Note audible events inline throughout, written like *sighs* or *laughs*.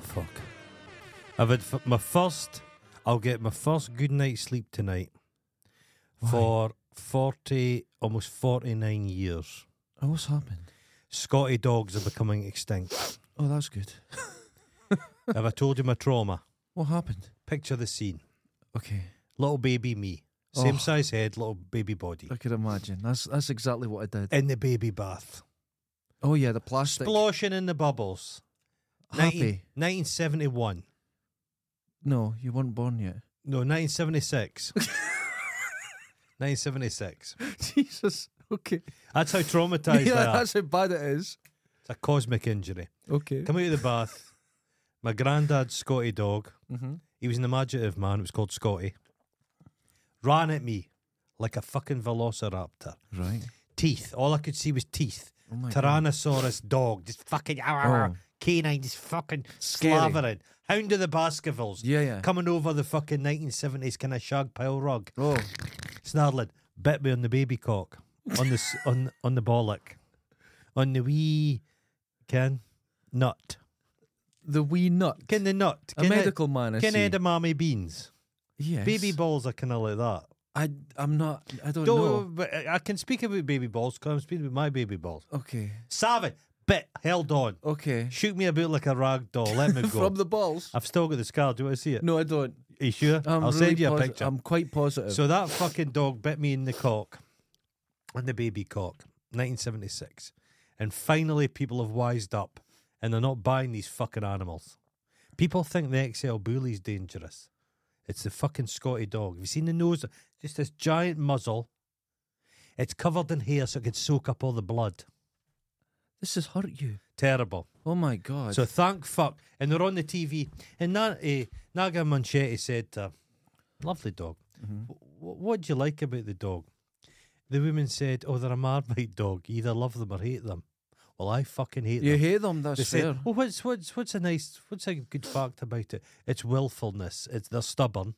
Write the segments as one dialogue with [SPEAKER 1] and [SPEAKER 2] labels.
[SPEAKER 1] Fuck. I've had f- my first. I'll get my first good night's sleep tonight for forty, almost forty nine years.
[SPEAKER 2] Oh, what's happened?
[SPEAKER 1] Scotty dogs are becoming
[SPEAKER 2] *laughs*
[SPEAKER 1] extinct.
[SPEAKER 2] Oh, that's good.
[SPEAKER 1] Have I told you my trauma?
[SPEAKER 2] What happened?
[SPEAKER 1] Picture the scene:
[SPEAKER 2] Okay,
[SPEAKER 1] little baby me, same
[SPEAKER 2] Oh.
[SPEAKER 1] size head, little baby body,
[SPEAKER 2] I could imagine. That's that's exactly what I did.
[SPEAKER 1] in the baby bath,
[SPEAKER 2] Oh yeah, the plastic
[SPEAKER 1] splashing in the bubbles.
[SPEAKER 2] happy.
[SPEAKER 1] 1971.
[SPEAKER 2] No, you weren't born yet.
[SPEAKER 1] No, 1976. 1976.
[SPEAKER 2] *laughs* Jesus. Okay.
[SPEAKER 1] That's how
[SPEAKER 2] *laughs* Yeah,
[SPEAKER 1] traumatized I am.
[SPEAKER 2] that's how bad it is.
[SPEAKER 1] It's a cosmic injury.
[SPEAKER 2] Okay.
[SPEAKER 1] Come out of the bath. My granddad's Scotty dog.
[SPEAKER 2] Mm-hmm.
[SPEAKER 1] He was an imaginative man. It was called Scotty. Ran at me like a fucking velociraptor.
[SPEAKER 2] Right.
[SPEAKER 1] Teeth. All I could see was teeth.
[SPEAKER 2] Oh my God.
[SPEAKER 1] Tyrannosaurus dog. Just fucking
[SPEAKER 2] Oh.
[SPEAKER 1] canine. Just fucking
[SPEAKER 2] Scary.
[SPEAKER 1] slavering. Hound of the Baskervilles.
[SPEAKER 2] Yeah, yeah.
[SPEAKER 1] Coming over the fucking 1970s kind of shag pile rug.
[SPEAKER 2] Oh,
[SPEAKER 1] snarling, bit me on the baby cock, on the s- on on the bollock, on the wee can nut,
[SPEAKER 2] the wee nut.
[SPEAKER 1] can the nut,
[SPEAKER 2] a
[SPEAKER 1] can
[SPEAKER 2] medical man. I
[SPEAKER 1] it, can
[SPEAKER 2] see.
[SPEAKER 1] edamame beans,
[SPEAKER 2] Yes. Oh,
[SPEAKER 1] baby balls are kind of like that.
[SPEAKER 2] I. I'm not. I don't, know.
[SPEAKER 1] Don't, but I I can speak about baby balls because I'm speaking about my baby balls.
[SPEAKER 2] Okay.
[SPEAKER 1] Savage, bit, held on,
[SPEAKER 2] Okay.
[SPEAKER 1] shoot me about like a rag doll.
[SPEAKER 2] *laughs*
[SPEAKER 1] Let me go.
[SPEAKER 2] From the balls.
[SPEAKER 1] I've still got the scar. Do you want to see it?
[SPEAKER 2] No, I don't.
[SPEAKER 1] Are you sure?
[SPEAKER 2] I'm
[SPEAKER 1] will
[SPEAKER 2] really
[SPEAKER 1] send you a
[SPEAKER 2] posi-
[SPEAKER 1] picture.
[SPEAKER 2] I'm quite positive.
[SPEAKER 1] So that fucking dog bit me in the cock, on the baby cock, 1976. And finally, people have wised up and they're not buying these fucking animals. People think the XL bully's dangerous. It's the fucking Scotty dog. Have you seen the nose? Just this giant muzzle. It's covered in hair so it can soak up all the blood.
[SPEAKER 2] this has hurt you.
[SPEAKER 1] Terrible.
[SPEAKER 2] Oh my god.
[SPEAKER 1] So thank fuck. And they're on the TV. And that, eh, Naga Manchetti said to her, lovely dog.
[SPEAKER 2] Mm-hmm.
[SPEAKER 1] "Wh- wh- what do you like about the dog? The woman said, oh, they're a Marmite dog. You either love them or hate them. Well, I fucking hate
[SPEAKER 2] you
[SPEAKER 1] them.
[SPEAKER 2] hear them?
[SPEAKER 1] They
[SPEAKER 2] That's
[SPEAKER 1] said,
[SPEAKER 2] fair.
[SPEAKER 1] well, what's, what's, what's a nice, what's a good fact about it? It's willfulness. It's They're stubborn.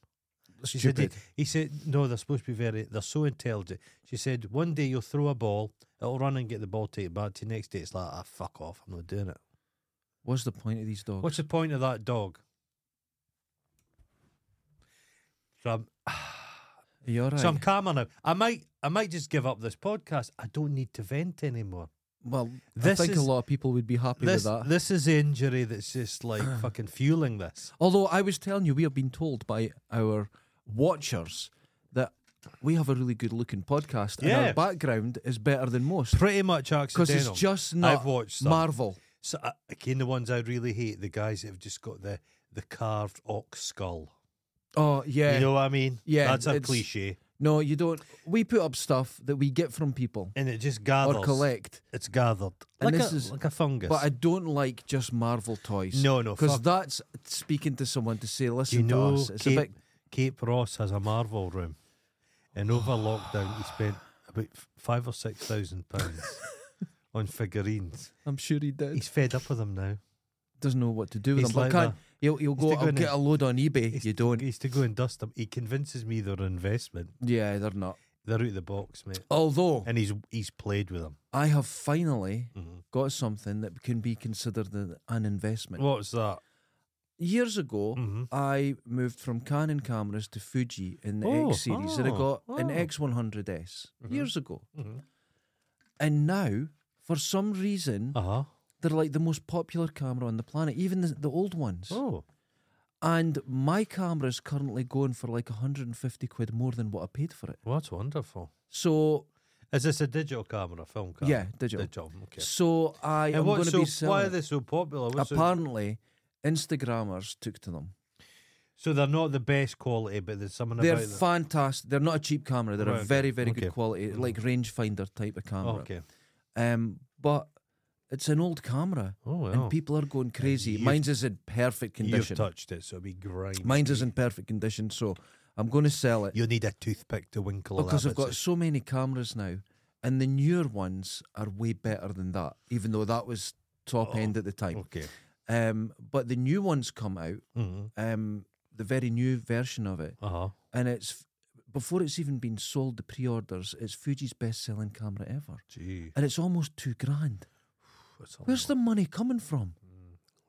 [SPEAKER 1] She said, he,
[SPEAKER 2] Stupid.
[SPEAKER 1] he said, no, they're supposed to be very, they're so intelligent. She said, one day you'll throw a ball, it'll run and get the ball taken back to you. Next day it's like, ah, fuck off, I'm not doing it.
[SPEAKER 2] What's the point of these dogs?
[SPEAKER 1] What's the point of that dog? So I'm,
[SPEAKER 2] Are you all right?
[SPEAKER 1] so I'm calmer now. I might I might just give up this podcast. I don't need to vent anymore.
[SPEAKER 2] well,
[SPEAKER 1] this
[SPEAKER 2] I think
[SPEAKER 1] is-
[SPEAKER 2] a lot of people would be happy
[SPEAKER 1] This,
[SPEAKER 2] with that.
[SPEAKER 1] this is the injury that's just
[SPEAKER 2] *clears throat*
[SPEAKER 1] like fucking fueling this.
[SPEAKER 2] Although I was telling you, we have been told by our watchers that we have a really good looking podcast and
[SPEAKER 1] Yeah.
[SPEAKER 2] our background is better than most.
[SPEAKER 1] Pretty much
[SPEAKER 2] Because
[SPEAKER 1] accidental.
[SPEAKER 2] it's just not
[SPEAKER 1] I've watched some.
[SPEAKER 2] Marvel.
[SPEAKER 1] so, uh, again, the ones I really hate, the guys that have just got the the carved ox skull.
[SPEAKER 2] Oh, yeah.
[SPEAKER 1] you know what I mean?
[SPEAKER 2] yeah,
[SPEAKER 1] that's a
[SPEAKER 2] it's-
[SPEAKER 1] cliche,
[SPEAKER 2] no, you don't. We put up stuff that we get from people
[SPEAKER 1] and it just
[SPEAKER 2] or
[SPEAKER 1] gathers.
[SPEAKER 2] collect.
[SPEAKER 1] It's gathered
[SPEAKER 2] And
[SPEAKER 1] like
[SPEAKER 2] this
[SPEAKER 1] a
[SPEAKER 2] is-
[SPEAKER 1] like a fungus.
[SPEAKER 2] But I don't like just Marvel toys.
[SPEAKER 1] No, no,
[SPEAKER 2] Because
[SPEAKER 1] fuck.
[SPEAKER 2] that's speaking to someone to say,
[SPEAKER 1] Do you
[SPEAKER 2] listen
[SPEAKER 1] know
[SPEAKER 2] to us. It's
[SPEAKER 1] Kate,
[SPEAKER 2] a bit.
[SPEAKER 1] Kate Ross has a Marvel room, and over lockdown he spent about f- five or six thousand
[SPEAKER 2] *laughs*
[SPEAKER 1] pounds on figurines.
[SPEAKER 2] I'm sure he did.
[SPEAKER 1] He's fed up with them now.
[SPEAKER 2] doesn't know what to do with
[SPEAKER 1] He's
[SPEAKER 2] them. But
[SPEAKER 1] like
[SPEAKER 2] can't,
[SPEAKER 1] that.
[SPEAKER 2] he'll, he'll
[SPEAKER 1] He's
[SPEAKER 2] go,
[SPEAKER 1] still
[SPEAKER 2] I'll
[SPEAKER 1] going
[SPEAKER 2] get
[SPEAKER 1] in.
[SPEAKER 2] a load on eBay.
[SPEAKER 1] He's-
[SPEAKER 2] You don't.
[SPEAKER 1] He's to go and dust them. He convinces me they're an investment.
[SPEAKER 2] Yeah, they're not.
[SPEAKER 1] They're out of the box, mate.
[SPEAKER 2] Although
[SPEAKER 1] And he's he's played with them.
[SPEAKER 2] I have finally
[SPEAKER 1] Mhm.
[SPEAKER 2] got something that can be considered an an investment.
[SPEAKER 1] What's that?
[SPEAKER 2] Years ago,
[SPEAKER 1] Mhm.
[SPEAKER 2] I moved from Canon cameras to Fuji in the
[SPEAKER 1] Oh,
[SPEAKER 2] X series, and I got an
[SPEAKER 1] oh.
[SPEAKER 2] X100S years ago.
[SPEAKER 1] Mhm.
[SPEAKER 2] And now, for some reason,
[SPEAKER 1] Uh huh.
[SPEAKER 2] they're like the most popular camera on the planet, even the, the old ones.
[SPEAKER 1] Oh,
[SPEAKER 2] And my camera is currently going for like 150 quid more than what I paid for it.
[SPEAKER 1] well, that's wonderful.
[SPEAKER 2] So,
[SPEAKER 1] Is this a digital camera, film camera?
[SPEAKER 2] yeah, digital.
[SPEAKER 1] Digital. Okay.
[SPEAKER 2] So I am
[SPEAKER 1] and
[SPEAKER 2] going
[SPEAKER 1] what's
[SPEAKER 2] to
[SPEAKER 1] so,
[SPEAKER 2] be selling.
[SPEAKER 1] why are
[SPEAKER 2] it.
[SPEAKER 1] they so popular? What's so-
[SPEAKER 2] Apparently, Instagrammers took to them.
[SPEAKER 1] so they're not the best quality, but there's something
[SPEAKER 2] They're
[SPEAKER 1] about them.
[SPEAKER 2] fantastic. They're not a cheap camera. They're
[SPEAKER 1] Right,
[SPEAKER 2] a
[SPEAKER 1] okay.
[SPEAKER 2] very, very
[SPEAKER 1] Okay. Mm-hmm.
[SPEAKER 2] good quality, like rangefinder type of camera.
[SPEAKER 1] okay.
[SPEAKER 2] Um, but it's an old camera,
[SPEAKER 1] Oh well.
[SPEAKER 2] and people are going crazy.
[SPEAKER 1] you've-
[SPEAKER 2] Mine's is in perfect
[SPEAKER 1] You've
[SPEAKER 2] condition.
[SPEAKER 1] touched it, so it'd be grimy.
[SPEAKER 2] Mine's is in perfect condition, so I'm going to sell it
[SPEAKER 1] You'll need a toothpick to winkle
[SPEAKER 2] because
[SPEAKER 1] that
[SPEAKER 2] Oh, I've got
[SPEAKER 1] bit.
[SPEAKER 2] so many cameras now, and the newer ones are way better than that. Even though that was top
[SPEAKER 1] Oh,
[SPEAKER 2] end at the time,
[SPEAKER 1] Okay.
[SPEAKER 2] um, but the new ones come out.
[SPEAKER 1] Mm-hmm.
[SPEAKER 2] um, the very new version of it,
[SPEAKER 1] Uh huh.
[SPEAKER 2] and it's before it's even been sold. The pre-orders, it's Fuji's best-selling camera ever,
[SPEAKER 1] Gee.
[SPEAKER 2] and it's almost two grand. Where's the money coming from?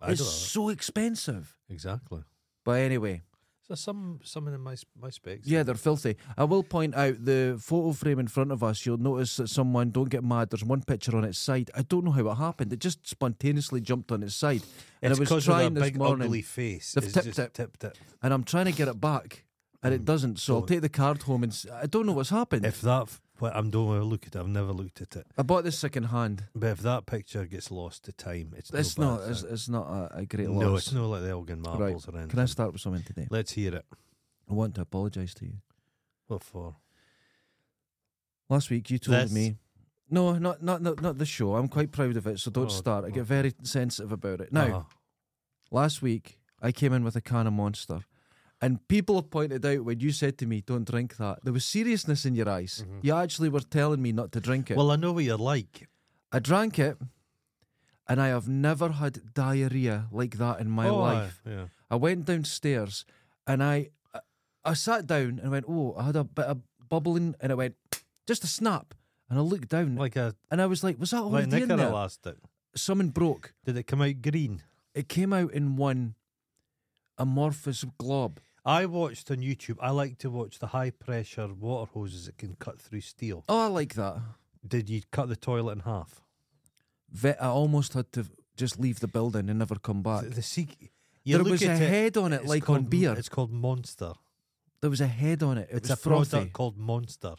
[SPEAKER 1] I
[SPEAKER 2] It's
[SPEAKER 1] don't know.
[SPEAKER 2] so expensive.
[SPEAKER 1] Exactly.
[SPEAKER 2] But anyway,
[SPEAKER 1] So some some in my s- my specs.
[SPEAKER 2] yeah, they're filthy. I will point out the photo frame in front of us. You'll notice that someone, don't get mad, there's one picture on its side. I don't know how it happened. It just spontaneously jumped on its side. And
[SPEAKER 1] it's
[SPEAKER 2] I was
[SPEAKER 1] because
[SPEAKER 2] trying
[SPEAKER 1] of their
[SPEAKER 2] this
[SPEAKER 1] big
[SPEAKER 2] morning.
[SPEAKER 1] ugly face.
[SPEAKER 2] They've
[SPEAKER 1] It's
[SPEAKER 2] tipped
[SPEAKER 1] just
[SPEAKER 2] it.
[SPEAKER 1] tipped it.
[SPEAKER 2] and I'm trying to get it back, and it doesn't. So I'll take the card home, and s- I don't know what's happened.
[SPEAKER 1] Hmm. If that, f- well, I'm don't wanna look at it. I've never looked at it.
[SPEAKER 2] I bought this second hand.
[SPEAKER 1] But if that picture gets lost to time, it's no
[SPEAKER 2] It's
[SPEAKER 1] bad
[SPEAKER 2] not. It's,
[SPEAKER 1] thing.
[SPEAKER 2] it's not a, a great
[SPEAKER 1] no,
[SPEAKER 2] loss.
[SPEAKER 1] it's not like the Elgin marbles or anything.
[SPEAKER 2] Can I start with something today?
[SPEAKER 1] Let's hear it.
[SPEAKER 2] I want to apologise to you.
[SPEAKER 1] What for?
[SPEAKER 2] Last week you told
[SPEAKER 1] This?
[SPEAKER 2] me. No, not not not not the show. I'm quite proud of it, so don't
[SPEAKER 1] Oh,
[SPEAKER 2] start. I
[SPEAKER 1] oh.
[SPEAKER 2] get very sensitive about it. Now,
[SPEAKER 1] Uh-huh.
[SPEAKER 2] last week I came in with a can of Monster, and people have pointed out when you said to me, "Don't drink that." There was seriousness in your eyes.
[SPEAKER 1] Mm-hmm.
[SPEAKER 2] You actually were telling me not to drink it.
[SPEAKER 1] Well, I know what you're like.
[SPEAKER 2] I drank it, and I have never had diarrhea like that in my
[SPEAKER 1] Oh, aye,
[SPEAKER 2] life.
[SPEAKER 1] Yeah.
[SPEAKER 2] I went downstairs, and I, I, I sat down and went, "Oh, I had a bit of bubbling," and it went just a snap. And I looked down,
[SPEAKER 1] Like a
[SPEAKER 2] and I was like, "Was that all
[SPEAKER 1] like
[SPEAKER 2] the in
[SPEAKER 1] knicker
[SPEAKER 2] there?"
[SPEAKER 1] elastic.
[SPEAKER 2] Something broke.
[SPEAKER 1] Did it come out green?
[SPEAKER 2] It came out in one amorphous glob.
[SPEAKER 1] I watched on YouTube. I like to watch the high pressure water hoses that can cut through steel.
[SPEAKER 2] Oh, I like that.
[SPEAKER 1] Did you cut the toilet in half?
[SPEAKER 2] Ve- I almost had to just leave the building and never come back.
[SPEAKER 1] The, the sea- you
[SPEAKER 2] There
[SPEAKER 1] look
[SPEAKER 2] was a
[SPEAKER 1] at it,
[SPEAKER 2] head on it,
[SPEAKER 1] it's
[SPEAKER 2] like
[SPEAKER 1] called,
[SPEAKER 2] on beer.
[SPEAKER 1] It's called Monster.
[SPEAKER 2] There was a head on it. It
[SPEAKER 1] It's
[SPEAKER 2] was
[SPEAKER 1] a
[SPEAKER 2] frothy.
[SPEAKER 1] product called Monster.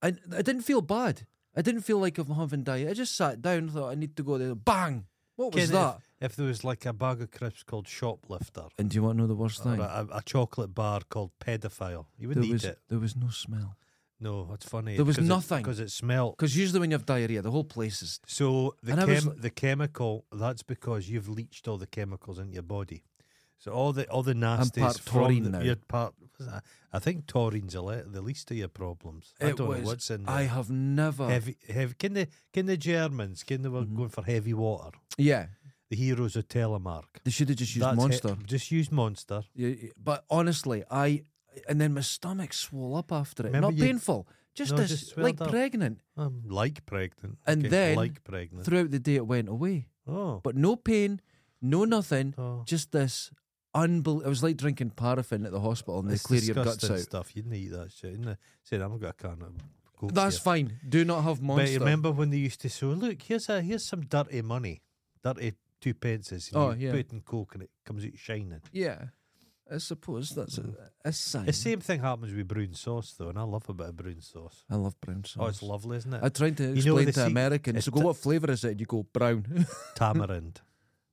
[SPEAKER 2] I, I didn't feel bad. I didn't feel like I'm having diet. I just sat down, thought I need to go there. Bang! What was
[SPEAKER 1] Ken,
[SPEAKER 2] that?
[SPEAKER 1] If, if there was like a bag of crisps called Shoplifter
[SPEAKER 2] And do you want to know the worst
[SPEAKER 1] or
[SPEAKER 2] thing?
[SPEAKER 1] a, a chocolate bar called Pedophile, you
[SPEAKER 2] there
[SPEAKER 1] wouldn't eat
[SPEAKER 2] was
[SPEAKER 1] it.
[SPEAKER 2] there was no smell.
[SPEAKER 1] No, that's funny.
[SPEAKER 2] there was nothing.
[SPEAKER 1] because it, smelt.
[SPEAKER 2] Because usually when you have diarrhea, the whole place is.
[SPEAKER 1] So the
[SPEAKER 2] And I was
[SPEAKER 1] chem-
[SPEAKER 2] like-
[SPEAKER 1] the chemical that's because you've leached all the chemicals into your body. So all the all the nasties
[SPEAKER 2] part
[SPEAKER 1] from
[SPEAKER 2] taurine
[SPEAKER 1] the,
[SPEAKER 2] now.
[SPEAKER 1] your part. I think taurine's a le- the least of your problems. I
[SPEAKER 2] it
[SPEAKER 1] don't
[SPEAKER 2] was,
[SPEAKER 1] know what's in there.
[SPEAKER 2] I have never.
[SPEAKER 1] heavy, heavy. Can the can the Germans? Can they were
[SPEAKER 2] Mm-hmm.
[SPEAKER 1] going for heavy water?
[SPEAKER 2] Yeah,
[SPEAKER 1] The heroes of Telemark.
[SPEAKER 2] they should have just used
[SPEAKER 1] That's it.
[SPEAKER 2] Monster.
[SPEAKER 1] Just use Monster.
[SPEAKER 2] Yeah, yeah, But honestly, I and then my stomach swole up after it.
[SPEAKER 1] Remember
[SPEAKER 2] Not
[SPEAKER 1] you-
[SPEAKER 2] painful, just
[SPEAKER 1] No,
[SPEAKER 2] as
[SPEAKER 1] just swelled
[SPEAKER 2] like
[SPEAKER 1] up.
[SPEAKER 2] pregnant.
[SPEAKER 1] I'm like pregnant.
[SPEAKER 2] And
[SPEAKER 1] Okay,
[SPEAKER 2] then
[SPEAKER 1] like pregnant.
[SPEAKER 2] Throughout the day, it went away, *laughs*
[SPEAKER 1] oh,
[SPEAKER 2] but no pain, no nothing.
[SPEAKER 1] oh.
[SPEAKER 2] Just this unbelievable. It was like drinking paraffin at the hospital, and they
[SPEAKER 1] It's
[SPEAKER 2] clear your guts
[SPEAKER 1] disgusting
[SPEAKER 2] out.
[SPEAKER 1] Stuff you need that shit. And saying I've got a can of Coke
[SPEAKER 2] That's
[SPEAKER 1] here."
[SPEAKER 2] fine. Do not have
[SPEAKER 1] But
[SPEAKER 2] Monster.
[SPEAKER 1] you remember when they used to say, "Look, here's a here's some dirty money, dirty two pences. And
[SPEAKER 2] Oh,
[SPEAKER 1] you
[SPEAKER 2] yeah.
[SPEAKER 1] Put it in Coke and it comes out shining."
[SPEAKER 2] Yeah, I suppose that's a, a sign.
[SPEAKER 1] The same thing happens with brewing sauce though, and I love a bit of brewing sauce.
[SPEAKER 2] I love brown sauce.
[SPEAKER 1] Oh, it's lovely, isn't it?
[SPEAKER 2] I tried to
[SPEAKER 1] know
[SPEAKER 2] explain
[SPEAKER 1] the
[SPEAKER 2] to
[SPEAKER 1] sec-
[SPEAKER 2] Americans.
[SPEAKER 1] it's
[SPEAKER 2] So go,
[SPEAKER 1] the-
[SPEAKER 2] what flavour is it? And you go brown *laughs*
[SPEAKER 1] Tamarind.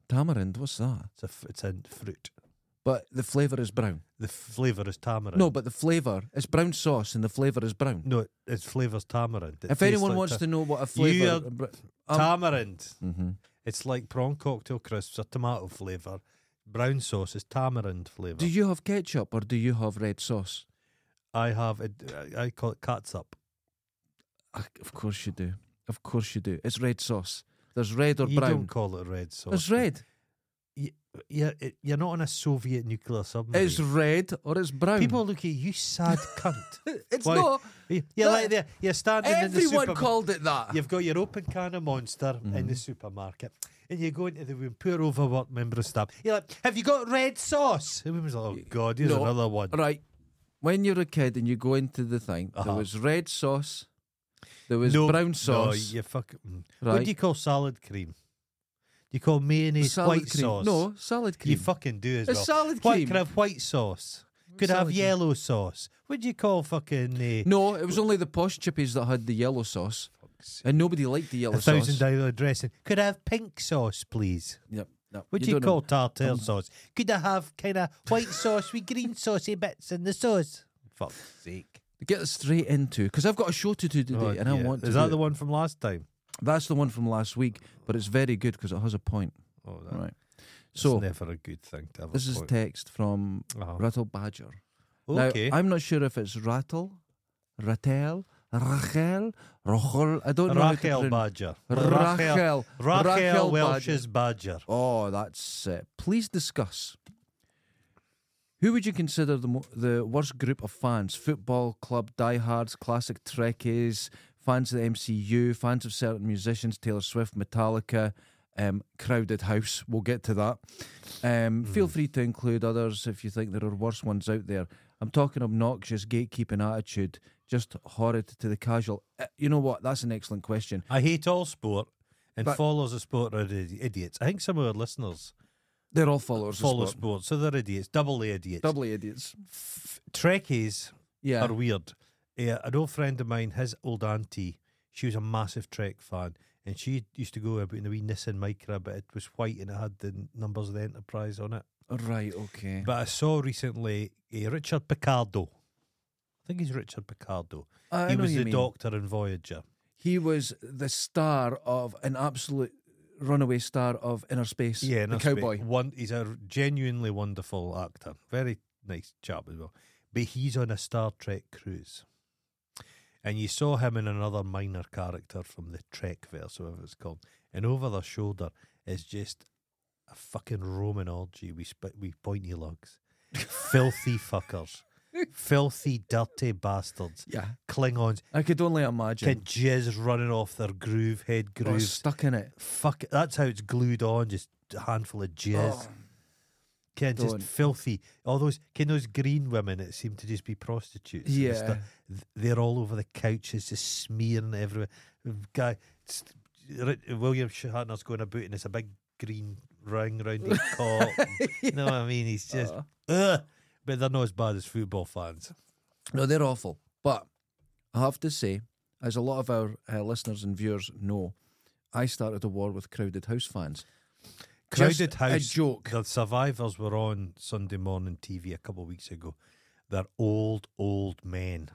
[SPEAKER 2] tamarind. What's that?
[SPEAKER 1] It's a f- it's a fruit.
[SPEAKER 2] But the flavour is brown.
[SPEAKER 1] The flavour is tamarind.
[SPEAKER 2] No, but the flavour it's brown sauce, and the flavour is brown.
[SPEAKER 1] no, it's flavours tamarind. Mm, It
[SPEAKER 2] if
[SPEAKER 1] tastes
[SPEAKER 2] anyone
[SPEAKER 1] like
[SPEAKER 2] wants
[SPEAKER 1] ta-
[SPEAKER 2] to um, know what a
[SPEAKER 1] You
[SPEAKER 2] flavour,
[SPEAKER 1] are- tamarind,
[SPEAKER 2] mm-hmm.
[SPEAKER 1] it's like prawn cocktail crisps, a tomato flavour. Brown sauce is tamarind flavour.
[SPEAKER 2] do you have ketchup or do you have red sauce?
[SPEAKER 1] I have it. I- I call it catsup.
[SPEAKER 2] Ah, Of course you do. Of course you do. It's red sauce. There's red or
[SPEAKER 1] You don't
[SPEAKER 2] brown.
[SPEAKER 1] call it red sauce.
[SPEAKER 2] It's red.
[SPEAKER 1] You're, it- you're not on a Soviet nuclear submarine.
[SPEAKER 2] It's red or it's brown.
[SPEAKER 1] People look at you, you
[SPEAKER 2] *laughs*
[SPEAKER 1] sad cunt.
[SPEAKER 2] it's
[SPEAKER 1] Why-
[SPEAKER 2] not.
[SPEAKER 1] You- You're
[SPEAKER 2] That-
[SPEAKER 1] like there. You're standing in the
[SPEAKER 2] Everyone Mm-hmm.
[SPEAKER 1] supermarket.
[SPEAKER 2] called it that.
[SPEAKER 1] You've got your open can of Monster in the supermarket, and you go into the room, poor overworked member of staff. You're like, "Have you got red sauce?" The woman's like, "Oh God, here's
[SPEAKER 2] No.
[SPEAKER 1] another one."
[SPEAKER 2] Right. When you're a kid and you go into the thing, there
[SPEAKER 1] Uh-huh.
[SPEAKER 2] was red sauce, there was
[SPEAKER 1] no,
[SPEAKER 2] brown
[SPEAKER 1] No,
[SPEAKER 2] sauce,
[SPEAKER 1] you fuck. mm. What
[SPEAKER 2] Right.
[SPEAKER 1] do you call salad cream? Do you call mayonnaise
[SPEAKER 2] salad
[SPEAKER 1] white
[SPEAKER 2] cream.
[SPEAKER 1] sauce?
[SPEAKER 2] No, salad cream.
[SPEAKER 1] you fucking do as
[SPEAKER 2] It's
[SPEAKER 1] well.
[SPEAKER 2] salad
[SPEAKER 1] White-
[SPEAKER 2] cream.
[SPEAKER 1] Could have white sauce. Could
[SPEAKER 2] Salad
[SPEAKER 1] have
[SPEAKER 2] cream.
[SPEAKER 1] yellow sauce. What do you call fucking? Uh,
[SPEAKER 2] no, it was only the posh chippies that had the yellow sauce, and nobody liked the yellow
[SPEAKER 1] a thousand
[SPEAKER 2] sauce.
[SPEAKER 1] dollar dressing. Could I have pink sauce, please?
[SPEAKER 2] Yep. No,
[SPEAKER 1] What do you
[SPEAKER 2] don't know.
[SPEAKER 1] call tartare sauce? Could I have kind of white sauce with green saucy bits in the sauce? Fuck's sake.
[SPEAKER 2] Get us straight into because I've got a show to do today, and I want to.
[SPEAKER 1] Oh, Is
[SPEAKER 2] do
[SPEAKER 1] that the
[SPEAKER 2] it.
[SPEAKER 1] one from last time?
[SPEAKER 2] That's the one from last week, but it's very good because it has a point.
[SPEAKER 1] Oh,
[SPEAKER 2] All right.
[SPEAKER 1] that's
[SPEAKER 2] So
[SPEAKER 1] never a good thing to have.
[SPEAKER 2] this
[SPEAKER 1] a
[SPEAKER 2] is
[SPEAKER 1] point.
[SPEAKER 2] text from
[SPEAKER 1] Uh-huh.
[SPEAKER 2] Rattle Badger.
[SPEAKER 1] okay.
[SPEAKER 2] Now, I'm not sure if it's rattle, rattel, rachel, rochel. I don't know. how to
[SPEAKER 1] Rachel
[SPEAKER 2] pronoun-
[SPEAKER 1] Badger. Rachel,
[SPEAKER 2] Rachel.
[SPEAKER 1] Rachel,
[SPEAKER 2] Rachel Badger.
[SPEAKER 1] Welsh's Badger.
[SPEAKER 2] Oh, that's it. Please discuss. Who would you consider the, mo- the worst group of fans? Football club diehards, classic Trekkies, fans of the MCU, fans of certain musicians, Taylor Swift, Metallica, um, crowded house. We'll get to that. Um, Feel
[SPEAKER 1] Mm.
[SPEAKER 2] free to include others if you think there are worse ones out there. I'm talking obnoxious gatekeeping attitude, just horrid to the casual. Uh, You know what? That's an excellent question.
[SPEAKER 1] I hate all sport and
[SPEAKER 2] But-
[SPEAKER 1] followers of sport are idi- idiots. I think some of our listeners
[SPEAKER 2] They're all followers.
[SPEAKER 1] follow
[SPEAKER 2] of
[SPEAKER 1] sport,
[SPEAKER 2] sport.
[SPEAKER 1] so they're idiots, doubly idiots.
[SPEAKER 2] Doubly idiots.
[SPEAKER 1] F- Trekkies
[SPEAKER 2] Yeah.
[SPEAKER 1] are weird. Yeah, an old friend of mine, his old auntie, she was a massive Trek fan, and she used to go about in the wee Nissan Micra, but it was white and it had the n- numbers of the Enterprise on it.
[SPEAKER 2] Right. Okay.
[SPEAKER 1] But I saw recently eh, Richard Picardo. I think he's Richard Picardo.
[SPEAKER 2] I
[SPEAKER 1] he
[SPEAKER 2] know
[SPEAKER 1] was
[SPEAKER 2] you
[SPEAKER 1] the
[SPEAKER 2] mean.
[SPEAKER 1] doctor in Voyager.
[SPEAKER 2] He was the star of an absolute runaway star of Inner Space.
[SPEAKER 1] Yeah,
[SPEAKER 2] the
[SPEAKER 1] that's great.
[SPEAKER 2] cowboy.
[SPEAKER 1] One, he's a genuinely wonderful actor, very nice chap as well. But he's on a Star Trek cruise, and you saw him in another minor character from the Trek verse, whatever it's called. And over their shoulder is just a fucking Roman orgy. We sp- we pointy lugs,
[SPEAKER 2] *laughs*
[SPEAKER 1] filthy fuckers, filthy dirty bastards,
[SPEAKER 2] Yeah.
[SPEAKER 1] Klingons,
[SPEAKER 2] I could only imagine.
[SPEAKER 1] kid jizz running off their groove head
[SPEAKER 2] I was
[SPEAKER 1] grooves.
[SPEAKER 2] stuck in it.
[SPEAKER 1] Fuck, that's how it's glued on. Just a handful of jizz.
[SPEAKER 2] Oh.
[SPEAKER 1] Ken, just
[SPEAKER 2] Don't.
[SPEAKER 1] filthy. All those, ken, those green women that seem to just be prostitutes. and
[SPEAKER 2] Yeah.
[SPEAKER 1] stuff, th- they're all over the couches, just smearing everywhere. Guy, s- Ri- William Shatner's going about and it's a big green ring round
[SPEAKER 2] *laughs*
[SPEAKER 1] his cock. You know what I mean? He's just,
[SPEAKER 2] Uh,
[SPEAKER 1] ugh. But they're not as bad as football fans.
[SPEAKER 2] no, they're awful. But I have to say, as a lot of our uh, listeners and viewers know, I started a war with Crowded House fans. Just
[SPEAKER 1] Crowded
[SPEAKER 2] A
[SPEAKER 1] House.
[SPEAKER 2] joke.
[SPEAKER 1] The survivors were on Sunday morning TV a couple of weeks ago. They're old, old men.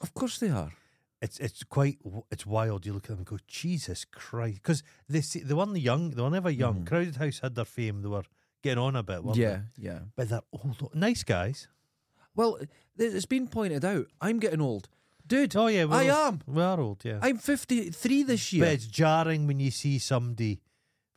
[SPEAKER 2] Of course they are.
[SPEAKER 1] it's it's quite w- it's wild. You look at them and go, Jesus Christ, because they see, they weren't young, they were never young.
[SPEAKER 2] Mhm.
[SPEAKER 1] Crowded House had their fame; they were getting on a bit, weren't
[SPEAKER 2] Yeah,
[SPEAKER 1] they?
[SPEAKER 2] yeah.
[SPEAKER 1] But they're old, nice guys.
[SPEAKER 2] Well, th- it's been pointed out. I'm getting old. Dude,
[SPEAKER 1] Oh yeah,
[SPEAKER 2] I
[SPEAKER 1] old.
[SPEAKER 2] am.
[SPEAKER 1] We are old, yeah.
[SPEAKER 2] I'm 53 this
[SPEAKER 1] But
[SPEAKER 2] year.
[SPEAKER 1] it's jarring when you see somebody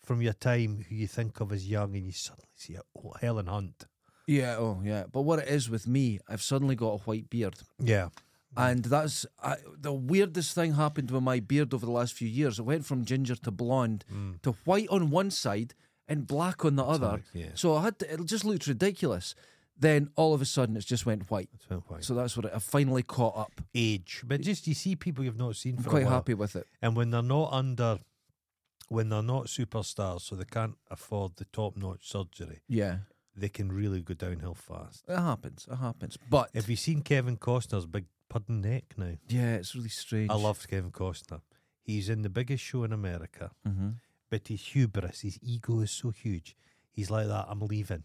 [SPEAKER 1] from your time who you think of as young, and you suddenly see a oh, Helen Hunt.
[SPEAKER 2] Yeah, oh, yeah. But what it is with me, I've suddenly got a white beard.
[SPEAKER 1] Yeah, Mm.
[SPEAKER 2] And that's I, the weirdest thing happened with my beard over the last few years. It went from ginger to blonde
[SPEAKER 1] Mm.
[SPEAKER 2] to white on one side and black on the other.
[SPEAKER 1] yeah.
[SPEAKER 2] So I had to, it just looked ridiculous. Then all of a sudden, it just went white.
[SPEAKER 1] it's not quite
[SPEAKER 2] So that's what it, I finally caught up.
[SPEAKER 1] age, but just you see people you've not seen
[SPEAKER 2] I'm
[SPEAKER 1] for
[SPEAKER 2] quite
[SPEAKER 1] a while.
[SPEAKER 2] happy with it.
[SPEAKER 1] and when they're not under, when they're not superstars, so they can't afford the top-notch surgery.
[SPEAKER 2] Yeah,
[SPEAKER 1] they can really go downhill fast.
[SPEAKER 2] it happens. It happens. But
[SPEAKER 1] Have you seen Kevin Costner's big pudding neck now?
[SPEAKER 2] yeah, it's really strange.
[SPEAKER 1] I loved Kevin Costner. He's in the biggest show in America,
[SPEAKER 2] hmm
[SPEAKER 1] but his hubris, his ego is so huge. He's like that, I'm leaving.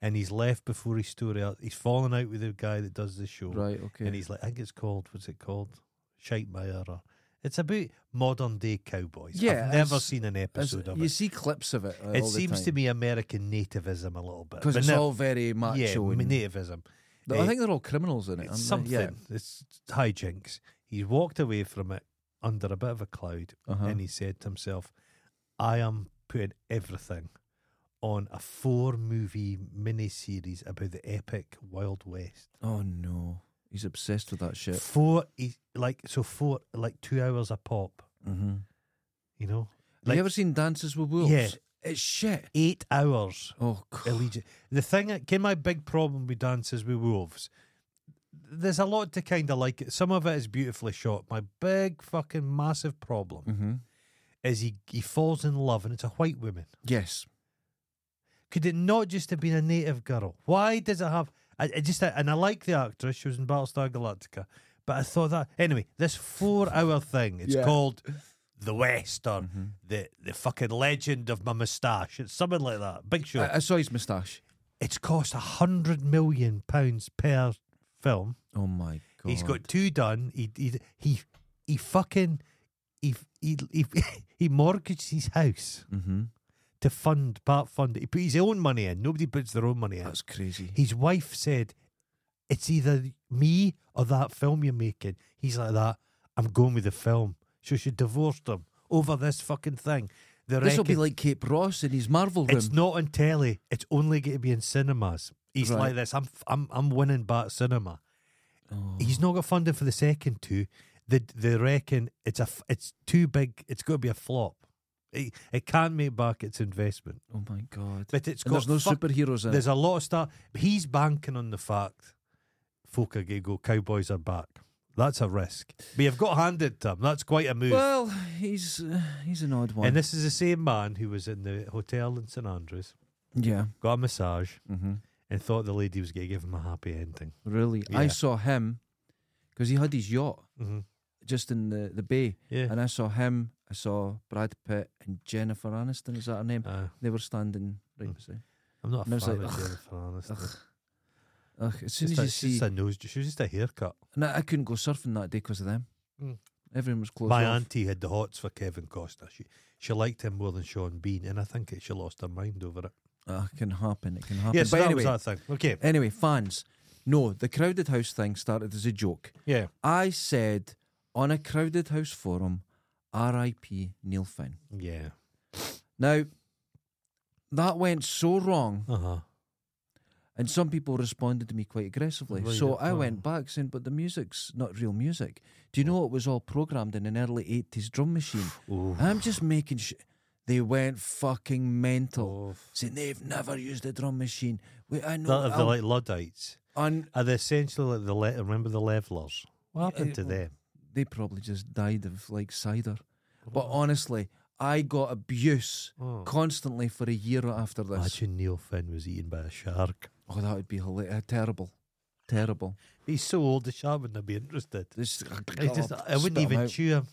[SPEAKER 1] And he's left before his story. arc- He's fallen out with the guy that does the show.
[SPEAKER 2] Right. Okay.
[SPEAKER 1] And he's like, I think it's called, what's it called? Shite My Error. It's about modern day cowboys.
[SPEAKER 2] Yeah,
[SPEAKER 1] I've never
[SPEAKER 2] as-
[SPEAKER 1] seen an
[SPEAKER 2] As-
[SPEAKER 1] episode of
[SPEAKER 2] you
[SPEAKER 1] it.
[SPEAKER 2] see clips of it. uh,
[SPEAKER 1] It
[SPEAKER 2] all the
[SPEAKER 1] seems to
[SPEAKER 2] time.
[SPEAKER 1] be American nativism a little bit.
[SPEAKER 2] because
[SPEAKER 1] but
[SPEAKER 2] it's
[SPEAKER 1] no-
[SPEAKER 2] all very macho.
[SPEAKER 1] yeah,
[SPEAKER 2] and-
[SPEAKER 1] nativism.
[SPEAKER 2] Th- I
[SPEAKER 1] eh,
[SPEAKER 2] think they're all criminals in it.
[SPEAKER 1] It's
[SPEAKER 2] aren't
[SPEAKER 1] something.
[SPEAKER 2] they? Yeah.
[SPEAKER 1] It's hijinks. He's walked away from it under a bit of a cloud,
[SPEAKER 2] Uh-huh.
[SPEAKER 1] and he said to himself, "I am putting everything on a four-movie miniseries about the epic Wild West.
[SPEAKER 2] Oh no, he's obsessed with that shit.
[SPEAKER 1] Four, he- like so, four like two hours a pop.
[SPEAKER 2] Mm-hmm.
[SPEAKER 1] You know,
[SPEAKER 2] Have
[SPEAKER 1] Like-
[SPEAKER 2] you ever seen Dances with Wolves?
[SPEAKER 1] Yeah.
[SPEAKER 2] it's shit.
[SPEAKER 1] eight hours."
[SPEAKER 2] Oh god,
[SPEAKER 1] Allegiant. The thing that came my big problem with dances with wolves. There's a lot to kind of like it. Some of it is beautifully shot. My big fucking massive problem
[SPEAKER 2] mm-hmm.
[SPEAKER 1] is he, he falls in love and it's a white woman.
[SPEAKER 2] yes,
[SPEAKER 1] Could it not just have been a native girl? Why does it have? I, I just and I like the actress. She was in Battlestar Galactica, but I thought that anyway. This four-hour thing. It's
[SPEAKER 2] Yeah. Mm-hmm.
[SPEAKER 1] called the West or the the fucking legend of my moustache. It's something like that. Big show.
[SPEAKER 2] I, I saw his moustache.
[SPEAKER 1] it's cost a hundred million pounds per film.
[SPEAKER 2] Oh my god,
[SPEAKER 1] He's got two done. He he he, he fucking he he he, *laughs* he mortgaged his house
[SPEAKER 2] Mm-hmm.
[SPEAKER 1] to fund part fund. it. He put his own money in. Nobody puts their own money in.
[SPEAKER 2] That's crazy.
[SPEAKER 1] His wife said, "It's either me or that film you're making." He's like that. I'm going with the film. So she divorced him over this fucking thing. They
[SPEAKER 2] This will be
[SPEAKER 1] reckon-
[SPEAKER 2] like Cape Ross in his Marvel room.
[SPEAKER 1] it's not on telly. It's only going to be in cinemas. He's
[SPEAKER 2] Right.
[SPEAKER 1] like this. I'm I'm I'm winning back cinema.
[SPEAKER 2] Oh.
[SPEAKER 1] He's not got funding for the second two. They they reckon it's a f- it's too big. It's going to be a flop. it, it can't make back its investment.
[SPEAKER 2] Oh my god.
[SPEAKER 1] But it's
[SPEAKER 2] And
[SPEAKER 1] got
[SPEAKER 2] there's no
[SPEAKER 1] fuck-
[SPEAKER 2] superheroes in
[SPEAKER 1] There's
[SPEAKER 2] it.
[SPEAKER 1] a lot of stuff. He's banking on the fact Foka Gigo Cowboys are back. That's a risk. But you've got handed to him. That's quite a move.
[SPEAKER 2] Well, he's uh, he's an odd one.
[SPEAKER 1] and this is the same man who was in the hotel in St Andrews,
[SPEAKER 2] yeah.
[SPEAKER 1] got a massage,
[SPEAKER 2] hmm
[SPEAKER 1] and thought the lady was going to give him a happy ending.
[SPEAKER 2] Really, I
[SPEAKER 1] Yeah.
[SPEAKER 2] saw him because he had his yacht
[SPEAKER 1] Mm-hmm.
[SPEAKER 2] just in the, the bay,
[SPEAKER 1] Yeah.
[SPEAKER 2] and I saw him. I saw Brad Pitt and Jennifer Aniston. Is that her name?
[SPEAKER 1] Uh,
[SPEAKER 2] They were standing right
[SPEAKER 1] Mm.
[SPEAKER 2] beside.
[SPEAKER 1] I'm not a
[SPEAKER 2] And I was
[SPEAKER 1] fan
[SPEAKER 2] like,
[SPEAKER 1] of
[SPEAKER 2] "Ugh,
[SPEAKER 1] Jennifer Aniston.
[SPEAKER 2] ugh, Ugh, as soon
[SPEAKER 1] Just a,
[SPEAKER 2] as you
[SPEAKER 1] she's just
[SPEAKER 2] see,
[SPEAKER 1] a nose, she was just a haircut.
[SPEAKER 2] and I, I couldn't go surfing that day because of them.
[SPEAKER 1] Mm.
[SPEAKER 2] Everyone was closed
[SPEAKER 1] My
[SPEAKER 2] off.
[SPEAKER 1] auntie had the hots for Kevin Costner. She she liked him more than Sean Bean, and I think it, she lost her mind over it.
[SPEAKER 2] Ah, it can happen. It can happen.
[SPEAKER 1] Yeah, so
[SPEAKER 2] but
[SPEAKER 1] that
[SPEAKER 2] anyway,
[SPEAKER 1] was that thing. Okay,
[SPEAKER 2] anyway, fans. No, the crowded house thing started as a joke.
[SPEAKER 1] yeah,
[SPEAKER 2] I said on a crowded house forum, R.I.P. Neil Finn.
[SPEAKER 1] yeah,
[SPEAKER 2] Now, that went so wrong,
[SPEAKER 1] uh huh.
[SPEAKER 2] and some people responded to me quite aggressively.
[SPEAKER 1] Right,
[SPEAKER 2] so
[SPEAKER 1] yeah,
[SPEAKER 2] I
[SPEAKER 1] wow.
[SPEAKER 2] went back saying, But the music's not real music. Do you know it was all programmed in an early 80s
[SPEAKER 1] *sighs*
[SPEAKER 2] drum machine? I'm just making sh They went fucking
[SPEAKER 1] Oh.
[SPEAKER 2] mental. Saying they've never used a drum machine. Wait, I know.
[SPEAKER 1] That of the
[SPEAKER 2] I'll-
[SPEAKER 1] like Luddites
[SPEAKER 2] and
[SPEAKER 1] are they essentially like the le- remember the levelers. What happened to
[SPEAKER 2] Uh,
[SPEAKER 1] them?
[SPEAKER 2] they probably just died of like cider. But honestly, I got abuse
[SPEAKER 1] Oh.
[SPEAKER 2] constantly for a year after this.
[SPEAKER 1] Imagine Neil Finn was eaten by a shark.
[SPEAKER 2] Oh, that would be hilarious. Terrible. Terrible.
[SPEAKER 1] He's so old, the shark wouldn't be interested.
[SPEAKER 2] This,
[SPEAKER 1] I just, I wouldn't
[SPEAKER 2] Spit 'em
[SPEAKER 1] even
[SPEAKER 2] out.
[SPEAKER 1] chew him.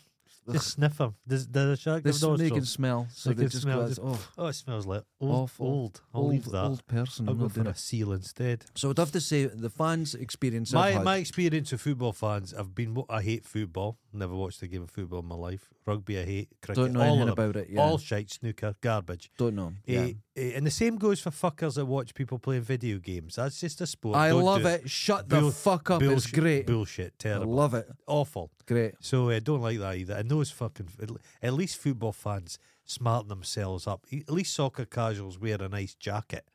[SPEAKER 1] Just sniff him. Does, does a shark
[SPEAKER 2] This
[SPEAKER 1] have
[SPEAKER 2] they can
[SPEAKER 1] nostrils?
[SPEAKER 2] smell, so
[SPEAKER 1] They
[SPEAKER 2] they,
[SPEAKER 1] can
[SPEAKER 2] just
[SPEAKER 1] smell
[SPEAKER 2] go,
[SPEAKER 1] just
[SPEAKER 2] oh,
[SPEAKER 1] Oh, it smells like old.
[SPEAKER 2] Awful.
[SPEAKER 1] Old. I'll
[SPEAKER 2] old,
[SPEAKER 1] leave that.
[SPEAKER 2] old person.
[SPEAKER 1] I'll
[SPEAKER 2] I'm
[SPEAKER 1] go
[SPEAKER 2] not
[SPEAKER 1] for
[SPEAKER 2] doing
[SPEAKER 1] a
[SPEAKER 2] it.
[SPEAKER 1] seal instead.
[SPEAKER 2] So I'd have to say the fans' experience. I've
[SPEAKER 1] My
[SPEAKER 2] had-
[SPEAKER 1] my experience of football fans, I've been. I hate football. Never watched a game of football in my life. Rugby, I hate. Cricket,
[SPEAKER 2] don't know
[SPEAKER 1] all
[SPEAKER 2] anything
[SPEAKER 1] of them.
[SPEAKER 2] about it. Yeah.
[SPEAKER 1] All shite, snooker, garbage.
[SPEAKER 2] don't know. Yeah.
[SPEAKER 1] Eh, eh, and the same goes for fuckers that watch people playing video games. That's just a sport.
[SPEAKER 2] I
[SPEAKER 1] Don't do
[SPEAKER 2] love it. Shut the
[SPEAKER 1] Bull-
[SPEAKER 2] fuck up. It's
[SPEAKER 1] Bullshit,
[SPEAKER 2] great.
[SPEAKER 1] Bullshit.
[SPEAKER 2] I
[SPEAKER 1] Terrible.
[SPEAKER 2] love it.
[SPEAKER 1] Awful.
[SPEAKER 2] Great.
[SPEAKER 1] So eh, I don't like that either. And those fucking at le- at least football fans smarten themselves up. E- At least soccer casuals wear a nice jacket.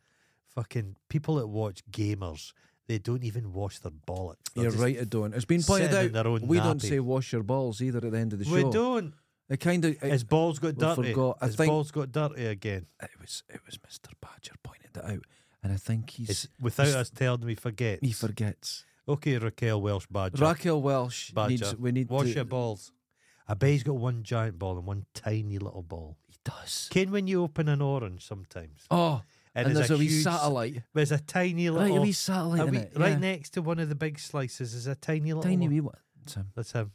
[SPEAKER 1] Fucking people that watch gamers, they don't even wash their bollocks. They're
[SPEAKER 2] You're
[SPEAKER 1] just-
[SPEAKER 2] right. I don't. It's been pointed
[SPEAKER 1] sitting in
[SPEAKER 2] out.
[SPEAKER 1] their own
[SPEAKER 2] we don't
[SPEAKER 1] nappy.
[SPEAKER 2] say wash your balls either at the end of the show.
[SPEAKER 1] We don't.
[SPEAKER 2] It kind of. It,
[SPEAKER 1] His balls got
[SPEAKER 2] we
[SPEAKER 1] dirty.
[SPEAKER 2] forgot. I
[SPEAKER 1] His
[SPEAKER 2] think-
[SPEAKER 1] balls got dirty again.
[SPEAKER 2] it was. It was Mr. Badger pointed it out, and I think he's
[SPEAKER 1] It's without
[SPEAKER 2] it's-
[SPEAKER 1] us telling me forget.
[SPEAKER 2] he forgets.
[SPEAKER 1] okay, Raquel Welsh Badger.
[SPEAKER 2] Raquel Welsh
[SPEAKER 1] Badger.
[SPEAKER 2] needs. We need
[SPEAKER 1] Wash
[SPEAKER 2] to,
[SPEAKER 1] your balls. I bet he's got one giant ball and one tiny little ball.
[SPEAKER 2] He does.
[SPEAKER 1] Ken, when you open an orange sometimes,
[SPEAKER 2] Oh,
[SPEAKER 1] and,
[SPEAKER 2] and, there's a, wee
[SPEAKER 1] huge-
[SPEAKER 2] satellite.
[SPEAKER 1] There's a tiny
[SPEAKER 2] Right,
[SPEAKER 1] little.
[SPEAKER 2] a wee satellite
[SPEAKER 1] A
[SPEAKER 2] in
[SPEAKER 1] wee-
[SPEAKER 2] it.
[SPEAKER 1] Right
[SPEAKER 2] yeah.
[SPEAKER 1] next to one of the big slices is a tiny little
[SPEAKER 2] Tiny
[SPEAKER 1] one.
[SPEAKER 2] wee one. So-
[SPEAKER 1] That's him.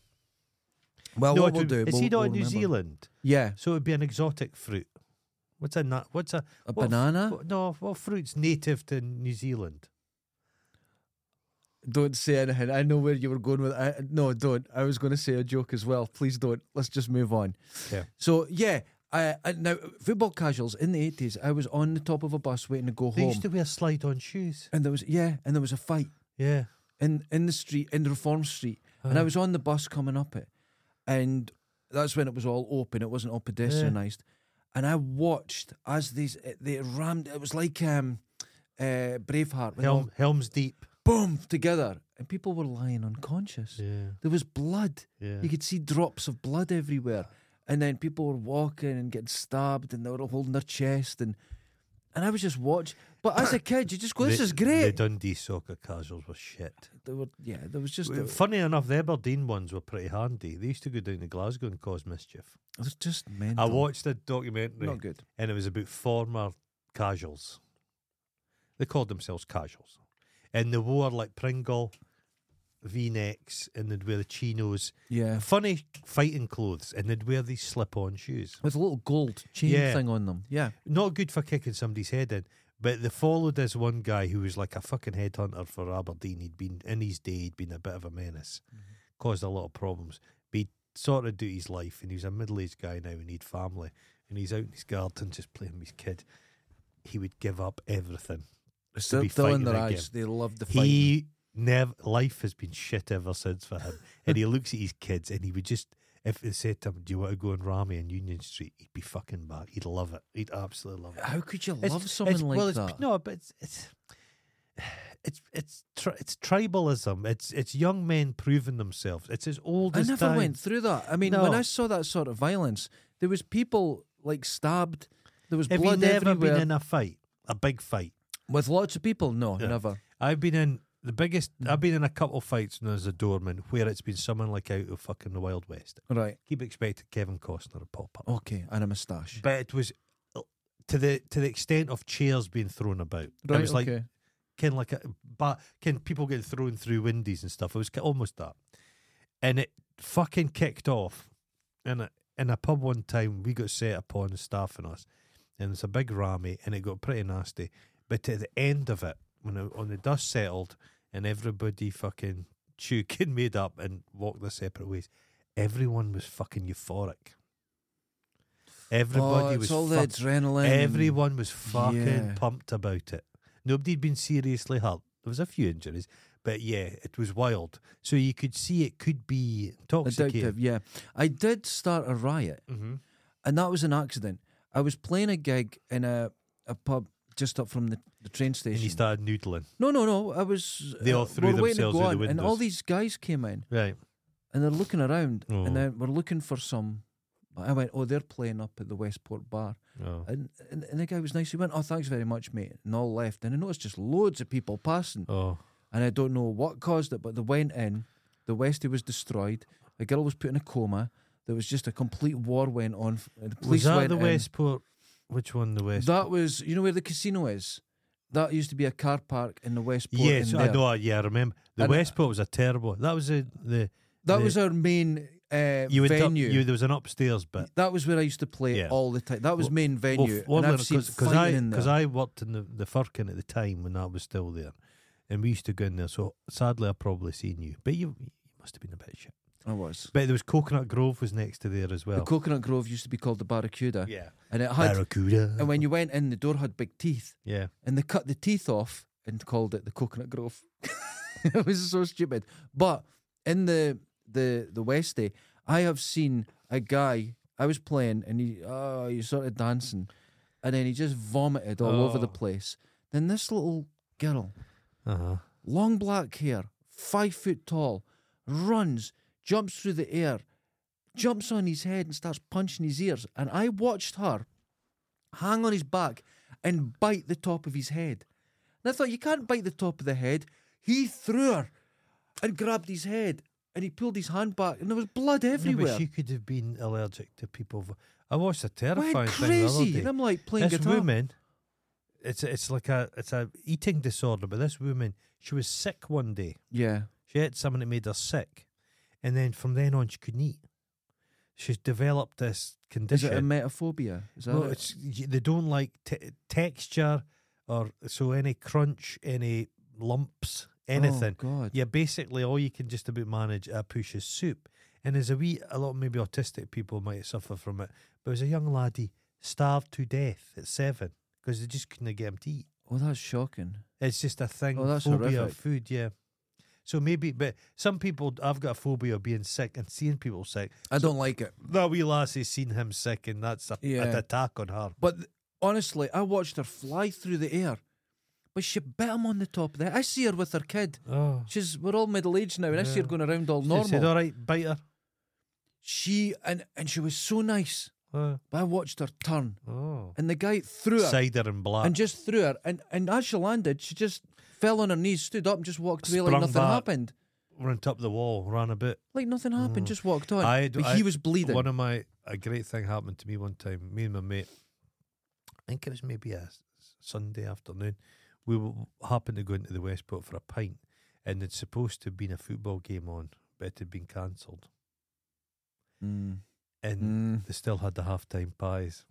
[SPEAKER 2] Well,
[SPEAKER 1] No,
[SPEAKER 2] Oh, what
[SPEAKER 1] it
[SPEAKER 2] we'll
[SPEAKER 1] would-
[SPEAKER 2] do?
[SPEAKER 1] Is
[SPEAKER 2] we'll,
[SPEAKER 1] he not
[SPEAKER 2] we'll
[SPEAKER 1] in New
[SPEAKER 2] remember.
[SPEAKER 1] Zealand?
[SPEAKER 2] Yeah,
[SPEAKER 1] So it'd be an exotic fruit. What's a nut? What's a
[SPEAKER 2] a
[SPEAKER 1] what f-
[SPEAKER 2] banana.
[SPEAKER 1] what- no, what fruit's native to New Zealand?
[SPEAKER 2] Don't say anything. I know where you were going with. I, no, don't. I was going to say a joke as well. Please don't. Let's just move on.
[SPEAKER 1] Yeah.
[SPEAKER 2] So yeah, I, I now football casuals in the eighties. I was on the top of a bus waiting to go
[SPEAKER 1] They
[SPEAKER 2] home,
[SPEAKER 1] used to wear slide-on shoes.
[SPEAKER 2] and there was yeah, and there was a fight.
[SPEAKER 1] Yeah.
[SPEAKER 2] in in the street in Reform Street, and I was on the bus coming up it, and that's when it was all open. It wasn't all pedestrianised, and I watched as these eh, they rammed. It was like um, uh, Braveheart, when
[SPEAKER 1] Helm, Helms Deep.
[SPEAKER 2] they all boom together, and people were lying unconscious.
[SPEAKER 1] Yeah.
[SPEAKER 2] There was blood.
[SPEAKER 1] Yeah.
[SPEAKER 2] You could see drops of blood everywhere, and then people were walking and getting stabbed, and they were all holding their chest, and and I was just watch. But as a kid, you just go, "This
[SPEAKER 1] The-
[SPEAKER 2] is
[SPEAKER 1] The
[SPEAKER 2] great."
[SPEAKER 1] Dundee soccer casuals were shit.
[SPEAKER 2] There were, yeah, there was just a-
[SPEAKER 1] Funny enough, the Aberdeen ones were pretty handy. They used to go down to Glasgow and cause mischief.
[SPEAKER 2] They're just mental.
[SPEAKER 1] I watched a documentary.
[SPEAKER 2] Not good.
[SPEAKER 1] and it was about former casuals. They called themselves casuals, and they wore like Pringle V necks, and they'd wear the chinos,
[SPEAKER 2] Yeah.
[SPEAKER 1] funny fighting clothes, and they'd wear these slip-on shoes.
[SPEAKER 2] With a little gold chain
[SPEAKER 1] Yeah.
[SPEAKER 2] thing on them. Yeah.
[SPEAKER 1] Not good for kicking somebody's head in. But they followed this one guy who was like a fucking headhunter for Aberdeen. He'd been in his day, he'd been a bit of a menace,
[SPEAKER 2] Mm-hmm.
[SPEAKER 1] caused a lot of problems. But he sort of do his life, and he was a middle-aged guy now, and he'd family, and he's out in his garden just playing with his kid. He would give up everything
[SPEAKER 2] Still,
[SPEAKER 1] be
[SPEAKER 2] still in
[SPEAKER 1] fighting
[SPEAKER 2] their
[SPEAKER 1] again.
[SPEAKER 2] eyes. They love the fight.
[SPEAKER 1] he never life has been shit ever since for
[SPEAKER 2] *laughs*
[SPEAKER 1] him and he looks at his kids and he would just if they said to him do you want to go on Rami in Union Street he'd be fucking back he'd love it he'd absolutely love it
[SPEAKER 2] How could you
[SPEAKER 1] It's-
[SPEAKER 2] love someone
[SPEAKER 1] it's-
[SPEAKER 2] like
[SPEAKER 1] well,
[SPEAKER 2] that?
[SPEAKER 1] it's, no but it's it's it's it's, tri- it's tribalism it's it's young men proving themselves it's as old
[SPEAKER 2] I
[SPEAKER 1] as
[SPEAKER 2] never
[SPEAKER 1] time
[SPEAKER 2] went through that. I mean, when
[SPEAKER 1] No.
[SPEAKER 2] I saw that sort of violence, there was people like stabbed. There was
[SPEAKER 1] Have you
[SPEAKER 2] blood
[SPEAKER 1] never
[SPEAKER 2] everywhere.
[SPEAKER 1] been in a fight, a big fight?
[SPEAKER 2] With lots of people? No,
[SPEAKER 1] Yeah.
[SPEAKER 2] never.
[SPEAKER 1] I've been in the biggest. I've been in a couple fights known as a doorman where it's been someone like out of fucking the Wild West.
[SPEAKER 2] Right.
[SPEAKER 1] Keep expecting Kevin Costner to pop up,
[SPEAKER 2] Okay. And a moustache.
[SPEAKER 1] but it was to the to the extent of chairs being thrown about.
[SPEAKER 2] Right.
[SPEAKER 1] it was like
[SPEAKER 2] okay.
[SPEAKER 1] ken like a, but ken people getting thrown through windies and stuff. It was ki- almost that, and it fucking kicked off. And a, in a pub one time, we got set upon staff and us, and it's a big rammy, and it got pretty nasty. But at the end of it, when it, on the dust settled, and everybody fucking chewed *laughs* and made up and walked their separate ways, everyone was fucking euphoric.
[SPEAKER 2] oh,
[SPEAKER 1] Everybody
[SPEAKER 2] it's
[SPEAKER 1] was
[SPEAKER 2] all the
[SPEAKER 1] fuck-
[SPEAKER 2] adrenaline. and-
[SPEAKER 1] Everyone was fucking
[SPEAKER 2] Yeah.
[SPEAKER 1] pumped about it. Nobody'd been seriously hurt. There was a few injuries, but yeah, it was wild. So you could see it could be
[SPEAKER 2] Addictive,
[SPEAKER 1] intoxicating.
[SPEAKER 2] yeah. I did start a riot,
[SPEAKER 1] Mm-hmm.
[SPEAKER 2] and that was an accident. I was playing a gig in a, a pub just up from the, the train
[SPEAKER 1] And
[SPEAKER 2] station.
[SPEAKER 1] you started noodling,
[SPEAKER 2] no, no, no. I was.
[SPEAKER 1] They all
[SPEAKER 2] uh,
[SPEAKER 1] threw
[SPEAKER 2] we're waiting to
[SPEAKER 1] themselves
[SPEAKER 2] go
[SPEAKER 1] through the
[SPEAKER 2] on, And all
[SPEAKER 1] windows.
[SPEAKER 2] these guys came in,
[SPEAKER 1] right?
[SPEAKER 2] and they're looking around,
[SPEAKER 1] Oh.
[SPEAKER 2] and then we're looking for some. I went, oh, they're playing up at the Westport Bar.
[SPEAKER 1] Oh,
[SPEAKER 2] And, and, and the guy was nice. He went, oh, thanks very much, mate. And all left. And I noticed just loads of people passing.
[SPEAKER 1] oh,
[SPEAKER 2] and I don't know what caused it, but they went in. The Westie was destroyed. The girl was put in a coma. There was just a complete war went on. f- The
[SPEAKER 1] was
[SPEAKER 2] police
[SPEAKER 1] that
[SPEAKER 2] went
[SPEAKER 1] the
[SPEAKER 2] in.
[SPEAKER 1] Westport? Which one, the West?
[SPEAKER 2] That was, you know, where the casino is. That used to be a car park in the Westport.
[SPEAKER 1] yes,
[SPEAKER 2] in
[SPEAKER 1] I
[SPEAKER 2] there.
[SPEAKER 1] know. Yeah, I remember the
[SPEAKER 2] And-
[SPEAKER 1] Westport was a terrible. That was a, the
[SPEAKER 2] That
[SPEAKER 1] the-
[SPEAKER 2] was our main uh,
[SPEAKER 1] you went up-
[SPEAKER 2] venue.
[SPEAKER 1] you there was an upstairs bit.
[SPEAKER 2] that was where I used to play
[SPEAKER 1] Yeah.
[SPEAKER 2] all the time. That was main venue. and I've seen
[SPEAKER 1] because
[SPEAKER 2] fighting
[SPEAKER 1] I
[SPEAKER 2] in there.
[SPEAKER 1] because I worked in the the Firkin at the time when that was still there, and we used to go in there. So sadly, I probably seen you, but you you must have been a bit shit.
[SPEAKER 2] I was.
[SPEAKER 1] But there was Coconut Grove was next to there as well.
[SPEAKER 2] The Coconut Grove used to be called the Barracuda,
[SPEAKER 1] yeah,
[SPEAKER 2] and it had.
[SPEAKER 1] Barracuda.
[SPEAKER 2] and when you went in, the door had big teeth.
[SPEAKER 1] yeah,
[SPEAKER 2] and they cut the teeth off and called it the coconut grove. *laughs* it was so stupid. But in the the the Westie, I have seen a guy. I was playing and he oh he started dancing, and then he just vomited all over the
[SPEAKER 1] Oh.
[SPEAKER 2] place. Then this little girl,
[SPEAKER 1] uh huh.
[SPEAKER 2] long black hair, five foot tall, runs, jumps through the air, jumps on his head and starts punching his ears. And I watched her hang on his back and bite the top of his head. And I thought, you can't bite the top of the head. He threw her and grabbed his head and he pulled his hand back and there was blood everywhere.
[SPEAKER 1] she could have been allergic to people. v- I watched a terrifying
[SPEAKER 2] Went
[SPEAKER 1] thing the other
[SPEAKER 2] crazy.
[SPEAKER 1] day.
[SPEAKER 2] And I'm like playing
[SPEAKER 1] this
[SPEAKER 2] guitar.
[SPEAKER 1] woman, it's it's like a it's a eating disorder. But this woman, she was sick one day.
[SPEAKER 2] Yeah.
[SPEAKER 1] She ate something that made her sick, and then from then on she couldn't eat. She's developed this
[SPEAKER 2] Is
[SPEAKER 1] condition.
[SPEAKER 2] it a metaphobia? Is that
[SPEAKER 1] well,
[SPEAKER 2] it?
[SPEAKER 1] it's y- they don't like te- texture or so any crunch, any lumps, anything.
[SPEAKER 2] Oh, God.
[SPEAKER 1] yeah, basically all you can just about manage a push is soup. And as a wee, a lot of maybe autistic people might suffer from it. But as a young laddie, starved to death at seven because they just couldn't get him to eat.
[SPEAKER 2] Oh, that's shocking.
[SPEAKER 1] It's just a thing.
[SPEAKER 2] Oh, that's
[SPEAKER 1] phobia of
[SPEAKER 2] horrific.
[SPEAKER 1] food, yeah. So maybe, but some people, I've got a phobia of being sick and seeing people sick.
[SPEAKER 2] I don't like it.
[SPEAKER 1] That wee lassie's seen him sick, and that's a,
[SPEAKER 2] Yeah.
[SPEAKER 1] an attack on her.
[SPEAKER 2] But th- honestly, I watched her fly through the air, but she bit him on the top of the head. I see her with her kid.
[SPEAKER 1] Oh,
[SPEAKER 2] She's we're all middle aged now, and I see her
[SPEAKER 1] Yeah.
[SPEAKER 2] going around all
[SPEAKER 1] They said, "Oh."
[SPEAKER 2] normal.
[SPEAKER 1] all right, bite her.
[SPEAKER 2] She and and she was so nice,
[SPEAKER 1] Uh,
[SPEAKER 2] but I watched her turn,
[SPEAKER 1] oh,
[SPEAKER 2] and the guy threw her
[SPEAKER 1] cider and black.
[SPEAKER 2] and just threw her, and and as she landed, she just fell on her knees, stood up, and just walked away like
[SPEAKER 1] Sprung
[SPEAKER 2] nothing
[SPEAKER 1] back.
[SPEAKER 2] happened.
[SPEAKER 1] went up the wall, ran a bit.
[SPEAKER 2] Like nothing happened, just walked on.
[SPEAKER 1] Mm. I-
[SPEAKER 2] but
[SPEAKER 1] I-
[SPEAKER 2] he was bleeding.
[SPEAKER 1] One of my a great thing happened to me one time. Me and my mate, I think it was maybe a s- Sunday afternoon. We w- happened to go into the Westport for a pint, and it's supposed to have been a football game on, but it had been cancelled,
[SPEAKER 2] Mm,
[SPEAKER 1] and
[SPEAKER 2] mm,
[SPEAKER 1] they still had the halftime pies.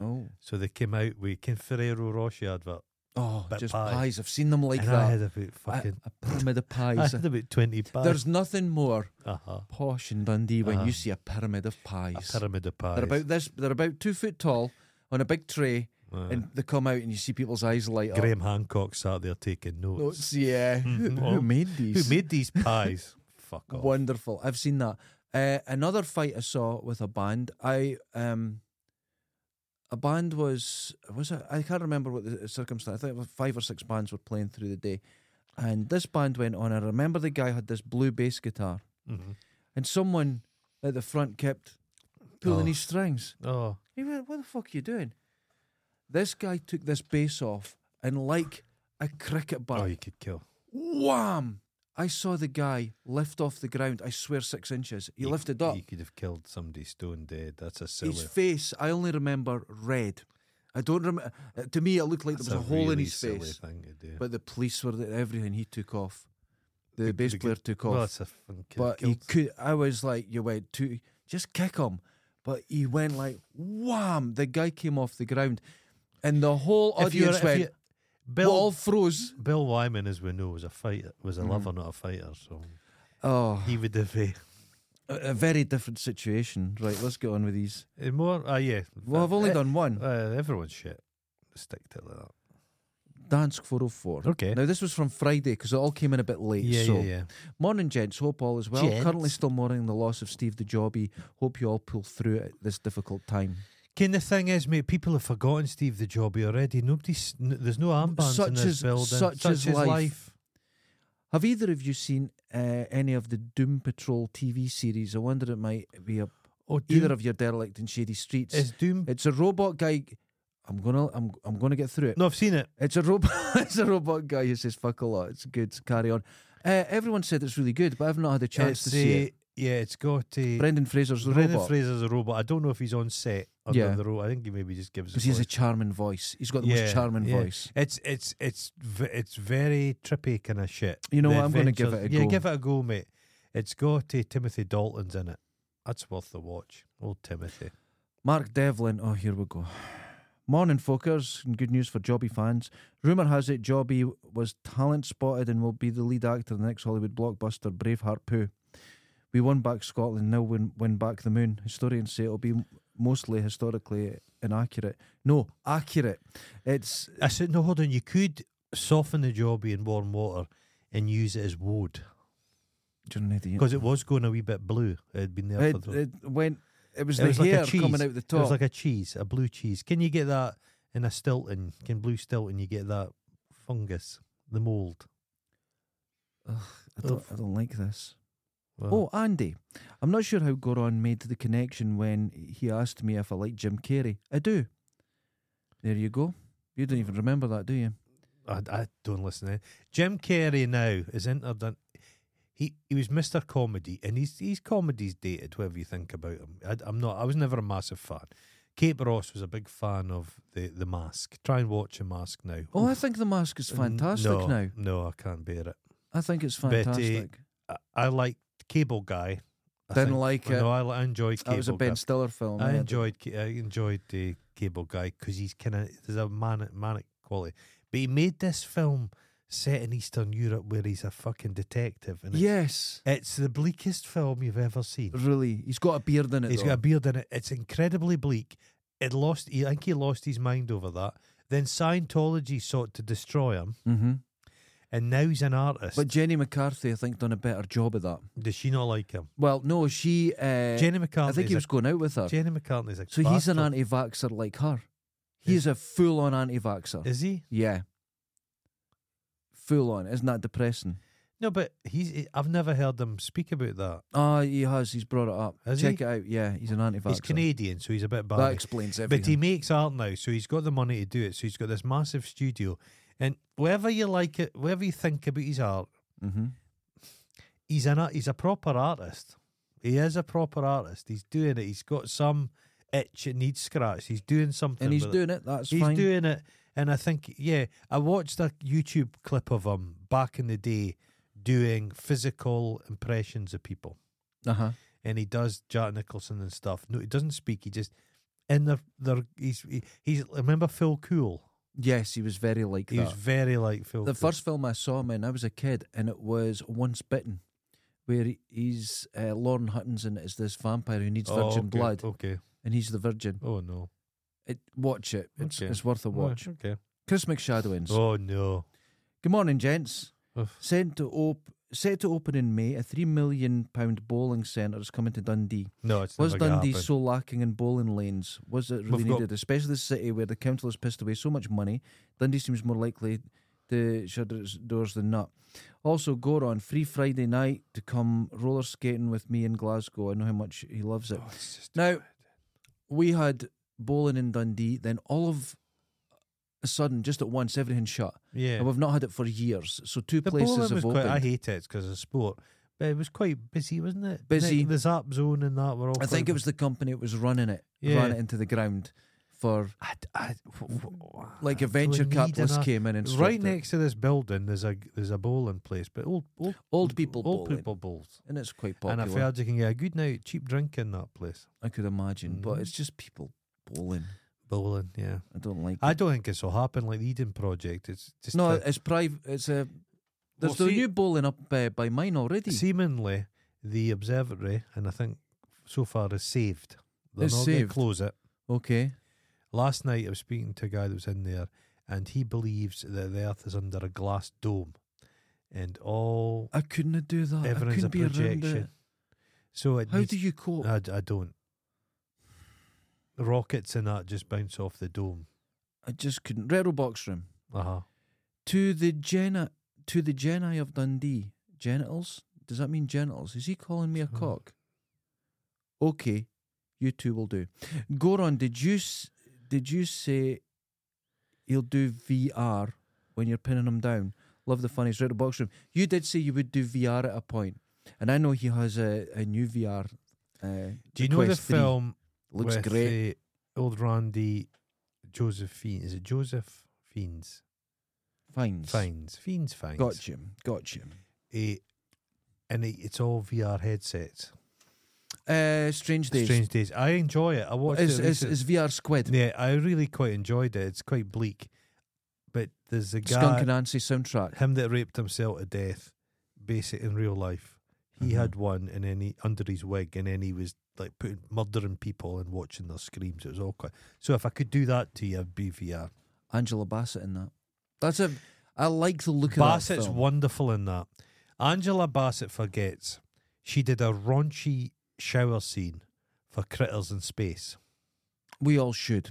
[SPEAKER 2] oh,
[SPEAKER 1] So they came out with Ken Ferrero Rocher advert,
[SPEAKER 2] oh,
[SPEAKER 1] Bit
[SPEAKER 2] just
[SPEAKER 1] pie.
[SPEAKER 2] pies. I've seen them like
[SPEAKER 1] and I
[SPEAKER 2] that.
[SPEAKER 1] had about
[SPEAKER 2] I-
[SPEAKER 1] fucking,
[SPEAKER 2] a pyramid of
[SPEAKER 1] *laughs* I,
[SPEAKER 2] pies.
[SPEAKER 1] had about twenty pies.
[SPEAKER 2] There's nothing more
[SPEAKER 1] uh-huh.
[SPEAKER 2] posh in Dundee when
[SPEAKER 1] Uh-huh.
[SPEAKER 2] you see a pyramid of
[SPEAKER 1] a
[SPEAKER 2] pies.
[SPEAKER 1] pyramid of pies.
[SPEAKER 2] They're about this. They're about two foot tall on a big tray,
[SPEAKER 1] Uh,
[SPEAKER 2] and they come out, and you see people's eyes light up.
[SPEAKER 1] Graham Hancock sat there taking notes. *laughs*
[SPEAKER 2] Notes, yeah. Who,
[SPEAKER 1] Mhm.
[SPEAKER 2] who
[SPEAKER 1] Oh.
[SPEAKER 2] made these?
[SPEAKER 1] Who made
[SPEAKER 2] *laughs*
[SPEAKER 1] these pies? Fuck off.
[SPEAKER 2] Wonderful. I've seen that. Uh, another fight I saw with a band. I um, a band was was it? I can't remember what the circumstance. I think it was five or six bands were playing through the day, and this band went on. I remember the guy had this blue bass guitar,
[SPEAKER 1] Mhm.
[SPEAKER 2] and someone at the front kept pulling
[SPEAKER 1] Oh.
[SPEAKER 2] his strings.
[SPEAKER 1] Oh,
[SPEAKER 2] He went, What the fuck are you doing? This guy took this bass off and, like a cricket bat,
[SPEAKER 1] oh, you could kill.
[SPEAKER 2] wham! I saw the guy lift off the ground, I swear six inches. He
[SPEAKER 1] You-
[SPEAKER 2] lifted up.
[SPEAKER 1] You could have killed somebody stone dead. That's a silly.
[SPEAKER 2] his face, I only remember red. I don't remember. To me, it looked like
[SPEAKER 1] that's
[SPEAKER 2] there was a, hole
[SPEAKER 1] really
[SPEAKER 2] in his
[SPEAKER 1] silly
[SPEAKER 2] face.
[SPEAKER 1] thing to do.
[SPEAKER 2] But the police were there, everything he took off. The,
[SPEAKER 1] The-
[SPEAKER 2] bass
[SPEAKER 1] the-
[SPEAKER 2] player took
[SPEAKER 1] well,
[SPEAKER 2] off.
[SPEAKER 1] it's a fucking
[SPEAKER 2] but he
[SPEAKER 1] killed.
[SPEAKER 2] could. I was like, you went to just kick him, but he went like wham. The guy came off the ground, and the whole
[SPEAKER 1] If you were-
[SPEAKER 2] audience
[SPEAKER 1] if
[SPEAKER 2] went.
[SPEAKER 1] you- Bill,
[SPEAKER 2] we all froze.
[SPEAKER 1] Bill Wyman, as we know, was a fighter, was a lover, not a fighter. So
[SPEAKER 2] Oh,
[SPEAKER 1] he would have eh,
[SPEAKER 2] a, a very different situation. Right, let's get on with these.
[SPEAKER 1] eh, *laughs* more. Ah, yeah.
[SPEAKER 2] Well, I've only
[SPEAKER 1] Eh,
[SPEAKER 2] done one.
[SPEAKER 1] Uh, everyone's shit. Stick to it like that.
[SPEAKER 2] Dansk 404.
[SPEAKER 1] Okay.
[SPEAKER 2] Now, this was from Friday because it all came in a bit late.
[SPEAKER 1] yeah,
[SPEAKER 2] so.
[SPEAKER 1] yeah, yeah.
[SPEAKER 2] Morning, gents. Hope all is well.
[SPEAKER 1] Gents.
[SPEAKER 2] Currently still mourning the loss of Steve the Jobby. Hope you all pull through at this difficult time.
[SPEAKER 1] Ken, the thing is, mate, people have forgotten Steve the Jobby already. Nobody's, n- there's no armbands in
[SPEAKER 2] Such
[SPEAKER 1] this
[SPEAKER 2] is-
[SPEAKER 1] building.
[SPEAKER 2] such is life. Have either of you seen uh, any of the Doom Patrol TV series? I wonder it might be a,
[SPEAKER 1] Oh, Doom,
[SPEAKER 2] either of Eh, your derelict in shady streets.
[SPEAKER 1] is Doom?
[SPEAKER 2] It's a robot guy. I'm gonna I'm I'm gonna get through it.
[SPEAKER 1] no, I've seen it.
[SPEAKER 2] It's a robot. *laughs* it's a robot guy who says fuck a lot. It's good. Carry on. Uh, everyone said it's really good, but I've not had a chance
[SPEAKER 1] It's
[SPEAKER 2] to see
[SPEAKER 1] a-
[SPEAKER 2] it.
[SPEAKER 1] Yeah, it's got a.
[SPEAKER 2] Brendan Fraser's the
[SPEAKER 1] Brendan
[SPEAKER 2] robot.
[SPEAKER 1] Fraser's a robot. I don't know if he's on set under
[SPEAKER 2] Yeah.
[SPEAKER 1] the robot. I think he maybe just gives.
[SPEAKER 2] because he has a
[SPEAKER 1] voice.
[SPEAKER 2] charming voice. He's got the
[SPEAKER 1] Yeah,
[SPEAKER 2] most charming
[SPEAKER 1] yeah.
[SPEAKER 2] voice.
[SPEAKER 1] It's it's it's v- it's very trippy kind of shit.
[SPEAKER 2] You know
[SPEAKER 1] The
[SPEAKER 2] what, I'm gonna give
[SPEAKER 1] adventures-
[SPEAKER 2] it a
[SPEAKER 1] Yeah,
[SPEAKER 2] go.
[SPEAKER 1] give it a go, mate. It's got uh, Timothy Dalton's in it. That's worth the watch. Old Timothy.
[SPEAKER 2] Mark Devlin. Oh, here we go. Morning, folkers, and good news for Jobby fans. Rumour has it Jobby was talent spotted and will be the lead actor in the next Hollywood blockbuster, Braveheart Pooh. We won back Scotland, now win, win back the moon. Historians say it'll be m- mostly historically inaccurate. No, accurate. It's
[SPEAKER 1] I said, no, hold on. You could soften the jobby in warm water and use it as wood
[SPEAKER 2] you're an idiot.
[SPEAKER 1] because it was going a wee bit blue. It had been there for
[SPEAKER 2] It,
[SPEAKER 1] the,
[SPEAKER 2] it went. It was
[SPEAKER 1] It
[SPEAKER 2] the
[SPEAKER 1] was like a
[SPEAKER 2] hair
[SPEAKER 1] cheese.
[SPEAKER 2] coming out the
[SPEAKER 1] it was
[SPEAKER 2] top.
[SPEAKER 1] like a cheese, a blue cheese. Can you get that in a Stilton? Can blue Stilton you get that fungus, the mold?
[SPEAKER 2] I, don't, I don't like this.
[SPEAKER 1] Well,
[SPEAKER 2] Oh, Andy. I'm not sure how Goron made the connection when he asked me if I like Jim Carrey. I do. There you go. You don't even remember that, do you?
[SPEAKER 1] I, I don't listen. To it. Jim Carrey now is entered. In, he he was Mister Comedy, and he's he's comedy's dated. Whatever you think about him, I, I'm not. I was never a massive fan. Kate Ross was a big fan of the the Mask. Try and watch a Mask now.
[SPEAKER 2] Oh, I
[SPEAKER 1] Oof.
[SPEAKER 2] think The Mask is
[SPEAKER 1] N-
[SPEAKER 2] fantastic
[SPEAKER 1] no,
[SPEAKER 2] now.
[SPEAKER 1] No, I can't bear it.
[SPEAKER 2] I think it's
[SPEAKER 1] But, uh,
[SPEAKER 2] fantastic.
[SPEAKER 1] I, I liked Cable Guy. I
[SPEAKER 2] Didn't
[SPEAKER 1] think-
[SPEAKER 2] like
[SPEAKER 1] No,
[SPEAKER 2] it.
[SPEAKER 1] I, I enjoyed Cable
[SPEAKER 2] That was a
[SPEAKER 1] Guy.
[SPEAKER 2] Ben Stiller film.
[SPEAKER 1] I
[SPEAKER 2] yeah.
[SPEAKER 1] enjoyed Ca- I enjoyed the Cable Guy because he's kind of there's a manic manic quality, but he made this film set in Eastern Europe where he's a fucking detective, and it's,
[SPEAKER 2] Yes.
[SPEAKER 1] it's the bleakest film you've ever seen.
[SPEAKER 2] Really. He's got a beard in it.
[SPEAKER 1] He's
[SPEAKER 2] though.
[SPEAKER 1] got a beard in it. It's incredibly bleak. It lost. He, I think he lost his mind over that. Then Scientology sought to destroy him,
[SPEAKER 2] hmm
[SPEAKER 1] and now he's an artist.
[SPEAKER 2] But Jenny McCarthy, I think, done a better job of that.
[SPEAKER 1] Does she not like him?
[SPEAKER 2] Well, no, she. Uh,
[SPEAKER 1] Jenny
[SPEAKER 2] I
[SPEAKER 1] McCarthy.
[SPEAKER 2] think he was going out with her.
[SPEAKER 1] A, Jenny McCarthy's a.
[SPEAKER 2] so he's an
[SPEAKER 1] bastard.
[SPEAKER 2] anti vaxxer like her. He
[SPEAKER 1] Is-
[SPEAKER 2] is a full on anti vaxxer.
[SPEAKER 1] Is he?
[SPEAKER 2] Yeah. Full on. Isn't that depressing?
[SPEAKER 1] No, but he's. I've never heard him speak about that.
[SPEAKER 2] Ah, he has. He's brought it up.
[SPEAKER 1] Has
[SPEAKER 2] Check
[SPEAKER 1] he?
[SPEAKER 2] it out. Yeah, he's an anti vaxxer.
[SPEAKER 1] He's Canadian, so he's a bit
[SPEAKER 2] eh? That
[SPEAKER 1] bad.
[SPEAKER 2] explains
[SPEAKER 1] But he
[SPEAKER 2] everything.
[SPEAKER 1] makes art now, so he's got the money to do it. So he's got this massive studio, and whether you like it, whatever you think about his art,
[SPEAKER 2] hmm
[SPEAKER 1] he's an art- he's a proper artist. He is a proper artist. He's doing it. He's got some itch it needs scratched. He's doing something,
[SPEAKER 2] And he's
[SPEAKER 1] with it.
[SPEAKER 2] doing it. That's
[SPEAKER 1] he's
[SPEAKER 2] fine.
[SPEAKER 1] doing it. And I think, yeah, I watched a YouTube clip of him back in the day doing physical impressions of people.
[SPEAKER 2] uh huh.
[SPEAKER 1] and he does Jack Nicholson and stuff. No, he doesn't speak. He just and they're they're he's he, he's remember Phil Cool.
[SPEAKER 2] Yes, he was very like
[SPEAKER 1] He
[SPEAKER 2] that.
[SPEAKER 1] was very like Phil.
[SPEAKER 2] the
[SPEAKER 1] Cool.
[SPEAKER 2] first film I saw him in, I was a kid, and it was Once Bitten, where he- he's uh, Lauren Huttinson is this vampire who needs
[SPEAKER 1] Oh,
[SPEAKER 2] virgin
[SPEAKER 1] okay,
[SPEAKER 2] blood,
[SPEAKER 1] Okay.
[SPEAKER 2] and he's the virgin.
[SPEAKER 1] Oh no.
[SPEAKER 2] It, watch it. It's,
[SPEAKER 1] Okay.
[SPEAKER 2] it's worth a watch.
[SPEAKER 1] Oh, Okay.
[SPEAKER 2] Chris McShadowins.
[SPEAKER 1] Oh no.
[SPEAKER 2] Good morning, gents.
[SPEAKER 1] Oof.
[SPEAKER 2] Sent to op- set to open in May, a three million pound bowling centre is coming to Dundee.
[SPEAKER 1] No, it's
[SPEAKER 2] Was
[SPEAKER 1] never gonna
[SPEAKER 2] Dundee
[SPEAKER 1] happen.
[SPEAKER 2] so lacking in bowling lanes? Was it really
[SPEAKER 1] We've got-
[SPEAKER 2] needed, especially the city where the council has pissed away so much money? Dundee seems more likely to shut its doors than not. Also, Goron, free Friday night to come roller skating with me in Glasgow. I know how much he loves it.
[SPEAKER 1] Oh, it's just-
[SPEAKER 2] Now, we had bowling in Dundee, then all of a sudden, just at once, everything shut.
[SPEAKER 1] Yeah.
[SPEAKER 2] And we've not had it for years. So two
[SPEAKER 1] The
[SPEAKER 2] places
[SPEAKER 1] bowling
[SPEAKER 2] have
[SPEAKER 1] was quite,
[SPEAKER 2] opened.
[SPEAKER 1] I hate it because it's a sport, but it was quite busy, wasn't it?
[SPEAKER 2] Busy.
[SPEAKER 1] Like, the Zap Zone and that were all.
[SPEAKER 2] I think
[SPEAKER 1] quite-
[SPEAKER 2] it was the company that was running it,
[SPEAKER 1] Yeah.
[SPEAKER 2] ran it into the ground for
[SPEAKER 1] I d- I- w- w-
[SPEAKER 2] like a
[SPEAKER 1] Mm, do we
[SPEAKER 2] venture
[SPEAKER 1] need
[SPEAKER 2] capitalist
[SPEAKER 1] another-
[SPEAKER 2] came in and
[SPEAKER 1] Right
[SPEAKER 2] stopped it.
[SPEAKER 1] next to this building, there's a there's a bowling place, but old old
[SPEAKER 2] old people
[SPEAKER 1] old
[SPEAKER 2] bowling,
[SPEAKER 1] people bowls.
[SPEAKER 2] and it's quite
[SPEAKER 1] And
[SPEAKER 2] popular.
[SPEAKER 1] I've heard you can get a good night cheap drink in that place.
[SPEAKER 2] I could imagine, but
[SPEAKER 1] Mhm.
[SPEAKER 2] it's just people bowling.
[SPEAKER 1] Bowling, yeah.
[SPEAKER 2] I don't like.
[SPEAKER 1] I
[SPEAKER 2] it.
[SPEAKER 1] don't think it's will happen like the Eden Project. Ah, It's just
[SPEAKER 2] no,
[SPEAKER 1] a-
[SPEAKER 2] it's private. It's a there's
[SPEAKER 1] Well,
[SPEAKER 2] the
[SPEAKER 1] see-
[SPEAKER 2] new bowling up uh, by mine already.
[SPEAKER 1] seemingly the observatory, and I think so far is saved. They're
[SPEAKER 2] It's
[SPEAKER 1] not going
[SPEAKER 2] saved.
[SPEAKER 1] to close it.
[SPEAKER 2] okay,
[SPEAKER 1] Last night I was speaking to a guy that was in there, and he believes that the Earth is under a glass dome, and all
[SPEAKER 2] I couldn't do that. I
[SPEAKER 1] everything's
[SPEAKER 2] Ah, couldn't
[SPEAKER 1] a
[SPEAKER 2] be around
[SPEAKER 1] projection.
[SPEAKER 2] it.
[SPEAKER 1] So it
[SPEAKER 2] How
[SPEAKER 1] needs Ah.
[SPEAKER 2] do you cope?
[SPEAKER 1] I, d- I don't. Rockets and that just bounce off the dome.
[SPEAKER 2] I just couldn't. Retro box room
[SPEAKER 1] Uh huh.
[SPEAKER 2] to the Jena to the Jedi of Dundee. Genitals? Does that mean genitals? Is he calling me a
[SPEAKER 1] Hmm.
[SPEAKER 2] cock? Okay, you two will do. Goron, did you s- did you say he'll do VR when you're pinning him down? Love the funniest right box room. You did say you would do VR at a point, and I know he has a, a new VR. Uh,
[SPEAKER 1] Do you know the
[SPEAKER 2] Quest 3.
[SPEAKER 1] film?
[SPEAKER 2] Looks
[SPEAKER 1] with,
[SPEAKER 2] great.
[SPEAKER 1] uh, old Randy Josephine. Is it Joseph Fiends?
[SPEAKER 2] Fines.
[SPEAKER 1] Fines. Fiends. Fines.
[SPEAKER 2] Got you. Got you.
[SPEAKER 1] Eh, and it, it's all VR headsets.
[SPEAKER 2] Uh, strange days.
[SPEAKER 1] Strange days. I enjoy it. I watched
[SPEAKER 2] Is,
[SPEAKER 1] it.
[SPEAKER 2] is,
[SPEAKER 1] recent-
[SPEAKER 2] is VR squid?
[SPEAKER 1] yeah, I really quite enjoyed it. It's quite bleak, but there's a guy.
[SPEAKER 2] Skunk and Nancy soundtrack.
[SPEAKER 1] him that raped himself to death, basic in real life. He
[SPEAKER 2] Mhm.
[SPEAKER 1] had one, and then he under his wig, and then he was like putting murdering people and watching their screams. It was all quite. So if I could do that to you, I'd be VR.
[SPEAKER 2] Angela Bassett in that. That's a. I like the look of
[SPEAKER 1] Bassett's
[SPEAKER 2] that film.
[SPEAKER 1] wonderful in that. Angela Bassett forgets she did a raunchy shower scene for Critters in Space.
[SPEAKER 2] We all should.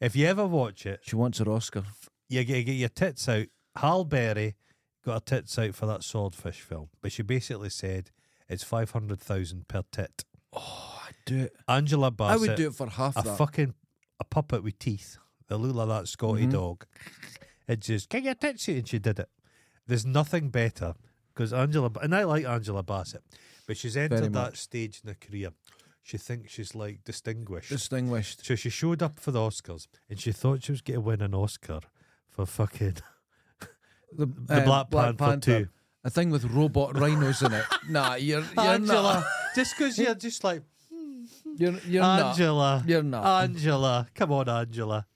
[SPEAKER 1] If you ever watch it,
[SPEAKER 2] She wants her Oscar.
[SPEAKER 1] you get, get your tits out. Hal Berry got her tits out for that swordfish film, but she basically said it's five hundred thousand per tit.
[SPEAKER 2] I'd do it.
[SPEAKER 1] Angela
[SPEAKER 2] I
[SPEAKER 1] Bassett,
[SPEAKER 2] would do it for half
[SPEAKER 1] a
[SPEAKER 2] that.
[SPEAKER 1] fucking a puppet with teeth. They look like that Scotty
[SPEAKER 2] Mhm.
[SPEAKER 1] dog. It just get your tits out, and she did it. There's nothing better because Angela and I like Angela Bassett, but she's entered
[SPEAKER 2] Very
[SPEAKER 1] that
[SPEAKER 2] much.
[SPEAKER 1] stage in her career. She thinks she's like distinguished.
[SPEAKER 2] Distinguished.
[SPEAKER 1] So she showed up for the Oscars and she thought she was going to win an Oscar for fucking
[SPEAKER 2] The,
[SPEAKER 1] the
[SPEAKER 2] uh,
[SPEAKER 1] Black, Panther, too.
[SPEAKER 2] A thing with robot rhinos in it. *laughs* Nah, you're, *laughs* you're
[SPEAKER 1] Angela, just because you're just
[SPEAKER 2] *laughs*
[SPEAKER 1] like
[SPEAKER 2] Not. You're, you're not.
[SPEAKER 1] Angela,
[SPEAKER 2] You're not.
[SPEAKER 1] Angela, come on, Angela.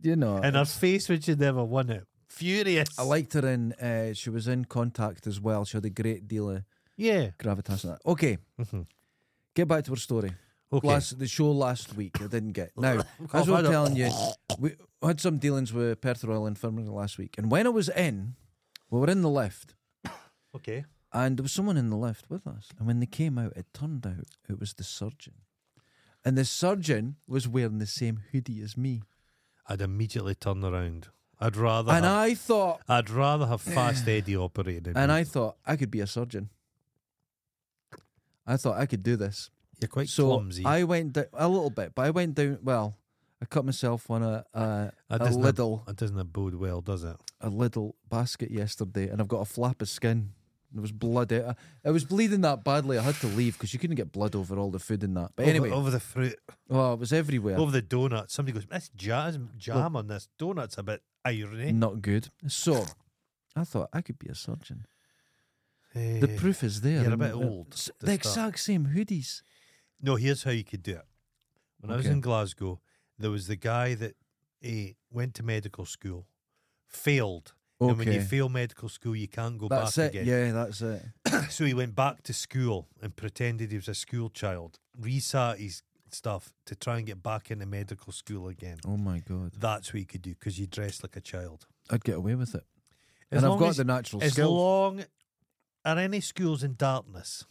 [SPEAKER 2] You know.
[SPEAKER 1] and her face when she never won it. Furious.
[SPEAKER 2] I liked her in. Uh, she was in Contact as well. She had a great deal of
[SPEAKER 1] Yeah.
[SPEAKER 2] gravitas in that. Okay. Get back to our story.
[SPEAKER 1] Okay.
[SPEAKER 2] Last the show last week, I didn't get. Now, as we
[SPEAKER 1] I
[SPEAKER 2] were
[SPEAKER 1] don't-
[SPEAKER 2] telling you, we had some dealings with Perth Royal Infirmary last week, and when I was in, we were in the lift,
[SPEAKER 1] okay.
[SPEAKER 2] and there was someone in the lift with us, and when they came out, it turned out it was the surgeon, and the surgeon was wearing the same hoodie as me,
[SPEAKER 1] I'd immediately turn around. I'd rather.
[SPEAKER 2] and
[SPEAKER 1] have,
[SPEAKER 2] I thought,
[SPEAKER 1] I, would rather
[SPEAKER 2] *sighs*
[SPEAKER 1] have Fast Eddie operating.
[SPEAKER 2] and I thought I could be a surgeon. I thought I could do this.
[SPEAKER 1] You're quite
[SPEAKER 2] so
[SPEAKER 1] clumsy.
[SPEAKER 2] I went down a little bit, but I went down. Well, I cut myself on a a,
[SPEAKER 1] That
[SPEAKER 2] a
[SPEAKER 1] doesn't-
[SPEAKER 2] little
[SPEAKER 1] That doesn't bode well, does it?
[SPEAKER 2] a little basket yesterday, and I've got a flap of skin. There was blood. Out. I was bleeding that badly. I had to leave because you couldn't get blood over all the food and that. But
[SPEAKER 1] Over-
[SPEAKER 2] anyway,
[SPEAKER 1] over, the fruit,
[SPEAKER 2] oh, it was everywhere.
[SPEAKER 1] over the donut. Somebody goes, "That's jam, jam on this donut's a bit irony."
[SPEAKER 2] Not good. So I thought I could be a surgeon. Mm. The
[SPEAKER 1] Eh.
[SPEAKER 2] proof is there.
[SPEAKER 1] You're a
[SPEAKER 2] in
[SPEAKER 1] bit
[SPEAKER 2] the-
[SPEAKER 1] old
[SPEAKER 2] s-
[SPEAKER 1] to
[SPEAKER 2] The
[SPEAKER 1] start.
[SPEAKER 2] exact same hoodies.
[SPEAKER 1] No, here's how you could do it. When I was
[SPEAKER 2] Okay.
[SPEAKER 1] in Glasgow, there was the guy that eh, went to medical school, failed,
[SPEAKER 2] Okay,
[SPEAKER 1] and when you fail medical school, you can't go
[SPEAKER 2] that's
[SPEAKER 1] back
[SPEAKER 2] it.
[SPEAKER 1] again.
[SPEAKER 2] Yeah, that's it.
[SPEAKER 1] So he went back to school and pretended he was a school child, resat his stuff to try and get back into medical school again.
[SPEAKER 2] Oh my god,
[SPEAKER 1] That's what you could do because you dress like a child.
[SPEAKER 2] I'd get away with it.
[SPEAKER 1] As
[SPEAKER 2] and I've
[SPEAKER 1] long
[SPEAKER 2] got
[SPEAKER 1] as,
[SPEAKER 2] the natural
[SPEAKER 1] as
[SPEAKER 2] skill.
[SPEAKER 1] long are any schools in darkness,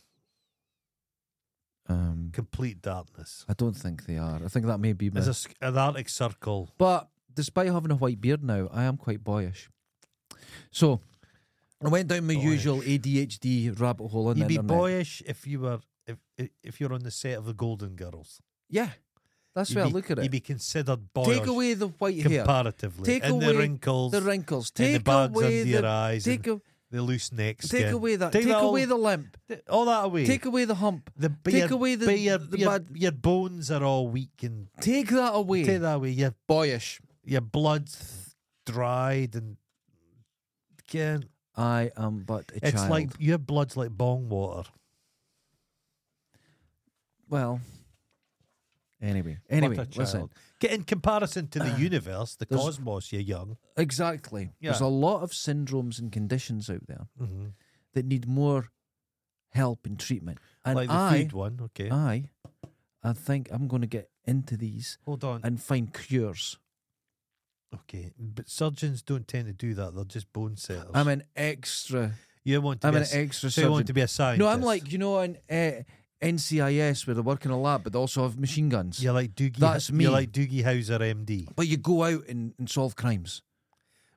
[SPEAKER 2] um,
[SPEAKER 1] complete darkness.
[SPEAKER 2] I don't think they are. I think that may be my.
[SPEAKER 1] There's a, sc- an Arctic circle.
[SPEAKER 2] but despite having a white beard now, I am quite boyish. So I went down my
[SPEAKER 1] Boyish.
[SPEAKER 2] usual ADHD rabbit hole on
[SPEAKER 1] You'd
[SPEAKER 2] the
[SPEAKER 1] be
[SPEAKER 2] internet.
[SPEAKER 1] boyish if you were if if you're on the set of the Golden Girls.
[SPEAKER 2] yeah, That's
[SPEAKER 1] you'd
[SPEAKER 2] where I
[SPEAKER 1] be-
[SPEAKER 2] look at it.
[SPEAKER 1] You'd be considered boyish
[SPEAKER 2] Take away the white hair.
[SPEAKER 1] comparatively,
[SPEAKER 2] Take
[SPEAKER 1] and
[SPEAKER 2] away
[SPEAKER 1] the wrinkles,
[SPEAKER 2] The wrinkles.
[SPEAKER 1] and
[SPEAKER 2] Take
[SPEAKER 1] the bags
[SPEAKER 2] away
[SPEAKER 1] under
[SPEAKER 2] the,
[SPEAKER 1] your eyes,
[SPEAKER 2] Take,
[SPEAKER 1] and
[SPEAKER 2] a-
[SPEAKER 1] the loose neck skin.
[SPEAKER 2] take away that.
[SPEAKER 1] Take,
[SPEAKER 2] Take,
[SPEAKER 1] that
[SPEAKER 2] away
[SPEAKER 1] all,
[SPEAKER 2] the limp.
[SPEAKER 1] all that away.
[SPEAKER 2] Take away the hump.
[SPEAKER 1] the, but
[SPEAKER 2] take
[SPEAKER 1] your-
[SPEAKER 2] away the-
[SPEAKER 1] but your,
[SPEAKER 2] the
[SPEAKER 1] your,
[SPEAKER 2] bad-
[SPEAKER 1] your bones are all weak and
[SPEAKER 2] Take that away.
[SPEAKER 1] take that away. Your
[SPEAKER 2] Boyish.
[SPEAKER 1] your blood dried and again,
[SPEAKER 2] I am but a
[SPEAKER 1] it's
[SPEAKER 2] child.
[SPEAKER 1] like your blood's like bong water.
[SPEAKER 2] well. Anyway, anyway,
[SPEAKER 1] What a
[SPEAKER 2] listen.
[SPEAKER 1] child. Get in comparison to the
[SPEAKER 2] *clears throat*
[SPEAKER 1] universe, the cosmos. You're young.
[SPEAKER 2] Exactly. There's
[SPEAKER 1] Yeah.
[SPEAKER 2] a lot of syndromes and conditions out there
[SPEAKER 1] Mm-hmm.
[SPEAKER 2] that need more help and treatment. And
[SPEAKER 1] Like the
[SPEAKER 2] I,
[SPEAKER 1] food one. Okay,
[SPEAKER 2] I, I think I'm going to get into these
[SPEAKER 1] hold on.
[SPEAKER 2] and find cures.
[SPEAKER 1] Okay, but surgeons don't tend to do that. They're just bone setters.
[SPEAKER 2] I'm an extra.
[SPEAKER 1] you want to
[SPEAKER 2] I'm
[SPEAKER 1] be
[SPEAKER 2] an
[SPEAKER 1] a,
[SPEAKER 2] extra
[SPEAKER 1] so you want
[SPEAKER 2] surgeon.
[SPEAKER 1] to be a scientist.
[SPEAKER 2] No, I'm like you know in uh, NCIS where they work in a lab, but they also have machine guns.
[SPEAKER 1] you're like Doogie.
[SPEAKER 2] That's me.
[SPEAKER 1] You're like Doogie Howser, MD.
[SPEAKER 2] But you go out and, and solve crimes.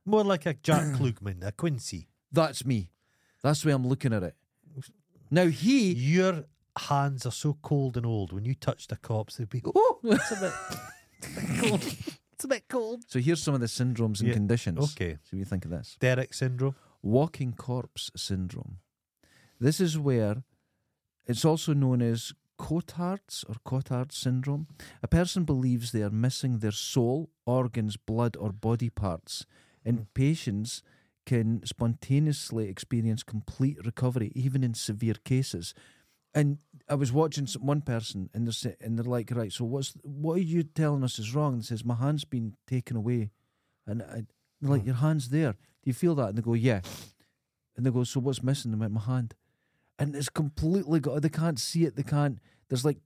[SPEAKER 1] More like a Jack
[SPEAKER 2] *clears throat*
[SPEAKER 1] Klugman, a Quincy.
[SPEAKER 2] That's me. That's the way I'm looking at it. Now *laughs* he.
[SPEAKER 1] Your hands are so cold and old. When you touched a corpse, they'd be.
[SPEAKER 2] Oh,
[SPEAKER 1] *laughs*
[SPEAKER 2] it's a bit cold. It's a bit cold. So here's some of the syndromes and
[SPEAKER 1] Yeah,
[SPEAKER 2] conditions.
[SPEAKER 1] Okay,
[SPEAKER 2] So you think of this.
[SPEAKER 1] Derek syndrome.
[SPEAKER 2] walking corpse syndrome. This is where it's also known as Cotard's or Cotard syndrome. A person believes they are missing their soul, organs, blood, or body parts, and patients can spontaneously experience complete recovery, even in severe cases. And I was watching some, one person, and they're sa- and they're like, right, so what's what are you telling us is wrong? And says my hand's been taken away, and I, they're like your hand's there. Do you feel that? And they go, yeah. And they go, so what's missing? And I went, my hand. And it's completely got. They can't see it. They can't. There's like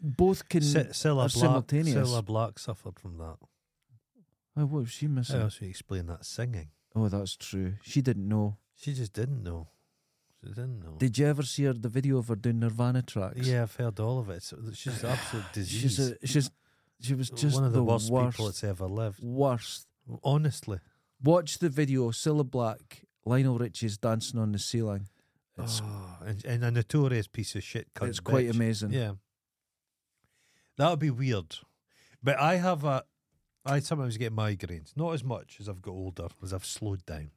[SPEAKER 2] both can.
[SPEAKER 1] Si- Cilla
[SPEAKER 2] are
[SPEAKER 1] Black,
[SPEAKER 2] simultaneous.
[SPEAKER 1] Cilla Black suffered from that.
[SPEAKER 2] oh, what was she
[SPEAKER 1] I
[SPEAKER 2] missing?
[SPEAKER 1] also explain that singing.
[SPEAKER 2] oh, that's true. She didn't know.
[SPEAKER 1] She just didn't know. She didn't know.
[SPEAKER 2] Did you ever see her the video of her doing Nirvana tracks?
[SPEAKER 1] yeah, I've heard all of it. So she's an absolute disease.
[SPEAKER 2] *sighs* She's a, she's she was just
[SPEAKER 1] one of the, worst,
[SPEAKER 2] worst,
[SPEAKER 1] people that's ever lived.
[SPEAKER 2] worst.
[SPEAKER 1] Honestly,
[SPEAKER 2] Watch the video. Cilla Black, Lionel Richie's dancing on the ceiling. It's
[SPEAKER 1] it's and, and a notorious piece of shit. Cunt
[SPEAKER 2] Ah. it's quite
[SPEAKER 1] bitch.
[SPEAKER 2] amazing.
[SPEAKER 1] Yeah, that would be weird. But I have a. I sometimes get migraines. Not as much as I've got older, as I've slowed down.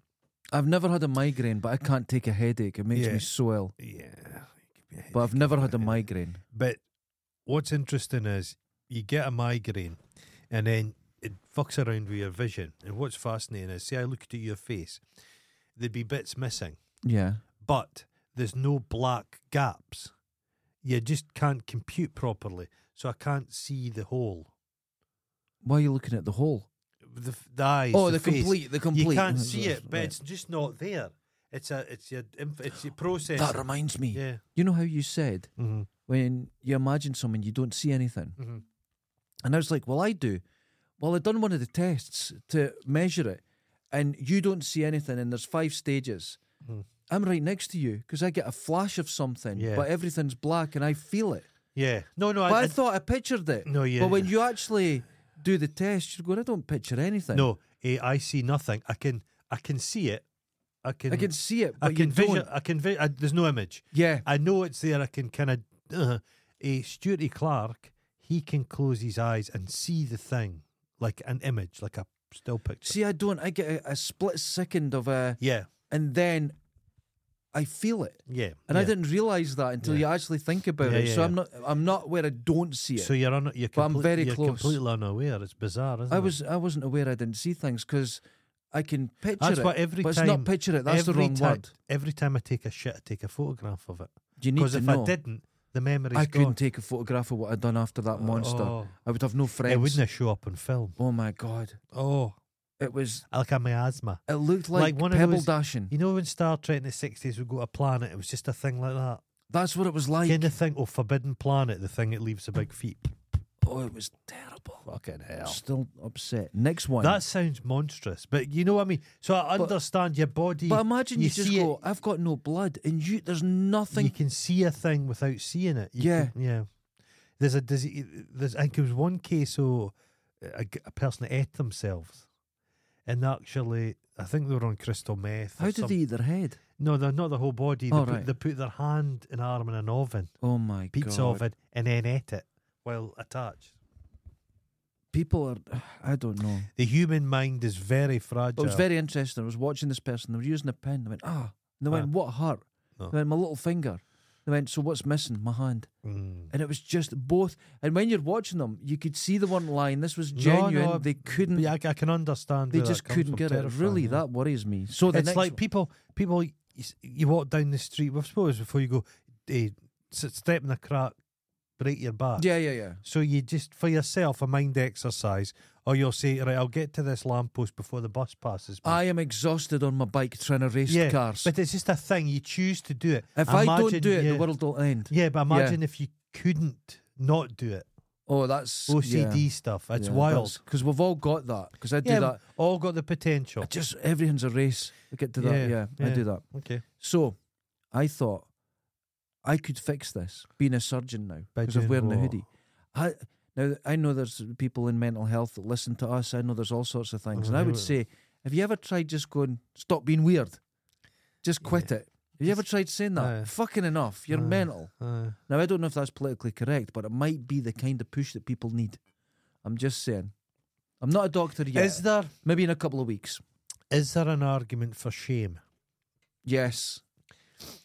[SPEAKER 2] I've never had a migraine, but I can't take a headache. It makes
[SPEAKER 1] Yeah.
[SPEAKER 2] me so ill.
[SPEAKER 1] Yeah,
[SPEAKER 2] But I've never had a
[SPEAKER 1] migraine.
[SPEAKER 2] migraine.
[SPEAKER 1] But what's interesting is you get a migraine and then it fucks around with your vision. And what's fascinating is, say, I looked at your face, there'd be bits missing,
[SPEAKER 2] Yeah.
[SPEAKER 1] but there's no black gaps. You just can't compute properly. So I can't see the whole.
[SPEAKER 2] Why are you looking at the hole?
[SPEAKER 1] The, f- the eyes.
[SPEAKER 2] oh, the,
[SPEAKER 1] the, face.
[SPEAKER 2] complete, the complete.
[SPEAKER 1] You can't
[SPEAKER 2] Mm,
[SPEAKER 1] see it, but
[SPEAKER 2] right.
[SPEAKER 1] it's just not there. It's a, it's your, inf- it's your process.
[SPEAKER 2] that reminds me.
[SPEAKER 1] yeah.
[SPEAKER 2] You know how you said
[SPEAKER 1] Mm-hmm.
[SPEAKER 2] when you imagine someone, you don't see anything.
[SPEAKER 1] Mm-hmm.
[SPEAKER 2] And I was like, well, I do. Well, I've done one of the tests to measure it, and you don't see anything, and there's five stages.
[SPEAKER 1] Mhm.
[SPEAKER 2] I'm right next to you because I get a flash of something,
[SPEAKER 1] Yeah.
[SPEAKER 2] but everything's black and I feel it.
[SPEAKER 1] Yeah. No, no.
[SPEAKER 2] But I,
[SPEAKER 1] I, I,
[SPEAKER 2] thought I pictured it.
[SPEAKER 1] no, yeah.
[SPEAKER 2] but when you actually do the test, you're going, I don't picture anything.
[SPEAKER 1] No, eh, I see nothing. I can I can see it. I can
[SPEAKER 2] I can see it,
[SPEAKER 1] I
[SPEAKER 2] but
[SPEAKER 1] can
[SPEAKER 2] you
[SPEAKER 1] visu-
[SPEAKER 2] don't.
[SPEAKER 1] I can vi- I, there's no image.
[SPEAKER 2] Yeah.
[SPEAKER 1] I know it's there. I can kind of uh, a Stuarty Clark. He can close his eyes and see the thing like an image, like a still picture.
[SPEAKER 2] See, I don't. I get a, a split second of a,
[SPEAKER 1] yeah,
[SPEAKER 2] and then I feel it,
[SPEAKER 1] yeah.
[SPEAKER 2] and I
[SPEAKER 1] yeah.
[SPEAKER 2] didn't realize that until
[SPEAKER 1] Yeah.
[SPEAKER 2] you actually think about
[SPEAKER 1] Yeah,
[SPEAKER 2] it.
[SPEAKER 1] yeah,
[SPEAKER 2] so
[SPEAKER 1] yeah.
[SPEAKER 2] I'm not. I'm not where I don't see it.
[SPEAKER 1] So you're un- you're,
[SPEAKER 2] But I'm
[SPEAKER 1] complete-
[SPEAKER 2] very
[SPEAKER 1] you're
[SPEAKER 2] close.
[SPEAKER 1] completely unaware. It's bizarre, isn't
[SPEAKER 2] I
[SPEAKER 1] it?
[SPEAKER 2] was. I wasn't aware I didn't see things because I can picture
[SPEAKER 1] That's
[SPEAKER 2] it.
[SPEAKER 1] what every
[SPEAKER 2] but
[SPEAKER 1] time.
[SPEAKER 2] it's not picture it. That's the
[SPEAKER 1] every
[SPEAKER 2] wrong
[SPEAKER 1] time,
[SPEAKER 2] word.
[SPEAKER 1] Every time I take a shit, I take a photograph of it.
[SPEAKER 2] You need
[SPEAKER 1] Because
[SPEAKER 2] to
[SPEAKER 1] if
[SPEAKER 2] know.
[SPEAKER 1] I didn't, the memory's
[SPEAKER 2] I
[SPEAKER 1] gone.
[SPEAKER 2] couldn't take a photograph of what I'd done after that monster.
[SPEAKER 1] Oh.
[SPEAKER 2] I would have no friends.
[SPEAKER 1] It wouldn't show up on film.
[SPEAKER 2] Oh my god!
[SPEAKER 1] Oh,
[SPEAKER 2] It was.
[SPEAKER 1] like a miasma.
[SPEAKER 2] It looked like,
[SPEAKER 1] Like one of
[SPEAKER 2] pebble
[SPEAKER 1] those-
[SPEAKER 2] dashing.
[SPEAKER 1] You know when Star Trek in the sixties would go to a planet, it was just a thing like that.
[SPEAKER 2] That's what it was like.
[SPEAKER 1] Kind of thing, oh forbidden planet, the thing that leaves a big feet.
[SPEAKER 2] Oh, it was terrible.
[SPEAKER 1] Fucking hell.
[SPEAKER 2] Still upset. Next one.
[SPEAKER 1] That sounds monstrous, but you know what I mean. So I
[SPEAKER 2] But-
[SPEAKER 1] understand your body.
[SPEAKER 2] But imagine you, just
[SPEAKER 1] see
[SPEAKER 2] go, I've got no blood, and you there's nothing.
[SPEAKER 1] it, you can see a thing without seeing it. You
[SPEAKER 2] Yeah.
[SPEAKER 1] can- yeah. There's a disease. There's I think there was one case of uh, a, g- a person that ate themselves, and actually I think they were on crystal meth. or
[SPEAKER 2] How did they
[SPEAKER 1] some-
[SPEAKER 2] eat their head?
[SPEAKER 1] No, they're not the whole body. They,
[SPEAKER 2] Oh,
[SPEAKER 1] put,
[SPEAKER 2] right.
[SPEAKER 1] they put their hand and arm in an oven.
[SPEAKER 2] Oh my
[SPEAKER 1] Peeps
[SPEAKER 2] god!
[SPEAKER 1] of it and then ate it while attached.
[SPEAKER 2] people are, I don't know.
[SPEAKER 1] The human mind is very
[SPEAKER 2] But
[SPEAKER 1] fragile.
[SPEAKER 2] Oh, it was very interesting. I was watching this person. They were using a pen. They went, ah. And they went,
[SPEAKER 1] Ah.
[SPEAKER 2] what hurt?
[SPEAKER 1] No.
[SPEAKER 2] They went, my little finger. They went, so what's missing? My hand.
[SPEAKER 1] Mm.
[SPEAKER 2] And it was just both. And when you're watching them, you could see the one line. This was
[SPEAKER 1] No,
[SPEAKER 2] genuine.
[SPEAKER 1] no,
[SPEAKER 2] they couldn't.
[SPEAKER 1] But yeah, I, I can understand.
[SPEAKER 2] they
[SPEAKER 1] where that
[SPEAKER 2] just
[SPEAKER 1] comes
[SPEAKER 2] couldn't
[SPEAKER 1] from.
[SPEAKER 2] get it.
[SPEAKER 1] Terrifying,
[SPEAKER 2] Really,
[SPEAKER 1] yeah.
[SPEAKER 2] that worries me. So the
[SPEAKER 1] it's
[SPEAKER 2] next
[SPEAKER 1] like
[SPEAKER 2] one-
[SPEAKER 1] people, people, you, s- you walk down the street. We've supposed before you go, eh, s- step in a crack, break your back.
[SPEAKER 2] Yeah, yeah, yeah.
[SPEAKER 1] So you just for yourself a mind exercise, or you'll say, right, I'll get to this lamppost before the bus passes. me."
[SPEAKER 2] I am exhausted on my bike trying to race
[SPEAKER 1] Ah. yeah,
[SPEAKER 2] cars.
[SPEAKER 1] but it's just a thing you choose to do it.
[SPEAKER 2] if I don't
[SPEAKER 1] Imagine-
[SPEAKER 2] do it,
[SPEAKER 1] yeah,
[SPEAKER 2] the world will end.
[SPEAKER 1] Yeah, but imagine if you couldn't not do it.
[SPEAKER 2] Oh, that's
[SPEAKER 1] OCD stuff. It's wild.
[SPEAKER 2] Because we've all got that. Because I do
[SPEAKER 1] yeah,
[SPEAKER 2] that.
[SPEAKER 1] all got the potential.
[SPEAKER 2] I just everything's a race. I get to that.
[SPEAKER 1] Yeah,
[SPEAKER 2] Yeah, I
[SPEAKER 1] yeah.
[SPEAKER 2] do that.
[SPEAKER 1] Okay.
[SPEAKER 2] So I thought I could fix this being a surgeon now
[SPEAKER 1] By
[SPEAKER 2] because of
[SPEAKER 1] doing
[SPEAKER 2] wearing a
[SPEAKER 1] what?
[SPEAKER 2] hoodie. I, now I know there's people in mental health that listen to us. I know there's all sorts of things, and I would
[SPEAKER 1] Mhm.
[SPEAKER 2] say, have you ever tried just going stop being weird, just quit it? Have you ever tried saying that?
[SPEAKER 1] No.
[SPEAKER 2] Fucking enough. You're
[SPEAKER 1] No.
[SPEAKER 2] mental.
[SPEAKER 1] Uh,
[SPEAKER 2] Now I don't know if that's politically correct, but it might be the kind of push that people need. I'm just saying. I'm not a doctor yet.
[SPEAKER 1] Is there
[SPEAKER 2] Maybe in a couple of weeks.
[SPEAKER 1] is there an argument for shame?
[SPEAKER 2] Yes.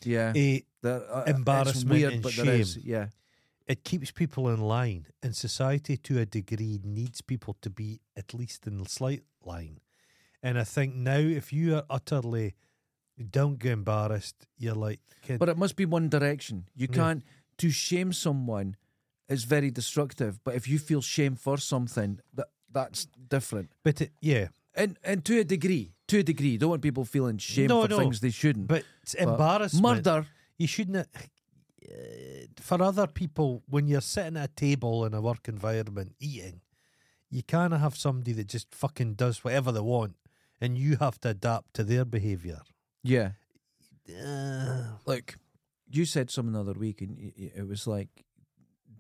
[SPEAKER 2] Yeah.
[SPEAKER 1] Eh,
[SPEAKER 2] There- uh,
[SPEAKER 1] embarrassment
[SPEAKER 2] it's weird,
[SPEAKER 1] and
[SPEAKER 2] but there is.
[SPEAKER 1] shame.
[SPEAKER 2] Yeah.
[SPEAKER 1] it keeps people in line, and society to a degree needs people to be at least in the slight line. And I think now, if you are utterly don't get embarrassed, you're like, kid,
[SPEAKER 2] But uh, it must be one direction. You
[SPEAKER 1] Yeah.
[SPEAKER 2] can't to shame someone is very destructive. But if you feel shame for something, that that's different.
[SPEAKER 1] but it, yeah,
[SPEAKER 2] And and to a degree, to a degree, don't want people feeling shame
[SPEAKER 1] No,
[SPEAKER 2] for
[SPEAKER 1] no.
[SPEAKER 2] things they shouldn't.
[SPEAKER 1] but it's embarrassment.
[SPEAKER 2] murder.
[SPEAKER 1] You shouldn't. Uh, for other people, when you're sitting at a table in a work environment eating, you can't have somebody that just fucking does whatever they want, and you have to adapt to their behaviour.
[SPEAKER 2] Yeah.
[SPEAKER 1] Uh,
[SPEAKER 2] Look, you said something the other week, and y- y- it was like,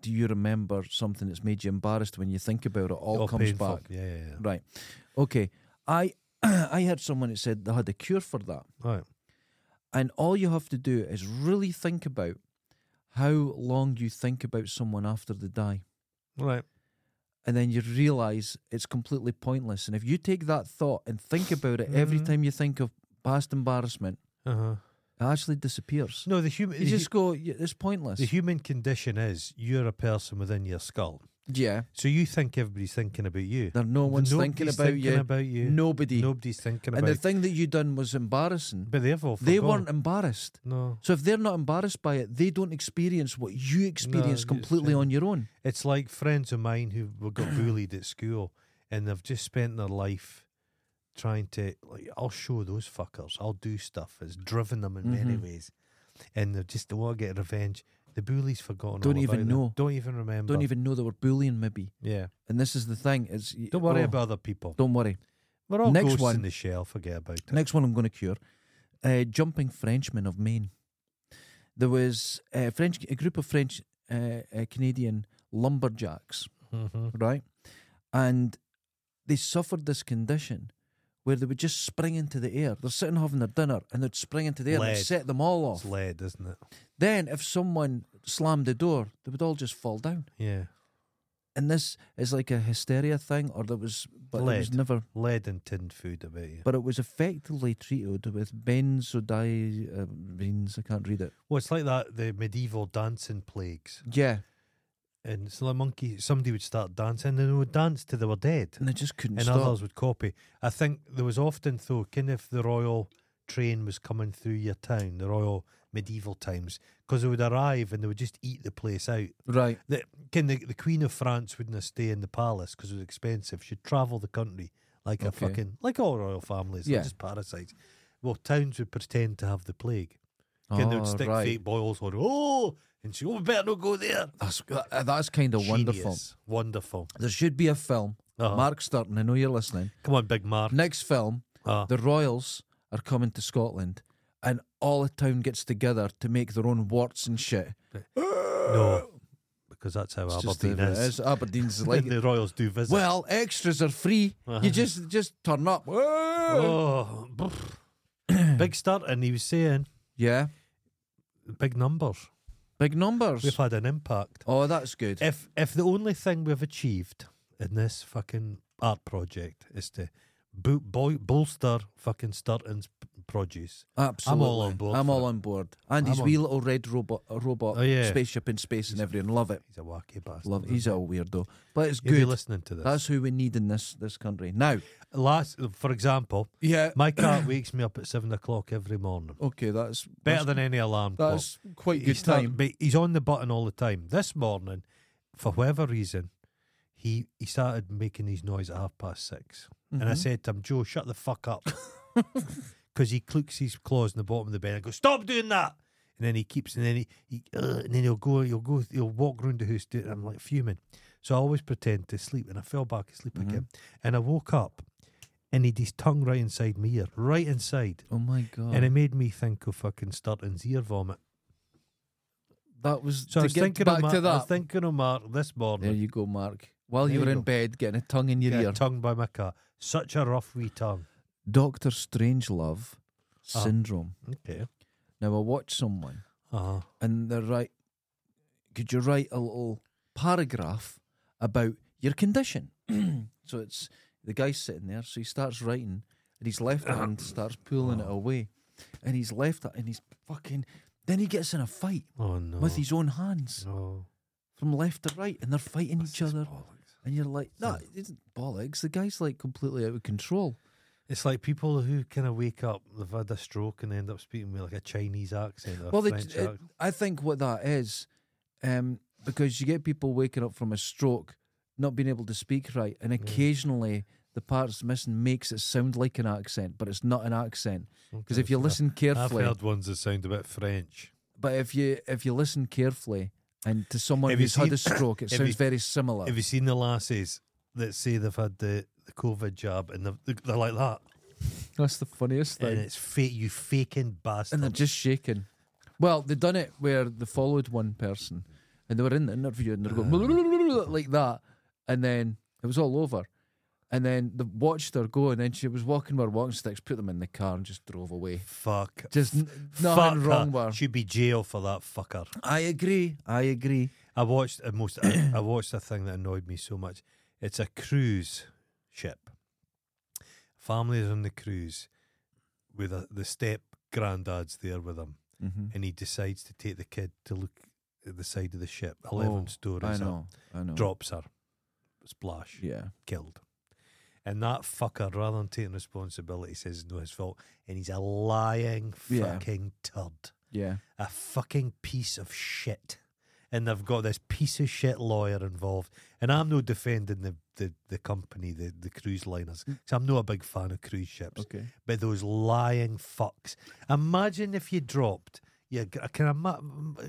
[SPEAKER 2] do you remember something that's made you embarrassed when you think about it? All
[SPEAKER 1] all
[SPEAKER 2] comes
[SPEAKER 1] Oh, painful.
[SPEAKER 2] back.
[SPEAKER 1] Yeah, yeah, yeah.
[SPEAKER 2] Right. Okay. I *clears throat* I heard someone that said they had a cure for that.
[SPEAKER 1] Right.
[SPEAKER 2] And all you have to do is really think about how long you think about someone after they die.
[SPEAKER 1] Right.
[SPEAKER 2] And then you realize it's completely pointless. And if you take that thought and think about it every
[SPEAKER 1] Mhm.
[SPEAKER 2] time you think of past embarrassment,
[SPEAKER 1] Uh huh.
[SPEAKER 2] it actually disappears.
[SPEAKER 1] No, the human
[SPEAKER 2] You
[SPEAKER 1] the, hu-
[SPEAKER 2] just go, "Yeah, it's pointless.
[SPEAKER 1] the human condition is you're a person within your skull,
[SPEAKER 2] Yeah.
[SPEAKER 1] so you think everybody's thinking about you.
[SPEAKER 2] There, no one's thinking,
[SPEAKER 1] Nobody's
[SPEAKER 2] about, you.
[SPEAKER 1] about you.
[SPEAKER 2] Nobody.
[SPEAKER 1] Nobody's thinking
[SPEAKER 2] and
[SPEAKER 1] about.
[SPEAKER 2] the thing that you done was embarrassing.
[SPEAKER 1] but they've all
[SPEAKER 2] they
[SPEAKER 1] forgotten.
[SPEAKER 2] weren't embarrassed.
[SPEAKER 1] No,
[SPEAKER 2] So if they're not embarrassed by it, they don't experience what you experience
[SPEAKER 1] it's-
[SPEAKER 2] completely
[SPEAKER 1] yeah.
[SPEAKER 2] on your own.
[SPEAKER 1] it's like friends of mine who were-
[SPEAKER 2] *clears throat*
[SPEAKER 1] got bullied at school, and they've just spent their life trying to like, I'll show those fuckers. I'll do stuff. It's driven them in many
[SPEAKER 2] Mhm.
[SPEAKER 1] ways, and they just they want to get revenge. The bullies forgotten.
[SPEAKER 2] Don't
[SPEAKER 1] all
[SPEAKER 2] even
[SPEAKER 1] about them.
[SPEAKER 2] know.
[SPEAKER 1] Don't even remember.
[SPEAKER 2] Don't even know they were bullying, maybe.
[SPEAKER 1] Yeah.
[SPEAKER 2] And this is the thing: is
[SPEAKER 1] Don't worry
[SPEAKER 2] oh,
[SPEAKER 1] about other people.
[SPEAKER 2] Don't worry.
[SPEAKER 1] We're all
[SPEAKER 2] Next
[SPEAKER 1] ghosts
[SPEAKER 2] one.
[SPEAKER 1] in the shell. Forget about it.
[SPEAKER 2] Next one, I'm going to cure. Uh, jumping Frenchmen of Maine. There was a French, a group of French, uh, uh, Canadian lumberjacks,
[SPEAKER 1] Mm-hmm.
[SPEAKER 2] right, and they suffered this condition where they would just spring into the air. They're sitting having their dinner, and they'd spring into the air and
[SPEAKER 1] Lead.
[SPEAKER 2] it'd set them all
[SPEAKER 1] It's
[SPEAKER 2] off.
[SPEAKER 1] lead, isn't it?
[SPEAKER 2] Then, if someone slammed the door, they would all just fall down.
[SPEAKER 1] Yeah.
[SPEAKER 2] And this is like a hysteria thing, or there was, but it was
[SPEAKER 1] Lead.
[SPEAKER 2] never.
[SPEAKER 1] Lead and tinned food, I bet you.
[SPEAKER 2] but it was effectively treated with benzodiazepines. I can't read it.
[SPEAKER 1] Well, it's like that the medieval dancing plagues.
[SPEAKER 2] Yeah,
[SPEAKER 1] And it's like monkey, somebody would start dancing and they would dance till they were dead.
[SPEAKER 2] and they just couldn't
[SPEAKER 1] And
[SPEAKER 2] stop.
[SPEAKER 1] others would copy. I think there was often, though, kind of if the royal train was coming through your town, the royal medieval times, because they would arrive and they would just eat the place out.
[SPEAKER 2] Right.
[SPEAKER 1] The, kin the, the Queen of France wouldn't have stay in the palace because it was expensive. She'd travel the country like a
[SPEAKER 2] Okay.
[SPEAKER 1] fucking like all royal families, they're
[SPEAKER 2] Yeah.
[SPEAKER 1] just parasites. Well, towns would pretend to have the plague, and they
[SPEAKER 2] Oh,
[SPEAKER 1] would stick
[SPEAKER 2] right.
[SPEAKER 1] fake boils on. Oh, and she, oh, we better not go there.
[SPEAKER 2] That's uh, that's kind of wonderful.
[SPEAKER 1] Genius. wonderful.
[SPEAKER 2] There should be a film.
[SPEAKER 1] Uh-huh.
[SPEAKER 2] Mark Sturton, I know you're listening.
[SPEAKER 1] Come on, Big Mark.
[SPEAKER 2] Next film,
[SPEAKER 1] Uh,
[SPEAKER 2] the Royals are coming to Scotland, and all the town gets together to make their own warts and shit.
[SPEAKER 1] no, because that's how
[SPEAKER 2] It's just
[SPEAKER 1] Aberdeen
[SPEAKER 2] the way it
[SPEAKER 1] is. *laughs*
[SPEAKER 2] is. Aberdeen's
[SPEAKER 1] Like
[SPEAKER 2] like
[SPEAKER 1] the Royals do visit.
[SPEAKER 2] well, extras are free. You just just turn up.
[SPEAKER 1] Uh-huh. oh, brr.
[SPEAKER 2] *clears throat*
[SPEAKER 1] big start, and he was saying
[SPEAKER 2] Yeah,
[SPEAKER 1] big numbers.
[SPEAKER 2] big
[SPEAKER 1] We've
[SPEAKER 2] numbers.
[SPEAKER 1] had an impact.
[SPEAKER 2] Oh, that's good.
[SPEAKER 1] If if the only thing we've achieved in this fucking art project is to bo- boy, bolster fucking Sturton's p- produce.
[SPEAKER 2] Absolutely.
[SPEAKER 1] on board
[SPEAKER 2] I'm
[SPEAKER 1] for
[SPEAKER 2] all
[SPEAKER 1] it.
[SPEAKER 2] on board. And his
[SPEAKER 1] I'm
[SPEAKER 2] wee little red robot, a robot
[SPEAKER 1] Oh, yeah.
[SPEAKER 2] spaceship in space and everything. Love it.
[SPEAKER 1] He's a wacky bastard.
[SPEAKER 2] Love. He's a weirdo, but it's
[SPEAKER 1] You'll be
[SPEAKER 2] good.
[SPEAKER 1] listening to this.
[SPEAKER 2] That's who we need in this this country now.
[SPEAKER 1] Last, for example,
[SPEAKER 2] Yeah.
[SPEAKER 1] my cat wakes me up at seven o'clock every morning.
[SPEAKER 2] Okay, that's
[SPEAKER 1] Better than any alarm clock.
[SPEAKER 2] That's quite
[SPEAKER 1] He
[SPEAKER 2] good
[SPEAKER 1] start-
[SPEAKER 2] time.
[SPEAKER 1] but Oh. he's on the button all the time. This morning, for whatever reason, he he started making his noise at half past 6 and
[SPEAKER 2] Mm-hmm.
[SPEAKER 1] I said to him, "Joe, shut the fuck
[SPEAKER 2] *laughs*
[SPEAKER 1] up," *laughs* because he clucks his claws in the bottom of the bed. I go, "Stop doing that!" And then he keeps, and then he, he uh, and then he'll go, he'll go, he'll walk round the house. Do it, and I'm like fuming, so I always pretend to sleep, and I fell back asleep
[SPEAKER 2] Mm-hmm.
[SPEAKER 1] again, and I woke up, and he'd his tongue right inside my ear, right inside.
[SPEAKER 2] Oh my god!
[SPEAKER 1] And it made me think of fucking Sturton's ear vomit.
[SPEAKER 2] that was
[SPEAKER 1] So I
[SPEAKER 2] to
[SPEAKER 1] was,
[SPEAKER 2] get
[SPEAKER 1] thinking of
[SPEAKER 2] back
[SPEAKER 1] Mark,
[SPEAKER 2] to
[SPEAKER 1] I was
[SPEAKER 2] that.
[SPEAKER 1] thinking of Mark this
[SPEAKER 2] There
[SPEAKER 1] morning.
[SPEAKER 2] you go, Mark. While
[SPEAKER 1] There
[SPEAKER 2] you were
[SPEAKER 1] you
[SPEAKER 2] in
[SPEAKER 1] go.
[SPEAKER 2] bed, getting a tongue in your
[SPEAKER 1] Get
[SPEAKER 2] ear.
[SPEAKER 1] tongue by my cat. Such a rough wee tongue. Uh-huh.
[SPEAKER 2] Doctor Strangelove syndrome.
[SPEAKER 1] Okay.
[SPEAKER 2] Now I watched someone,
[SPEAKER 1] Uh-huh.
[SPEAKER 2] and they're right. Could you write a little paragraph about your condition? *clears throat* so it's the guy's sitting there, so he starts writing, and his left hand starts pulling it away, and he's left it, and he's fucking. Then he gets in a fight
[SPEAKER 1] Oh no.
[SPEAKER 2] with his own hands
[SPEAKER 1] no.
[SPEAKER 2] from left to right, and they're fighting
[SPEAKER 1] That's
[SPEAKER 2] each other.
[SPEAKER 1] bollocks.
[SPEAKER 2] And you're like, no, it isn't bollocks. The guy's like completely out of control.
[SPEAKER 1] It's like people who kind of wake up, they've had a stroke, and they end up speaking with like a Chinese accent or
[SPEAKER 2] well,
[SPEAKER 1] a
[SPEAKER 2] they,
[SPEAKER 1] French
[SPEAKER 2] it,
[SPEAKER 1] accent.
[SPEAKER 2] I think what that is, um, because you get people waking up from a stroke, not being able to speak right,
[SPEAKER 1] Mm.
[SPEAKER 2] and occasionally the parts missing makes it sound like an accent, but it's not an accent. Because if you
[SPEAKER 1] I've-
[SPEAKER 2] listen
[SPEAKER 1] I've
[SPEAKER 2] carefully,
[SPEAKER 1] heard ones that sound a bit French.
[SPEAKER 2] but if you if you listen carefully and to someone
[SPEAKER 1] Have you
[SPEAKER 2] who's had
[SPEAKER 1] seen-
[SPEAKER 2] a stroke, it
[SPEAKER 1] have
[SPEAKER 2] sounds
[SPEAKER 1] you-
[SPEAKER 2] very similar.
[SPEAKER 1] Have you seen the lassies that say they've had the, the COVID jab and they're, they're like that?
[SPEAKER 2] That's the funniest
[SPEAKER 1] And it's fake, you faking bastard.
[SPEAKER 2] and they're just shaking. Well, they done it where they followed one person, and they were in the interview, and they're going like that, and then it was all over, and then they watched her go, and then she was walking with her walking sticks, put them in the car, and just drove away.
[SPEAKER 1] Fuck.
[SPEAKER 2] Just n-
[SPEAKER 1] Fuck
[SPEAKER 2] nothing wrong
[SPEAKER 1] her.
[SPEAKER 2] with her.
[SPEAKER 1] She'd be jail for that fucker.
[SPEAKER 2] I agree. I agree.
[SPEAKER 1] I watched a most. I,
[SPEAKER 2] *clears throat*
[SPEAKER 1] I watched a thing that annoyed me so much. It's a cruise ship. Families on the cruise, with a, the step granddad's there with him,
[SPEAKER 2] Mm-hmm.
[SPEAKER 1] and he decides to take the kid to look at the side of the ship. Eleven
[SPEAKER 2] Oh,
[SPEAKER 1] stories
[SPEAKER 2] I
[SPEAKER 1] up.
[SPEAKER 2] know. I know.
[SPEAKER 1] drops her, splash,
[SPEAKER 2] Yeah.
[SPEAKER 1] killed. And that fucker, rather than taking responsibility, says it's no his fault, and he's a lying
[SPEAKER 2] Yeah.
[SPEAKER 1] fucking turd
[SPEAKER 2] Yeah.
[SPEAKER 1] a fucking piece of shit. And they've got this piece of shit lawyer involved. And I'm no defending the, the, the company, the, the cruise liners. So I'm not a big fan of cruise ships.
[SPEAKER 2] Mm. Okay.
[SPEAKER 1] But those lying fucks. Imagine if you dropped. Yeah, can I,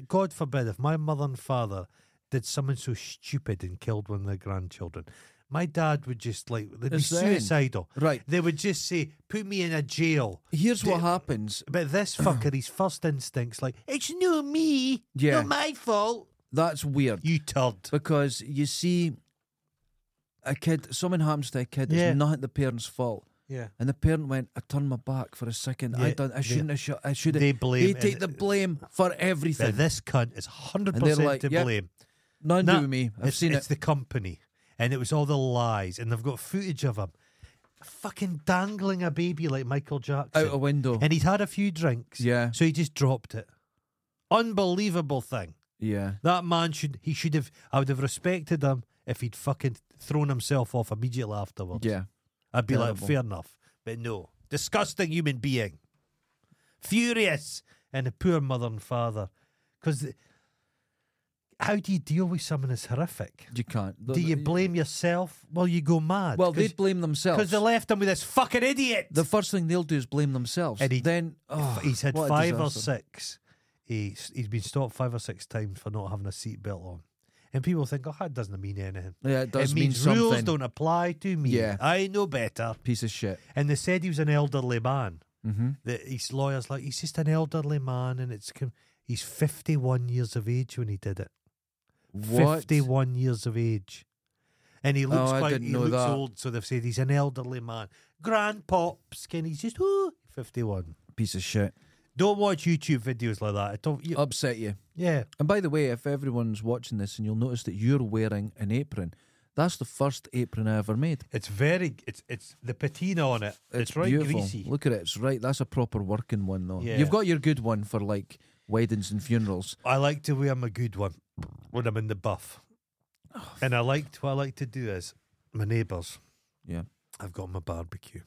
[SPEAKER 1] God forbid, if my mother and father did something so stupid and killed one of their grandchildren, my dad would just like, they'd be
[SPEAKER 2] It's the end.
[SPEAKER 1] suicidal.
[SPEAKER 2] Right.
[SPEAKER 1] They would just say, put me in a jail.
[SPEAKER 2] Here's what
[SPEAKER 1] Do-
[SPEAKER 2] happens.
[SPEAKER 1] But this fucker, his first instinct's like, it's no me,
[SPEAKER 2] Yeah.
[SPEAKER 1] not my fault.
[SPEAKER 2] That's weird.
[SPEAKER 1] You turd.
[SPEAKER 2] Because you see, a kid, something happens to a kid,
[SPEAKER 1] Yeah.
[SPEAKER 2] it's not the parents' fault.
[SPEAKER 1] Yeah.
[SPEAKER 2] And the parent went, I turned my back for a second. I
[SPEAKER 1] Yeah,
[SPEAKER 2] done. I
[SPEAKER 1] they-
[SPEAKER 2] shouldn't have shot. I should have.
[SPEAKER 1] they blame
[SPEAKER 2] They take
[SPEAKER 1] and-
[SPEAKER 2] the blame for
[SPEAKER 1] But
[SPEAKER 2] everything.
[SPEAKER 1] this cunt is
[SPEAKER 2] And they're
[SPEAKER 1] 100%
[SPEAKER 2] like,
[SPEAKER 1] to
[SPEAKER 2] "Yep,
[SPEAKER 1] blame.
[SPEAKER 2] None
[SPEAKER 1] Nah,
[SPEAKER 2] do with me. I've
[SPEAKER 1] it's,
[SPEAKER 2] seen
[SPEAKER 1] it's
[SPEAKER 2] it.
[SPEAKER 1] the company. And it was all the lies. And they've got footage of him fucking dangling a baby like Michael Jackson.
[SPEAKER 2] Out a window.
[SPEAKER 1] and he'd had a few drinks.
[SPEAKER 2] Yeah.
[SPEAKER 1] So he just dropped it. Unbelievable thing.
[SPEAKER 2] yeah.
[SPEAKER 1] That man should, he should have, I would have respected him if he'd fucking thrown himself off immediately afterwards.
[SPEAKER 2] Yeah.
[SPEAKER 1] I'd be
[SPEAKER 2] Terrible.
[SPEAKER 1] like, fair enough. But no. Disgusting human being. Furious. And the poor mother and father. Because how do you deal with someone as horrific?
[SPEAKER 2] You can't.
[SPEAKER 1] Do you blame yourself? Well, you go mad.
[SPEAKER 2] Well, they blame
[SPEAKER 1] Because
[SPEAKER 2] themselves.
[SPEAKER 1] they left him with this fucking idiot.
[SPEAKER 2] the first thing they'll do is blame themselves.
[SPEAKER 1] And he-
[SPEAKER 2] then oh,
[SPEAKER 1] he's had
[SPEAKER 2] *sighs* what a
[SPEAKER 1] five or
[SPEAKER 2] disaster.
[SPEAKER 1] six. He's, he's been stopped five or six times for not having a seatbelt on. And people think, oh, that doesn't mean anything.
[SPEAKER 2] Yeah, it does
[SPEAKER 1] it
[SPEAKER 2] mean
[SPEAKER 1] means rules
[SPEAKER 2] something.
[SPEAKER 1] don't apply to me.
[SPEAKER 2] Yeah.
[SPEAKER 1] I know better.
[SPEAKER 2] Piece of shit.
[SPEAKER 1] And they said he was an elderly man.
[SPEAKER 2] Mm-hmm.
[SPEAKER 1] that his lawyer's like he's just an elderly man and it's com- he's 51 years of age when he did it
[SPEAKER 2] What? Oh,
[SPEAKER 1] 51 years of age and he looks
[SPEAKER 2] I
[SPEAKER 1] quite
[SPEAKER 2] didn't
[SPEAKER 1] he
[SPEAKER 2] know
[SPEAKER 1] looks
[SPEAKER 2] that.
[SPEAKER 1] old so they've said he's an elderly man grandpops and he's just ooh, 51
[SPEAKER 2] Piece of shit.
[SPEAKER 1] don't watch youtube videos like that I don't, Oh, you,
[SPEAKER 2] Upset you.
[SPEAKER 1] yeah
[SPEAKER 2] And by the way, if everyone's watching this and you'll notice that you're wearing an apron, That's the first apron I ever made.
[SPEAKER 1] It's very. It's it's the patina on it. It's, right
[SPEAKER 2] beautiful.
[SPEAKER 1] greasy.
[SPEAKER 2] Look at it. It's right. That's a proper working one though.
[SPEAKER 1] Yeah.
[SPEAKER 2] You've got your good one for like weddings and funerals.
[SPEAKER 1] I like to wear my good one when I'm in the buff,
[SPEAKER 2] Oh,
[SPEAKER 1] and I like what I like to do is my neighbours.
[SPEAKER 2] Yeah.
[SPEAKER 1] I've got my barbecue,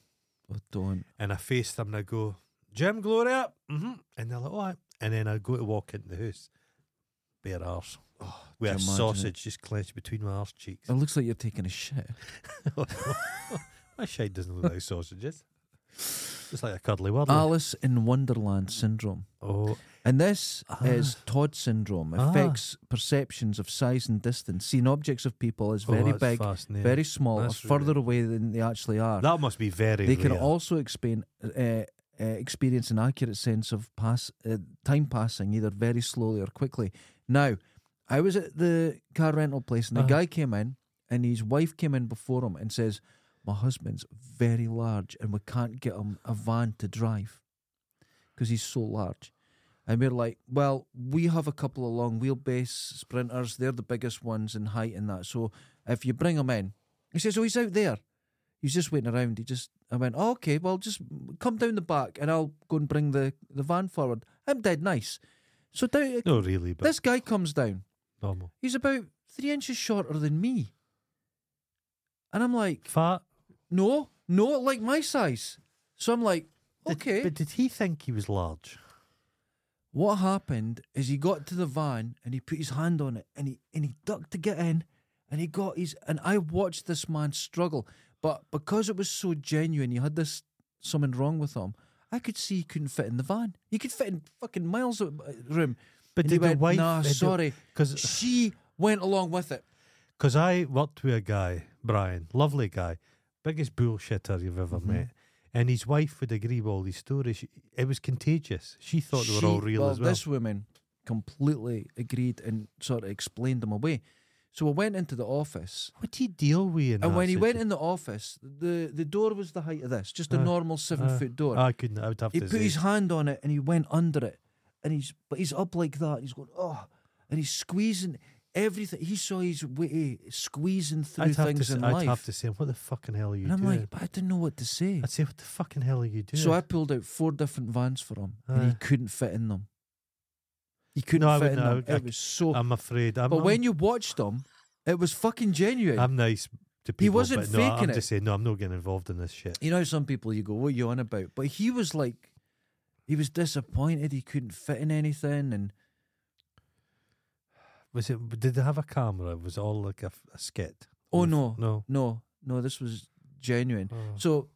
[SPEAKER 2] I don't.
[SPEAKER 1] and I face them and I go, "Jim Gloria," mm-hmm. and they're like, "All right," and then I go to walk into the house, bare arse. Oh, with a
[SPEAKER 2] you imagine it?
[SPEAKER 1] sausage just clenched between my arse cheeks.
[SPEAKER 2] It looks like you're taking a shit. Oh.
[SPEAKER 1] *laughs* my shade doesn't look like sausages. It's like a
[SPEAKER 2] Oh,
[SPEAKER 1] cuddly waddly.
[SPEAKER 2] Alice in Wonderland syndrome.
[SPEAKER 1] oh,
[SPEAKER 2] And this is Todd syndrome.
[SPEAKER 1] Ah.
[SPEAKER 2] Affects perceptions of size and distance. Seeing objects of people as
[SPEAKER 1] Oh,
[SPEAKER 2] very
[SPEAKER 1] that's
[SPEAKER 2] big,
[SPEAKER 1] fascinating.
[SPEAKER 2] very small,
[SPEAKER 1] That's
[SPEAKER 2] or further away than they actually are.
[SPEAKER 1] that must be very.
[SPEAKER 2] they can
[SPEAKER 1] rare.
[SPEAKER 2] also explain, uh, uh, experience an accurate sense of pass uh, time passing, either very slowly or quickly. Now, I was at the car rental place, and the
[SPEAKER 1] Uh-huh.
[SPEAKER 2] guy came in, and his wife came in before him and says, "My husband's very large, and we can't get him a van to drive because he's so large." And we're like, well, we have a couple of long wheelbase sprinters. They're the biggest ones in height and that. So if you bring him in, he says, oh, he's out there. He's just waiting around. He just, I went, oh, okay, well, just come down the back and I'll go and bring the, the van forward. I'm dead nice. So down,
[SPEAKER 1] No, really, but
[SPEAKER 2] this guy comes down.
[SPEAKER 1] normal.
[SPEAKER 2] He's about three inches shorter than me. And I'm like,
[SPEAKER 1] Fat.
[SPEAKER 2] no, no, like my size. So I'm like,
[SPEAKER 1] Did-
[SPEAKER 2] okay.
[SPEAKER 1] but did he think he was large?
[SPEAKER 2] What happened is he got to the van and he put his hand on it and he and he ducked to get in and he got his and I watched this man struggle. But because it was so genuine, he had this something wrong with him. I could see he couldn't fit in the van. He could fit in fucking miles of uh, room.
[SPEAKER 1] But
[SPEAKER 2] And
[SPEAKER 1] did
[SPEAKER 2] he
[SPEAKER 1] the
[SPEAKER 2] went,
[SPEAKER 1] wife- uh,
[SPEAKER 2] Nah,
[SPEAKER 1] did the-
[SPEAKER 2] sorry.
[SPEAKER 1] 'cause-
[SPEAKER 2] she went along with it.
[SPEAKER 1] Because I worked with a guy, Brian, lovely guy, biggest bullshitter you've ever
[SPEAKER 2] Mm-hmm.
[SPEAKER 1] met. And his wife would agree with all these stories. She- It was contagious. She thought they
[SPEAKER 2] She-
[SPEAKER 1] were all real as well.
[SPEAKER 2] This woman completely agreed and sort of explained them away. So I went into the office
[SPEAKER 1] What do you deal with? In
[SPEAKER 2] And
[SPEAKER 1] that
[SPEAKER 2] when he went
[SPEAKER 1] situ-
[SPEAKER 2] in the office, the, the door was the height of this, just a
[SPEAKER 1] Uh,
[SPEAKER 2] normal seven
[SPEAKER 1] Uh,
[SPEAKER 2] foot door.
[SPEAKER 1] I couldn't. I would have
[SPEAKER 2] he
[SPEAKER 1] to
[SPEAKER 2] put
[SPEAKER 1] say.
[SPEAKER 2] his hand on it and he went under it, and he's but he's up like that. He's going oh, and he's squeezing everything. He saw his way squeezing through
[SPEAKER 1] I'd have, to,
[SPEAKER 2] things
[SPEAKER 1] say
[SPEAKER 2] in
[SPEAKER 1] I'd
[SPEAKER 2] life.
[SPEAKER 1] have to say, what the fucking hell are you
[SPEAKER 2] and I'm
[SPEAKER 1] doing?
[SPEAKER 2] like, but I didn't know what to say.
[SPEAKER 1] I'd say, what the fucking hell are you doing?
[SPEAKER 2] So I pulled out four different vans for him, and he
[SPEAKER 1] Aye.
[SPEAKER 2] couldn't fit in them. He couldn't
[SPEAKER 1] Uh, No, I
[SPEAKER 2] fit in
[SPEAKER 1] wouldn't- I
[SPEAKER 2] them.
[SPEAKER 1] would- I
[SPEAKER 2] it
[SPEAKER 1] c-
[SPEAKER 2] was so.
[SPEAKER 1] I'm afraid. I'm,
[SPEAKER 2] but
[SPEAKER 1] I'm,
[SPEAKER 2] when you watched them, it was fucking genuine.
[SPEAKER 1] I'm nice to people,
[SPEAKER 2] wasn't
[SPEAKER 1] but no,
[SPEAKER 2] faking
[SPEAKER 1] I'm
[SPEAKER 2] it.
[SPEAKER 1] just saying, no, I'm not getting involved in this shit.
[SPEAKER 2] You know, some people you go, "What you on about?" But he was like, he was disappointed. He couldn't fit in anything, and
[SPEAKER 1] Was it? Did they have a camera? Was it all like a, f- a skit?
[SPEAKER 2] oh
[SPEAKER 1] Mm,
[SPEAKER 2] no,
[SPEAKER 1] No.
[SPEAKER 2] no, no, this was genuine.
[SPEAKER 1] Oh.
[SPEAKER 2] So,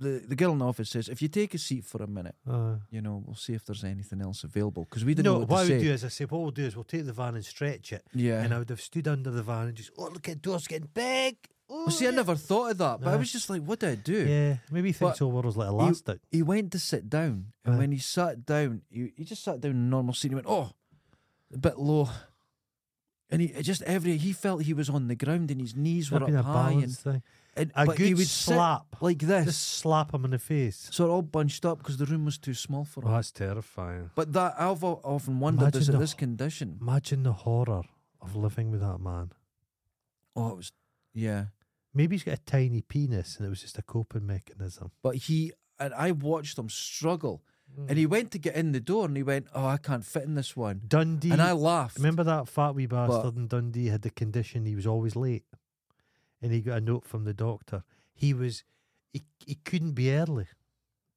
[SPEAKER 2] the the girl in the office says, "If you take a seat for a minute,
[SPEAKER 1] Uh,
[SPEAKER 2] you know, we'll see if there's anything else available because we didn't know what,
[SPEAKER 1] what I
[SPEAKER 2] to
[SPEAKER 1] would
[SPEAKER 2] say."
[SPEAKER 1] do is I say, what we'll do is we'll take the van and stretch it,
[SPEAKER 2] yeah.
[SPEAKER 1] and I would have stood under the van and just, oh look at doors getting big. Uh-huh. Oh,
[SPEAKER 2] well, see, I
[SPEAKER 1] yeah."
[SPEAKER 2] never thought of that, but I
[SPEAKER 1] Aye.
[SPEAKER 2] was just like, "What did I do?"
[SPEAKER 1] Yeah, maybe he thinks
[SPEAKER 2] But
[SPEAKER 1] all world's like a last out.
[SPEAKER 2] He went to sit down, and
[SPEAKER 1] Aye.
[SPEAKER 2] when he sat down, he, he just sat down in a normal seat. He went, "Oh, a bit low," and he it just every he felt he was on the ground, and his knees were
[SPEAKER 1] That'd
[SPEAKER 2] up
[SPEAKER 1] been a
[SPEAKER 2] high,
[SPEAKER 1] balance
[SPEAKER 2] and,
[SPEAKER 1] thing.
[SPEAKER 2] and
[SPEAKER 1] A
[SPEAKER 2] but he
[SPEAKER 1] good
[SPEAKER 2] would
[SPEAKER 1] slap,
[SPEAKER 2] sit like this,
[SPEAKER 1] just slap him in the face.
[SPEAKER 2] so it all bunched up because the room was too small for him.
[SPEAKER 1] Oh, that's terrifying.
[SPEAKER 2] But that I've al- often wondered is
[SPEAKER 1] Imagine
[SPEAKER 2] it
[SPEAKER 1] the-
[SPEAKER 2] this condition?
[SPEAKER 1] Imagine the horror of living with that man.
[SPEAKER 2] Oh, it was yeah.
[SPEAKER 1] Maybe he's got a tiny penis, and it was just a coping mechanism.
[SPEAKER 2] But he and I watched him struggle,
[SPEAKER 1] Hmm.
[SPEAKER 2] and he went to get in the door, and he went, "Oh, I can't fit in this one,"
[SPEAKER 1] Dundee.
[SPEAKER 2] and I laughed.
[SPEAKER 1] Remember that fat wee bastard in Dundee had the condition he was always late, and he got a note from the doctor. He was, he, he couldn't be early.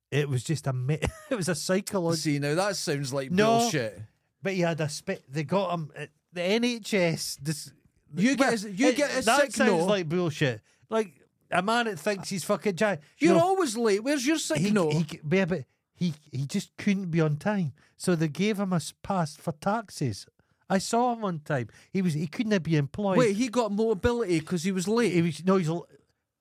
[SPEAKER 1] It was just a me- *laughs* it was a psychological.
[SPEAKER 2] See, now that sounds like
[SPEAKER 1] No.
[SPEAKER 2] bullshit.
[SPEAKER 1] But he had a spit. They got him at the NHS. This
[SPEAKER 2] You get a- you get a
[SPEAKER 1] that
[SPEAKER 2] sick
[SPEAKER 1] sounds
[SPEAKER 2] note.
[SPEAKER 1] like bullshit. Like a man that thinks he's fucking giant.
[SPEAKER 2] You're
[SPEAKER 1] No,
[SPEAKER 2] always late. Where's your sick
[SPEAKER 1] he,
[SPEAKER 2] note?
[SPEAKER 1] he, yeah, but he he just couldn't be on time. So they gave him a s- pass for taxis. I saw him on time. He was he couldn't have been employed.
[SPEAKER 2] Wait, he got mobility because he was late.
[SPEAKER 1] He was no, he's l-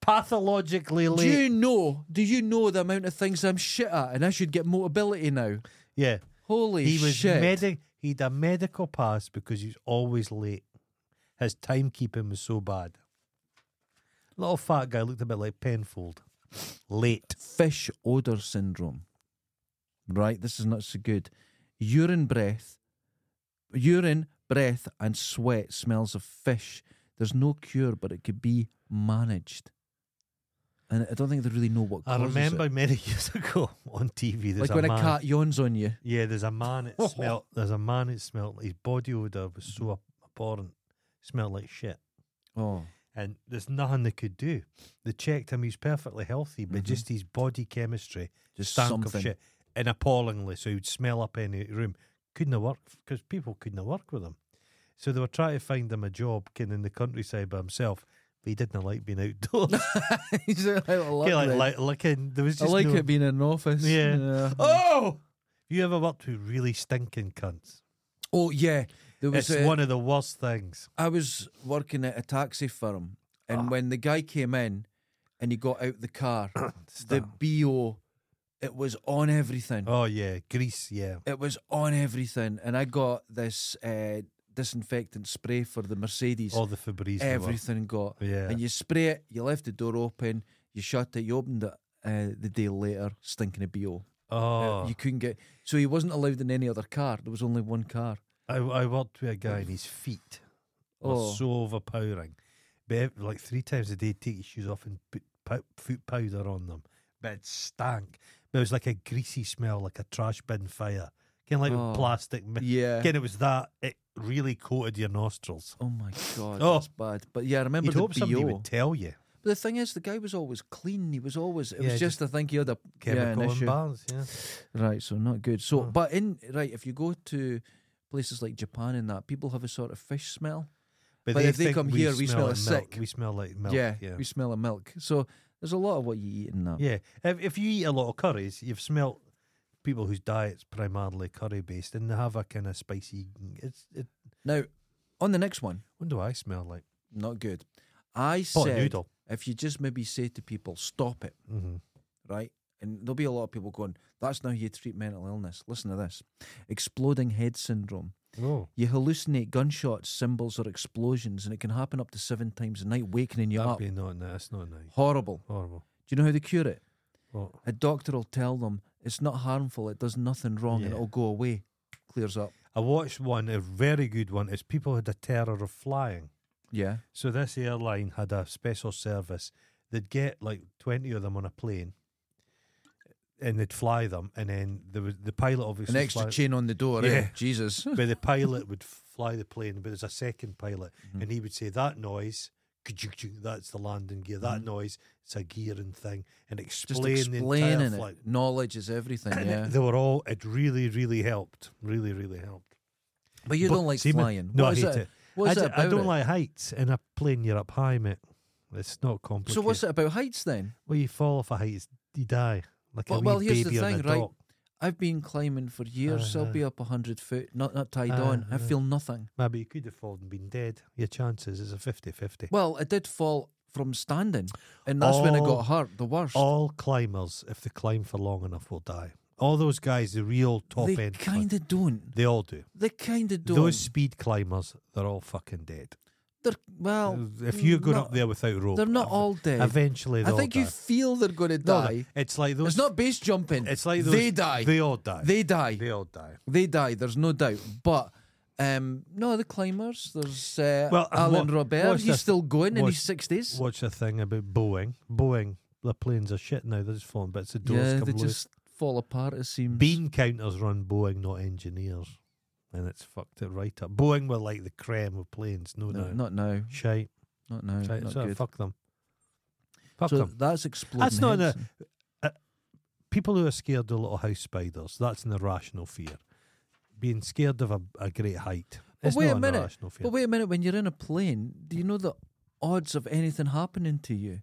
[SPEAKER 1] pathologically
[SPEAKER 2] do
[SPEAKER 1] late.
[SPEAKER 2] you know? Do you know the amount of things I'm shit at, and I should get mobility now?
[SPEAKER 1] yeah,
[SPEAKER 2] Holy
[SPEAKER 1] he was
[SPEAKER 2] shit!
[SPEAKER 1] medi- He'd a medical pass because he was always late. His timekeeping was so bad. Little fat guy looked a bit like Penfold. Late.
[SPEAKER 2] Fish odor syndrome. Right, this is not so good. Urine breath, urine breath, and sweat smells of fish. There's no cure, but it could be managed. And I don't think they really know what.
[SPEAKER 1] I
[SPEAKER 2] causes it.
[SPEAKER 1] remember many *laughs* years ago on TV. There's
[SPEAKER 2] like when
[SPEAKER 1] a
[SPEAKER 2] a,
[SPEAKER 1] man.
[SPEAKER 2] cat yawns on you.
[SPEAKER 1] Yeah, there's a man. It
[SPEAKER 2] *laughs*
[SPEAKER 1] smelt. There's a man. It smelt. His body odor was so abhorrent. Smelled like shit.
[SPEAKER 2] Oh,
[SPEAKER 1] and there's nothing they could do. They checked him; he's perfectly healthy, but
[SPEAKER 2] Mhm.
[SPEAKER 1] just his body chemistry
[SPEAKER 2] just
[SPEAKER 1] stank
[SPEAKER 2] something.
[SPEAKER 1] of shit, and appallingly, so he'd smell up any room. Couldn't have worked because people couldn't have worked with him. So they were trying to find him a job, kind of in the countryside by himself. But he didn't like being
[SPEAKER 2] *laughs*
[SPEAKER 1] outdoors.
[SPEAKER 2] *laughs* He's out of luck
[SPEAKER 1] Kinda *laughs* like,
[SPEAKER 2] then.
[SPEAKER 1] like, looking, there was
[SPEAKER 2] I
[SPEAKER 1] just
[SPEAKER 2] like
[SPEAKER 1] no-
[SPEAKER 2] it being in an office.
[SPEAKER 1] Yeah.
[SPEAKER 2] Oh,
[SPEAKER 1] *laughs* Oh, you ever worked with really stinking cunts?
[SPEAKER 2] oh yeah. There was uh,
[SPEAKER 1] It's
[SPEAKER 2] a,
[SPEAKER 1] one of the worst things.
[SPEAKER 2] I was working at a taxi firm,
[SPEAKER 1] Ah.
[SPEAKER 2] and when the guy came in, and he got out
[SPEAKER 1] *coughs*
[SPEAKER 2] the car, the bo, it was on everything.
[SPEAKER 1] Oh yeah, grease. Yeah,
[SPEAKER 2] It was on everything, and I got this uh, disinfectant spray for the Mercedes.
[SPEAKER 1] all the Febreze. they were.
[SPEAKER 2] everything got.
[SPEAKER 1] Yeah.
[SPEAKER 2] And you spray it, you left the door open, you shut it, you opened it uh, the day later, stinking of BO.
[SPEAKER 1] Oh,
[SPEAKER 2] Uh, you couldn't get. So he wasn't allowed in any other car. There was only one car.
[SPEAKER 1] I, I worked with a guy and his feet were
[SPEAKER 2] Oh.
[SPEAKER 1] so overpowering. But ev- like three times a day, take your shoes off and put pow- foot powder on them. But it stank. But it was like a greasy smell, like a trash bin fire. Kind of like
[SPEAKER 2] Oh.
[SPEAKER 1] with plastic. mi-
[SPEAKER 2] Yeah.
[SPEAKER 1] Again, it was that. It really coated your nostrils.
[SPEAKER 2] Oh my god,
[SPEAKER 1] Oh.
[SPEAKER 2] that's bad. But yeah, I remember
[SPEAKER 1] You'd
[SPEAKER 2] the
[SPEAKER 1] hope somebody
[SPEAKER 2] BO.
[SPEAKER 1] would tell you.
[SPEAKER 2] But the thing is, the guy was always clean. He was always. It
[SPEAKER 1] Yeah,
[SPEAKER 2] was just, I think he had a yeah, an
[SPEAKER 1] Chemical
[SPEAKER 2] issue.
[SPEAKER 1] imbalance, yeah.
[SPEAKER 2] Right, so not good. So,
[SPEAKER 1] Mm.
[SPEAKER 2] but in right, if you go to places like Japan and that, people have a sort of fish smell. But if they
[SPEAKER 1] think
[SPEAKER 2] come
[SPEAKER 1] we
[SPEAKER 2] here, we smell
[SPEAKER 1] like milk.
[SPEAKER 2] a sick.
[SPEAKER 1] We smell like milk.
[SPEAKER 2] yeah,
[SPEAKER 1] yeah.
[SPEAKER 2] we smell of milk. So there's a lot of what you eat in that.
[SPEAKER 1] Yeah, if, if you eat a lot of curries, you've smelt people whose diet's primarily curry based, and they have a kind of spicy. It's it.
[SPEAKER 2] Now, on the next one,
[SPEAKER 1] What do I smell like?
[SPEAKER 2] not good. I
[SPEAKER 1] Pot
[SPEAKER 2] said
[SPEAKER 1] noodle.
[SPEAKER 2] if you just maybe say to people, stop it,
[SPEAKER 1] Mm-hmm.
[SPEAKER 2] right? And there'll be a lot of people going, that's not how you treat mental illness. Listen to this exploding head syndrome.
[SPEAKER 1] Oh,
[SPEAKER 2] You hallucinate gunshots, symbols, or explosions, and it can happen up to seven times a night, wakening you
[SPEAKER 1] that'd
[SPEAKER 2] up.
[SPEAKER 1] be not nice. That's not nice.
[SPEAKER 2] Horrible.
[SPEAKER 1] Horrible.
[SPEAKER 2] Do you know how they cure it?
[SPEAKER 1] What?
[SPEAKER 2] A doctor will tell them it's not harmful, it does nothing wrong, and
[SPEAKER 1] Yeah.
[SPEAKER 2] it'll go away. Clears up.
[SPEAKER 1] I watched one, a very good one. Is people had a terror of flying,
[SPEAKER 2] Yeah.
[SPEAKER 1] so this airline had a special service. They'd get like twenty of them on a plane, and they'd fly them, and then there was the pilot obviously
[SPEAKER 2] An extra
[SPEAKER 1] fly-
[SPEAKER 2] chain on the door. eh?
[SPEAKER 1] Yeah. *laughs*
[SPEAKER 2] Jesus.
[SPEAKER 1] but
[SPEAKER 2] *laughs*
[SPEAKER 1] the pilot would fly the plane, but there's a second pilot,
[SPEAKER 2] Mhm.
[SPEAKER 1] and he would say that noise. ka-chuk-chuk, That's the landing gear. That
[SPEAKER 2] Mhm.
[SPEAKER 1] noise, it's a gearing thing, and
[SPEAKER 2] Just
[SPEAKER 1] explain the entire
[SPEAKER 2] explaining
[SPEAKER 1] flight.
[SPEAKER 2] it. Knowledge is everything.
[SPEAKER 1] And
[SPEAKER 2] yeah.
[SPEAKER 1] it- they were all. It really, really helped. Really, really helped.
[SPEAKER 2] But you
[SPEAKER 1] But-
[SPEAKER 2] don't like
[SPEAKER 1] see, man,
[SPEAKER 2] flying.
[SPEAKER 1] No,
[SPEAKER 2] What
[SPEAKER 1] I
[SPEAKER 2] is
[SPEAKER 1] hate
[SPEAKER 2] it-
[SPEAKER 1] it.
[SPEAKER 2] What is
[SPEAKER 1] I,
[SPEAKER 2] it
[SPEAKER 1] d- I
[SPEAKER 2] about
[SPEAKER 1] don't
[SPEAKER 2] it?
[SPEAKER 1] like heights. In a plane, you're up high, mate. It's not complicated.
[SPEAKER 2] So what's it about heights then?
[SPEAKER 1] Well, you fall off a height, it's- you die like a
[SPEAKER 2] Well-
[SPEAKER 1] wee
[SPEAKER 2] well, here's the
[SPEAKER 1] baby on
[SPEAKER 2] thing,
[SPEAKER 1] a
[SPEAKER 2] right?
[SPEAKER 1] dock.
[SPEAKER 2] I've been climbing for years. I'll
[SPEAKER 1] Aye,
[SPEAKER 2] be up hundred foot, not not tied
[SPEAKER 1] Aye,
[SPEAKER 2] on. I
[SPEAKER 1] aye.
[SPEAKER 2] feel nothing.
[SPEAKER 1] Maybe you could have fallen and been dead. Your chances is a 50-50.
[SPEAKER 2] Well, I did fall from standing, and that's when I
[SPEAKER 1] All-
[SPEAKER 2] got hurt. The worst.
[SPEAKER 1] All climbers, if they climb for long enough, will die. All those guys, the real top
[SPEAKER 2] they
[SPEAKER 1] end,
[SPEAKER 2] kind of don't.
[SPEAKER 1] they all do.
[SPEAKER 2] They kind of don't.
[SPEAKER 1] Those speed climbers, they're all fucking dead.
[SPEAKER 2] they're, well,
[SPEAKER 1] if you're going
[SPEAKER 2] not-
[SPEAKER 1] up there without rope,
[SPEAKER 2] they're not
[SPEAKER 1] ev-
[SPEAKER 2] all dead.
[SPEAKER 1] Eventually, they
[SPEAKER 2] I think
[SPEAKER 1] all
[SPEAKER 2] you
[SPEAKER 1] die.
[SPEAKER 2] feel they're going to
[SPEAKER 1] No,
[SPEAKER 2] die.
[SPEAKER 1] It's like those.
[SPEAKER 2] it's not base
[SPEAKER 1] *laughs*
[SPEAKER 2] jumping.
[SPEAKER 1] It's like those,
[SPEAKER 2] they die.
[SPEAKER 1] They all die.
[SPEAKER 2] They die.
[SPEAKER 1] They all die.
[SPEAKER 2] They die. There's no doubt. But um, no, the climbers. There's uh,
[SPEAKER 1] Well, and
[SPEAKER 2] Alan
[SPEAKER 1] what-
[SPEAKER 2] Robert.
[SPEAKER 1] what's
[SPEAKER 2] He's
[SPEAKER 1] this-
[SPEAKER 2] still going in
[SPEAKER 1] what's-
[SPEAKER 2] his sixties.
[SPEAKER 1] Watch the thing about Boeing. Boeing, the planes are shit now. They're just falling bits of doors
[SPEAKER 2] Yeah,
[SPEAKER 1] come
[SPEAKER 2] they
[SPEAKER 1] loose.
[SPEAKER 2] just fall apart. It seems.
[SPEAKER 1] Bean counters run Boeing, not engineers, and it's fucked it right up. Boeing were like the creme of planes, no,
[SPEAKER 2] no,
[SPEAKER 1] doubt.
[SPEAKER 2] not now.
[SPEAKER 1] Shite.
[SPEAKER 2] Not now.
[SPEAKER 1] Right,
[SPEAKER 2] not
[SPEAKER 1] so
[SPEAKER 2] good.
[SPEAKER 1] fuck them. Fuck
[SPEAKER 2] so
[SPEAKER 1] them.
[SPEAKER 2] that's exploding.
[SPEAKER 1] That's not
[SPEAKER 2] heads.
[SPEAKER 1] People who are scared of little house spiders, that's an irrational fear. Being scared of a, a great height.
[SPEAKER 2] But
[SPEAKER 1] It's
[SPEAKER 2] wait
[SPEAKER 1] not
[SPEAKER 2] a
[SPEAKER 1] an
[SPEAKER 2] minute,
[SPEAKER 1] irrational fear.
[SPEAKER 2] But wait a minute. When you're in a plane, do you know the odds of anything happening to you?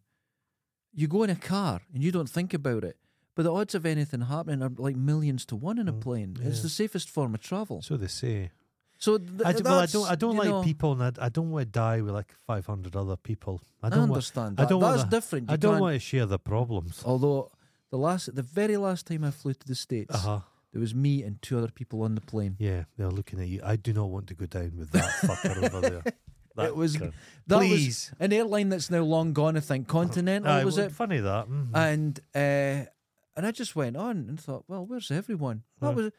[SPEAKER 2] You go in a car and you don't think about it, but the odds of anything happening are like millions to one in a
[SPEAKER 1] Mm,
[SPEAKER 2] plane. It's
[SPEAKER 1] yeah.
[SPEAKER 2] the safest form of travel.
[SPEAKER 1] so they say.
[SPEAKER 2] So th-
[SPEAKER 1] I d- well, I don't. I
[SPEAKER 2] that's,
[SPEAKER 1] don't
[SPEAKER 2] you
[SPEAKER 1] like
[SPEAKER 2] know,
[SPEAKER 1] people, and I, d- I don't want to die with like five hundred other people. I
[SPEAKER 2] I,
[SPEAKER 1] don't want.
[SPEAKER 2] understand.
[SPEAKER 1] I
[SPEAKER 2] That.
[SPEAKER 1] don't
[SPEAKER 2] that's
[SPEAKER 1] wanna-
[SPEAKER 2] different. You
[SPEAKER 1] I don't
[SPEAKER 2] can't- Oh,
[SPEAKER 1] want to share the problems.
[SPEAKER 2] Although the last, the very last time I flew to the states,
[SPEAKER 1] Uh huh.
[SPEAKER 2] there was me and two other people on the plane.
[SPEAKER 1] Yeah, they're looking at you. I do not want to go down with
[SPEAKER 2] *laughs*
[SPEAKER 1] that fucker over there. That
[SPEAKER 2] It was-
[SPEAKER 1] cunt.
[SPEAKER 2] That
[SPEAKER 1] Please.
[SPEAKER 2] was an airline that's now long gone, I think. Continental
[SPEAKER 1] Aye,
[SPEAKER 2] was
[SPEAKER 1] well,
[SPEAKER 2] it?
[SPEAKER 1] Funny that. mhm.
[SPEAKER 2] And uh, and I just went on and thought, well, where's everyone? That
[SPEAKER 1] Yeah.
[SPEAKER 2] was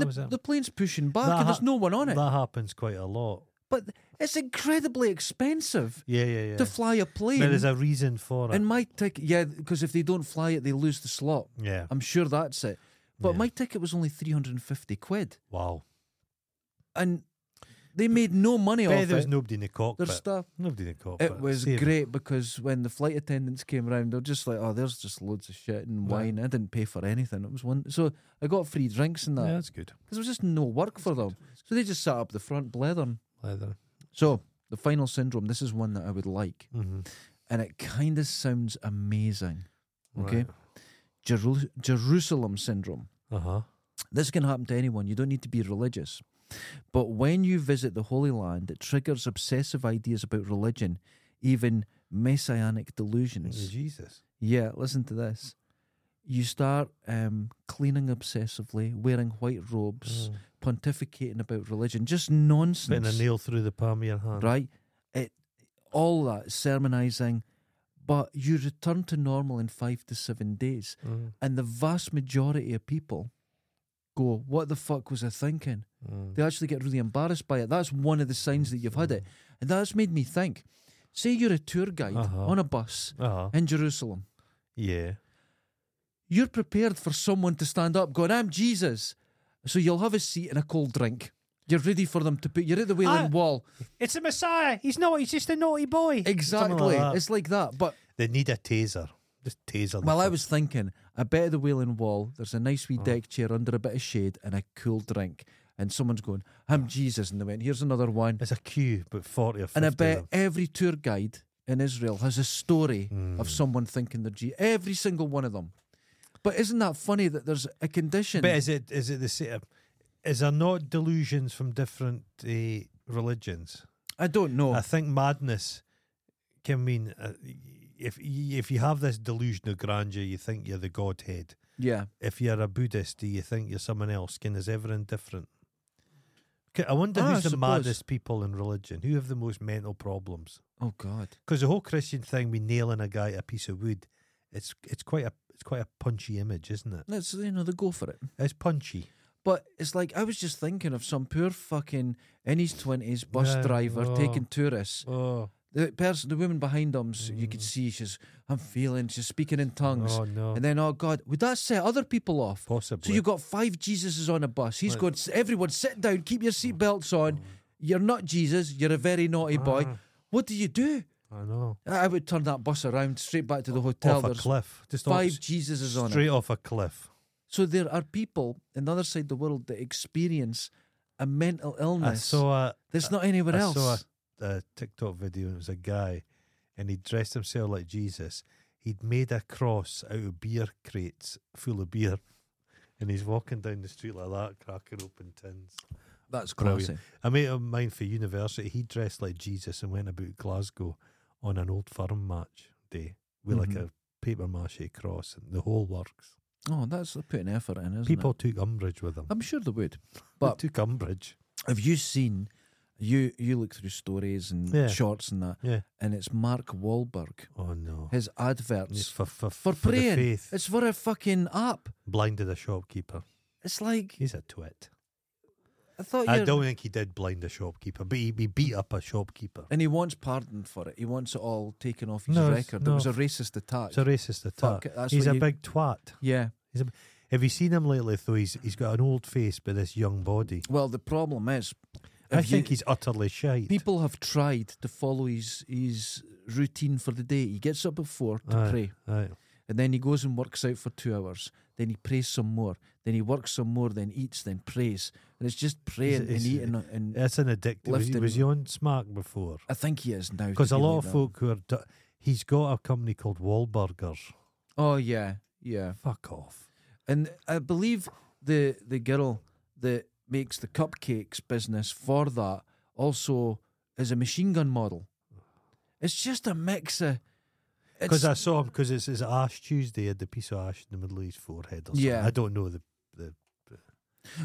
[SPEAKER 1] That
[SPEAKER 2] the,
[SPEAKER 1] was it.
[SPEAKER 2] the plane's pushing back
[SPEAKER 1] That
[SPEAKER 2] and there's
[SPEAKER 1] hap-
[SPEAKER 2] no one on it.
[SPEAKER 1] That happens quite a lot.
[SPEAKER 2] But it's incredibly expensive
[SPEAKER 1] Yeah, yeah, yeah.
[SPEAKER 2] to fly a plane.
[SPEAKER 1] there is a reason for it.
[SPEAKER 2] and my ticket, yeah, because if they don't fly it, they lose the slot.
[SPEAKER 1] yeah.
[SPEAKER 2] I'm sure that's it. But
[SPEAKER 1] Yeah.
[SPEAKER 2] my ticket was only 350 quid.
[SPEAKER 1] Wow.
[SPEAKER 2] And they made no money
[SPEAKER 1] Bet
[SPEAKER 2] off
[SPEAKER 1] there was
[SPEAKER 2] it.
[SPEAKER 1] nobody in the cockpit.
[SPEAKER 2] Their stuff.
[SPEAKER 1] nobody in the cockpit.
[SPEAKER 2] It was
[SPEAKER 1] Save
[SPEAKER 2] great because when the flight attendants came around, they were just like, "Oh, there's just loads of shit and
[SPEAKER 1] Yeah.
[SPEAKER 2] wine." I didn't pay for anything. It was one, so I got free drinks and that
[SPEAKER 1] Yeah,
[SPEAKER 2] because
[SPEAKER 1] that's good.
[SPEAKER 2] there was just no work for them. So they just sat up the front blethering.
[SPEAKER 1] Leather.
[SPEAKER 2] So the final syndrome. This is one that I would like,
[SPEAKER 1] hmm
[SPEAKER 2] and it kind of sounds amazing. Okay, Jeru- Jerusalem syndrome.
[SPEAKER 1] Uh huh.
[SPEAKER 2] This can happen to anyone. You don't need to be religious. But when you visit the Holy Land, it triggers obsessive ideas about religion, even messianic delusions.
[SPEAKER 1] Oh, Jesus.
[SPEAKER 2] Yeah, listen to this. You start um, cleaning obsessively, wearing white
[SPEAKER 1] Mm.
[SPEAKER 2] robes, pontificating about religion, just
[SPEAKER 1] Putting Oh. a
[SPEAKER 2] nonsense,
[SPEAKER 1] nail through the palm of your hand.
[SPEAKER 2] right? It, all that sermonizing, but you return to normal in five to seven days,
[SPEAKER 1] Mm,
[SPEAKER 2] and the vast majority of people go, "What the fuck was I thinking?"
[SPEAKER 1] mm.
[SPEAKER 2] They actually get really embarrassed by it. That's one of the signs that you've had it, and that's made me think. Say you're a tour guide
[SPEAKER 1] Uh-huh.
[SPEAKER 2] on a bus
[SPEAKER 1] Uh-huh.
[SPEAKER 2] in Jerusalem.
[SPEAKER 1] Yeah.
[SPEAKER 2] you're prepared for someone to stand up going, I'm Jesus. So you'll have a seat and a cold drink. You're ready for them to put you're at the Wailing
[SPEAKER 1] Ah.
[SPEAKER 2] Wall.
[SPEAKER 1] It's a messiah. He's not. He's just a naughty boy.
[SPEAKER 2] Exactly. it's like that. But
[SPEAKER 1] They need a taser. Just taser. the
[SPEAKER 2] well, I
[SPEAKER 1] fuck.
[SPEAKER 2] was thinking, I bet at the Wailing Wall there's a nice
[SPEAKER 1] Uh-huh.
[SPEAKER 2] wee deck chair under a bit of shade and a cool drink. And someone's going, I'm Jesus. And they went, Here's another one.
[SPEAKER 1] It's a queue, but forty or fifty.
[SPEAKER 2] And I
[SPEAKER 1] of
[SPEAKER 2] bet
[SPEAKER 1] them.
[SPEAKER 2] every tour guide in Israel has a story
[SPEAKER 1] Mm.
[SPEAKER 2] of someone thinking they're Jesus. Every single one of them. But isn't that funny that there's a condition?
[SPEAKER 1] But is it is it the same? Is there not delusions from different uh, religions?
[SPEAKER 2] I don't know.
[SPEAKER 1] I think madness can mean uh, if y- if you have this delusion of grandeur, you think you're the Godhead.
[SPEAKER 2] yeah.
[SPEAKER 1] If you're a Buddhist, do you think you're someone else? Can is everyone different? 'Kay, I wonder
[SPEAKER 2] Ah, I
[SPEAKER 1] who's the
[SPEAKER 2] suppose.
[SPEAKER 1] maddest people in religion. Who have the most mental problems?
[SPEAKER 2] Oh, God.
[SPEAKER 1] Because the whole Christian thing, we nailing a guy to a piece of wood, it's it's quite a it's quite a punchy image, isn't it?
[SPEAKER 2] That's you know they go for it.
[SPEAKER 1] It's punchy.
[SPEAKER 2] But it's like I was just thinking of some poor fucking in his twenties bus
[SPEAKER 1] Yeah,
[SPEAKER 2] driver
[SPEAKER 1] oh.
[SPEAKER 2] taking tourists.
[SPEAKER 1] Oh,
[SPEAKER 2] The person, the woman behind him, s you could see she's I'm feeling she's speaking in tongues.
[SPEAKER 1] Mm. oh no,
[SPEAKER 2] And then oh God, would that set other people off?
[SPEAKER 1] possibly.
[SPEAKER 2] So you've got five Jesuses on a bus. He's going, everyone sit down, keep your
[SPEAKER 1] Oh,
[SPEAKER 2] seatbelts on. You're not Jesus. You're a very naughty boy.
[SPEAKER 1] Ah.
[SPEAKER 2] What do you do?
[SPEAKER 1] I know.
[SPEAKER 2] I I would turn that bus around straight back to the hotel.
[SPEAKER 1] Off a
[SPEAKER 2] There's
[SPEAKER 1] cliff, just off,
[SPEAKER 2] five Jesuses on it.
[SPEAKER 1] straight off a cliff.
[SPEAKER 2] So there are people on the other side of the world that experience a mental
[SPEAKER 1] I
[SPEAKER 2] illness
[SPEAKER 1] saw a,
[SPEAKER 2] that's not anywhere
[SPEAKER 1] I
[SPEAKER 2] else.
[SPEAKER 1] saw a, a TikTok video and it was a guy and he dressed himself like Jesus. He'd made a cross out of beer crates full of beer and he's walking down the street like that, cracking open tins.
[SPEAKER 2] that's
[SPEAKER 1] Brilliant.
[SPEAKER 2] classy.
[SPEAKER 1] A mate of mine for university, he dressed like Jesus and went about Glasgow on an old firm match day with like
[SPEAKER 2] Mhm.
[SPEAKER 1] a paper mache cross and the whole works.
[SPEAKER 2] Oh, that's they're putting effort in, isn't
[SPEAKER 1] People
[SPEAKER 2] it?
[SPEAKER 1] took umbrage with him.
[SPEAKER 2] I'm sure
[SPEAKER 1] *laughs*
[SPEAKER 2] they would.
[SPEAKER 1] They
[SPEAKER 2] But
[SPEAKER 1] took umbrage.
[SPEAKER 2] have you seen? You you look through stories and
[SPEAKER 1] Yeah.
[SPEAKER 2] shorts and that,
[SPEAKER 1] Yeah.
[SPEAKER 2] and it's Mark Wahlberg.
[SPEAKER 1] Oh no.
[SPEAKER 2] His
[SPEAKER 1] It's
[SPEAKER 2] adverts
[SPEAKER 1] for, for,
[SPEAKER 2] for,
[SPEAKER 1] for the
[SPEAKER 2] praying.
[SPEAKER 1] faith.
[SPEAKER 2] It's for a fucking app.
[SPEAKER 1] Blinded a shopkeeper.
[SPEAKER 2] It's like
[SPEAKER 1] He's a twit.
[SPEAKER 2] I thought.
[SPEAKER 1] I
[SPEAKER 2] you're-
[SPEAKER 1] don't think he did blind a shopkeeper, but he, he beat up a shopkeeper.
[SPEAKER 2] And he wants pardon for it. He wants it all taken off his
[SPEAKER 1] No, it's-
[SPEAKER 2] record. It was
[SPEAKER 1] no.
[SPEAKER 2] a racist attack.
[SPEAKER 1] It's a racist attack.
[SPEAKER 2] Fuck it, that's
[SPEAKER 1] he's
[SPEAKER 2] what
[SPEAKER 1] a
[SPEAKER 2] you-
[SPEAKER 1] big twat.
[SPEAKER 2] yeah.
[SPEAKER 1] Have you seen him lately? Though he's he's got an old face, but this young body.
[SPEAKER 2] Well, the problem is,
[SPEAKER 1] I
[SPEAKER 2] if you-
[SPEAKER 1] think he's utterly shite.
[SPEAKER 2] People have tried to follow his his routine for the day. He gets up at four to
[SPEAKER 1] Aye.
[SPEAKER 2] pray,
[SPEAKER 1] Right.
[SPEAKER 2] and then he goes and works out for two hours. Then he prays some more. Then he works some more. Then eats. Then prays. And it's just praying
[SPEAKER 1] it's-
[SPEAKER 2] and eating. And
[SPEAKER 1] That's an addictive. Was he,
[SPEAKER 2] Lifting-
[SPEAKER 1] was he on smack before?
[SPEAKER 2] I think he is now to
[SPEAKER 1] Because a
[SPEAKER 2] be
[SPEAKER 1] lot
[SPEAKER 2] like
[SPEAKER 1] of
[SPEAKER 2] that.
[SPEAKER 1] folk who are. du- he's got a company called Wahlburgers.
[SPEAKER 2] Oh yeah, yeah.
[SPEAKER 1] Fuck off.
[SPEAKER 2] And I believe the the girl that makes the cupcakes business for that also is a machine gun model. It's just a mix of.
[SPEAKER 1] Because
[SPEAKER 2] it's-
[SPEAKER 1] I saw him because it's, it's Ash Tuesday. He had the piece of ash in the middle of his forehead. Or something.
[SPEAKER 2] Yeah.
[SPEAKER 1] I don't know the